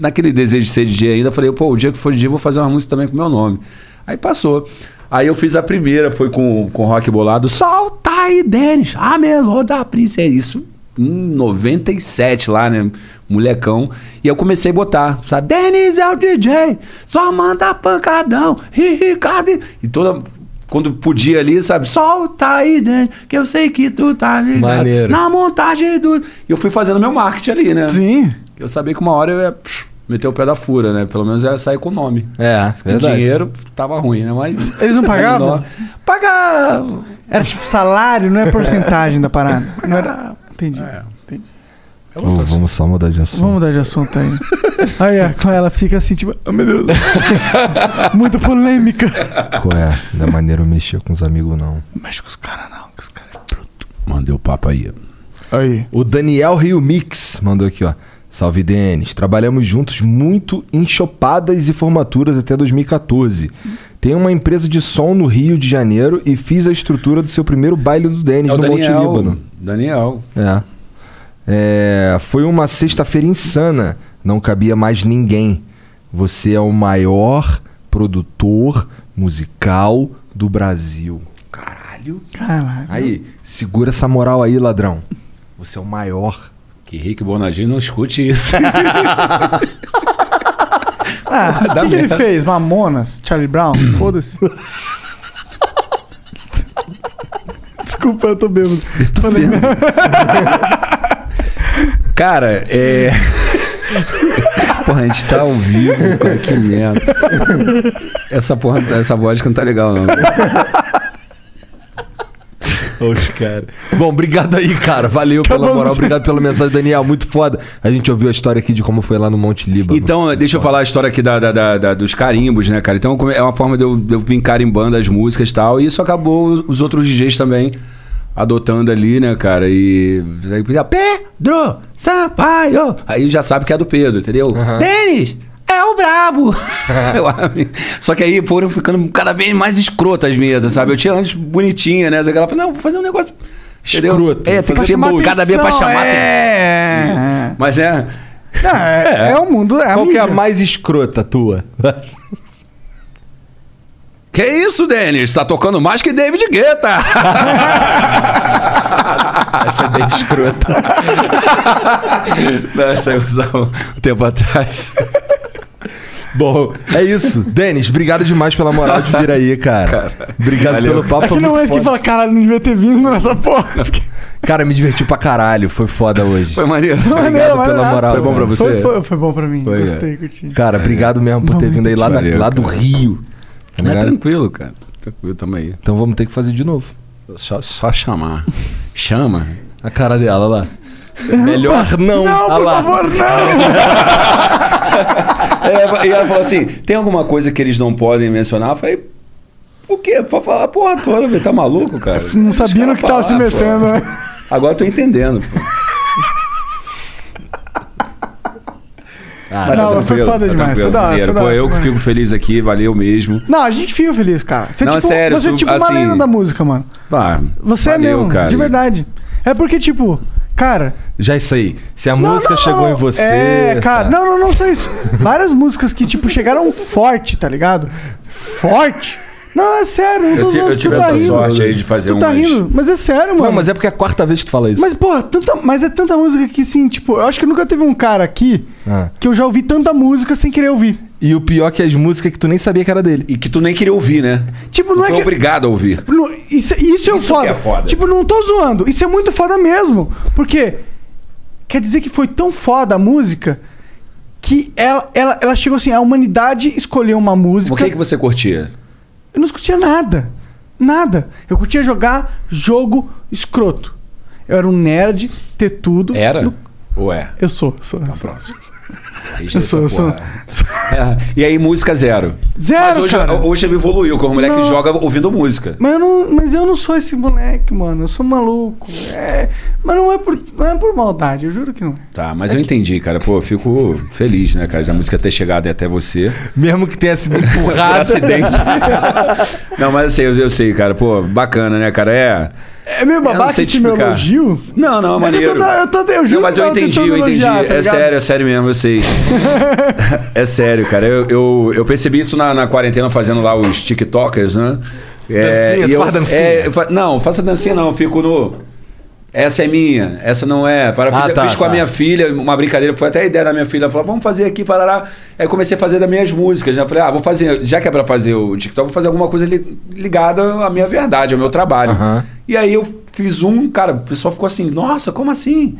C: Naquele desejo de ser DJ ainda, eu falei, pô, o dia que for DJ eu vou fazer uma música também com meu nome. Aí passou. Aí eu fiz a primeira, foi com, com rock bolado, solta aí, Denis, a melô da princesa. Isso em 97 lá, né? Molecão. E eu comecei a botar, sabe? Denis é o DJ, só manda pancadão, e Ricardo. E toda. Quando podia ali, sabe? Solta aí, Denis, que eu sei que tu tá ligado.
A: Maneiro.
C: Na montagem do. E eu fui fazendo meu marketing ali, né?
B: Sim.
C: Eu sabia que uma hora eu ia psh, meter o pé da fura, né? Pelo menos eu ia sair com o nome.
A: É,
C: Com
A: verdade.
C: dinheiro tava ruim, né? Mas.
B: Eles não pagavam?
C: Não. Pagavam.
B: Era tipo salário, não é porcentagem da parada. Não era. Entendi. entendi.
A: Ô, vamos só mudar de assunto.
B: Vamos mudar de assunto aí. Aí é, com ela fica assim, tipo, oh, meu Deus. Muito polêmica.
A: Qual é? Da maneira eu mexer com os amigos, não.
B: Mexe com os caras, não. Que os caras
C: Mandei É o papo aí.
B: Aí.
A: O Daniel Rio Mix mandou aqui, ó. Salve, Denis. Trabalhamos juntos muito em chopadas e formaturas até 2014. Tenho uma empresa de som no Rio de Janeiro e fiz a estrutura do seu primeiro baile do Denis
C: É o
A: no Monte
C: Daniel.
A: Líbano.
C: Daniel.
A: É. É, Foi uma sexta-feira insana. Não cabia mais ninguém. Você é o maior produtor musical do Brasil. Caralho.
B: Caralho.
A: Aí, segura essa moral aí, ladrão. Você é o maior.
C: Que Rick Bonadinho não escute isso.
B: Ah, o que, que ele fez? Mamonas? Charlie Brown? Foda-se. Desculpa, eu tô bêbado. Falei merda.
C: Cara, é. Porra, a gente tá ao vivo, cara, que merda. Essa porra, essa vodka não tá legal, não.
A: Oxe, cara. Bom, obrigado aí, cara. Valeu pela
C: Acabamos.
A: moral. Obrigado pela mensagem, Daniel. Muito foda. A gente ouviu a história aqui de como foi lá no Monte Líbano.
C: Então, deixa eu falar a história aqui da, da- da- da- dos carimbos, né, cara? Então, como é uma forma de eu, de eu vim carimbando as músicas e tal. E isso acabou os outros DJs também adotando ali, né, cara? E. aí, Pedro Sampaio! Aí já sabe que é do Pedro, entendeu?
D: Denis é o brabo.
C: Eu amei. Só que aí foram ficando cada vez mais escrotas as vinhetas, sabe? Eu tinha antes bonitinha, né? Aquela, não, vou fazer um negócio. entendeu?
D: Escroto.
C: É, tem que ser
D: Chamar
C: cada vez pra
D: atenção,
C: chamar.
D: é.
C: atenção. Mas é.
B: é, é o mundo. É a
A: Qual que é a
B: mídia.
A: mais escrota tua?
C: Que isso, Denis? Tá tocando mais que David Guetta. Essa é bem escrota. Essa eu usava um tempo atrás.
A: Bom, é isso. Denis, obrigado demais pela moral de vir aí, cara. obrigado
C: valeu.
A: pelo papo.
B: Aqui
A: foi
B: não é
A: muito
B: que
A: foda.
B: fala, caralho, não devia ter vindo nessa porra.
A: Cara, me diverti pra caralho. Foi foda hoje.
C: Foi maneiro.
A: Obrigado pela moral.
B: Foi bom pra
A: cara.
B: você? Foi, é foi, foi bom pra mim.
A: Foi,
B: Gostei,
A: é.
B: curti.
A: Cara, obrigado mesmo por ter vindo aí lá, da-
C: Valeu,
A: lá do
C: cara.
A: Rio. Tá
C: é
A: ligado?
C: tranquilo, cara. Tranquilo, tamo aí.
A: Então vamos ter que fazer de novo.
C: Só, só chamar. Chama.
A: A cara dela, olha lá. Melhor não.
D: Não,
A: olha
D: por
A: lá.
D: favor,
C: É, e ela falou assim: tem alguma coisa que eles não podem mencionar? Eu falei, o quê? Pra falar a porra toda, velho. Tá maluco, cara?
B: Não sabia no que tava se
C: falar, pô.
B: metendo, né?
C: Agora eu tô entendendo. pô. Mas
B: não, mas foi
C: Ah, tá tranquilo,
B: foda demais,
C: tranquilo,
B: foi da hora,
C: maneiro.
B: foi da
C: Pô,
B: hora,
C: eu que
B: foi.
C: fico feliz aqui, valeu mesmo.
B: Não, a gente fica feliz, cara. Você é
C: Não,
B: tipo,
C: sério,
B: você é
C: su-
B: tipo uma
C: assim-
B: lenda da música, mano.
C: Ah,
B: Você é
C: valeu,
B: mesmo,
C: cara.
B: de verdade. É porque, tipo, cara.
A: Já é isso aí. Se a
B: Não,
A: música
B: não,
A: chegou
B: não.
A: em você.
B: É, cara.
A: tá.
B: Não, não, não só isso. Várias músicas que, tipo, chegaram forte, tá ligado? Forte. Não, é sério. Não tô
C: Eu ti- eu
B: zoando, tu
C: tive
B: tá
C: essa
B: rindo.
C: sorte aí de fazer um
B: Tu tá
C: umas-
B: rindo, mas é sério, mano.
A: Não, mas é porque é a quarta vez que tu fala isso.
B: Mas, porra, tanta, mas é tanta música que, assim, tipo, eu acho que nunca teve um cara aqui
A: Ah.
B: que eu já ouvi tanta música sem querer ouvir.
A: E o pior é que as músicas que tu nem sabia que era dele.
C: E que tu nem queria ouvir, né?
B: Tipo, não
C: Foi
B: é que.
C: obrigado a ouvir.
B: Não, Isso, isso é o foda.
C: é foda.
B: Tipo, não tô zoando. Isso é muito foda mesmo. Porque quer dizer que foi tão foda a música que ela, ela, ela chegou assim, a humanidade escolheu uma música.
C: O que, que você curtia?
B: Eu não curtia nada. Nada. Eu curtia jogar jogo escroto. Eu era um nerd, ter tudo.
C: Era?
B: No-
C: Ou é?
B: Eu sou, eu sou. eu sou.
C: Aí já
B: Eu sou, eu
C: essa
B: sou.
C: porra. É, E aí, música zero.
B: Zero,
C: Mas hoje,
B: cara.
C: hoje ele evoluiu, como o moleque
B: Não.
C: joga ouvindo música.
B: Mas eu, não, mas eu não sou esse moleque, mano. Eu sou maluco. É, mas não é, por, não é por maldade, eu juro que não é.
C: Tá, mas eu entendi, cara. Pô, eu fico feliz, né, cara, da música ter chegado até você.
A: Mesmo que tenha sido
C: Por
A: empurrado.
C: acidente. Não, mas eu sei, eu, eu sei, cara. Pô, bacana, né, cara? É.
B: É meio
C: Eu não
B: babaca
C: sei te
B: esse meu
C: explicar.
B: elogio?
C: Não, não,
B: É
C: maneiro.
B: que Eu, tava- eu, tava- eu juro
C: Não, mas
B: que
C: eu
B: tava
C: entendi,
B: tentando
C: eu entendi.
B: elogiar, tá
C: é
B: ligado?
C: sério, é sério mesmo, eu sei. é sério, cara. Eu, eu, eu percebi isso na, na quarentena fazendo lá os TikTokers, né? e
A: Dancinha, tu
C: eu-
A: faz dancinha?
C: é, eu fa- não, faça dancinha não, eu fico no. Essa é minha, essa não é. Para,
A: Ah,
C: fiz,
A: tá,
C: fiz com a
A: tá.
C: minha filha, uma brincadeira, foi até a ideia da minha filha. Ela falou, vamos fazer aqui, parará. Aí comecei a fazer das minhas músicas. Né? Eu falei, ah, vou fazer, já que é pra fazer o TikTok, vou fazer alguma coisa li- ligada à minha verdade, ao meu trabalho. E aí eu fiz um, cara, o pessoal ficou assim, nossa, como assim?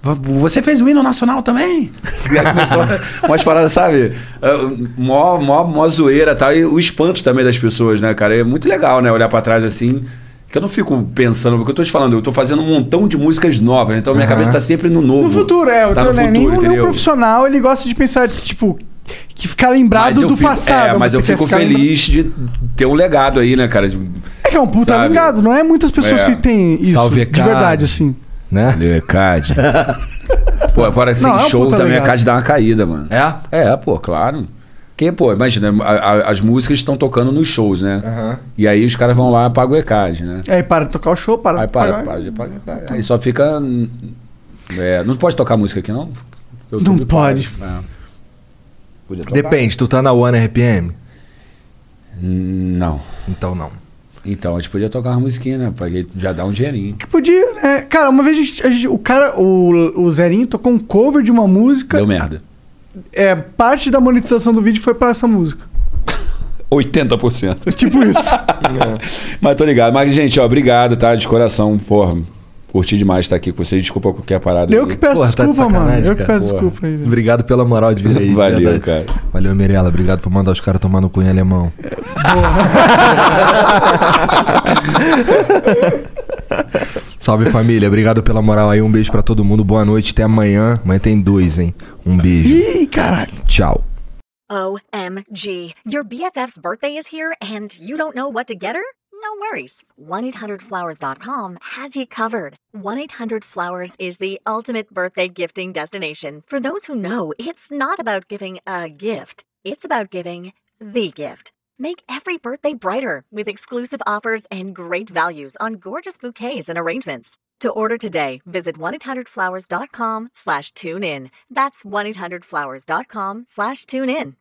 C: Va- Você fez o hino nacional também? E aí começou umas paradas, sabe? Ah, Mó, mó, mó zoeira e tal. E o espanto também das pessoas, né, cara? É muito legal, né? Olhar pra trás assim. Que eu não fico pensando, porque eu tô te falando, eu tô fazendo um montão de músicas novas, né? então minha
B: Aham.
C: cabeça tá sempre no novo.
B: No futuro, é. O
C: tá
B: teu-
C: no
B: né,
C: futuro,
B: nenhum, nenhum
C: entendeu?
B: profissional ele gosta de pensar, tipo, que ficar
C: Mas
B: lembrado
C: eu
B: do
C: fico-
B: passado.
C: É, mas
B: você
C: eu
B: quer
C: fico
B: ficar lembrado-
C: feliz de ter um legado aí, né, cara? De-
B: É que é um puta
C: Sabe?
B: lembrado, não é muitas pessoas
C: É.
B: que têm isso.
C: Salve,
B: de
C: Cade.
B: verdade, assim.
A: Né?
C: Lecade. pô, agora sem
B: Não, é um
C: show
B: puta
C: também
B: legado.
C: a Cade dá uma caída, mano.
A: É?
C: É, pô, claro. Porque, pô, imagina, a- a- as músicas estão tocando nos shows, né?
B: Aham.
C: E aí os caras vão lá e pagam o ECAD, né?
B: É, Aí para de tocar o show, para
C: Aí
B: de
C: para,
B: pagar.
C: para de pagar. Aí só fica. hum, é, não pode tocar música aqui, não? Eu
B: Não
C: tudo
B: pode.
C: É. Podia tocar?
A: Depende, tu tá na One RPM?
C: Hum, Não.
A: Então não.
C: Então a gente podia tocar uma musiquinha, né? Pra que já dá um dinheirinho.
B: Que podia, né? Cara, uma vez a gente, a gente- o cara, o, o Zerinho tocou um cover de uma música.
C: Deu merda.
B: É, parte da monetização do vídeo foi pra essa música.
C: 80%.
B: Tipo isso.
C: Mas tô ligado. Mas, gente, ó, obrigado, tá? De coração, porra. Curti demais estar aqui com vocês. Desculpa qualquer parada.
B: Eu que peço
C: tá
B: desculpa, mano. Eu que peço desculpa aí. velho.
A: Obrigado pela moral de vir aí. de
C: Valeu,
A: verdade.
C: cara.
A: Valeu, Mirella. Obrigado por mandar os caras tomar no cunho alemão.
B: É,
A: Salve família, obrigado pela moral aí. Um beijo pra todo mundo. Boa noite, até amanhã. Amanhã tem dois, hein? Um beijo.
B: Ih, caralho.
A: Tchau.
G: OMG. Your BFF's birthday is here and you don't know what to get her? No worries. 1-800-Flowers.com has you covered. 1-800-Flowers is the ultimate birthday gifting destination. For those who know, it's not about giving a gift. It's about giving the gift. Make every birthday brighter with exclusive offers and great values on gorgeous bouquets and arrangements. To order today, visit 1-800-Flowers.com slash tune in. That's 1-800-Flowers.com slash tune in.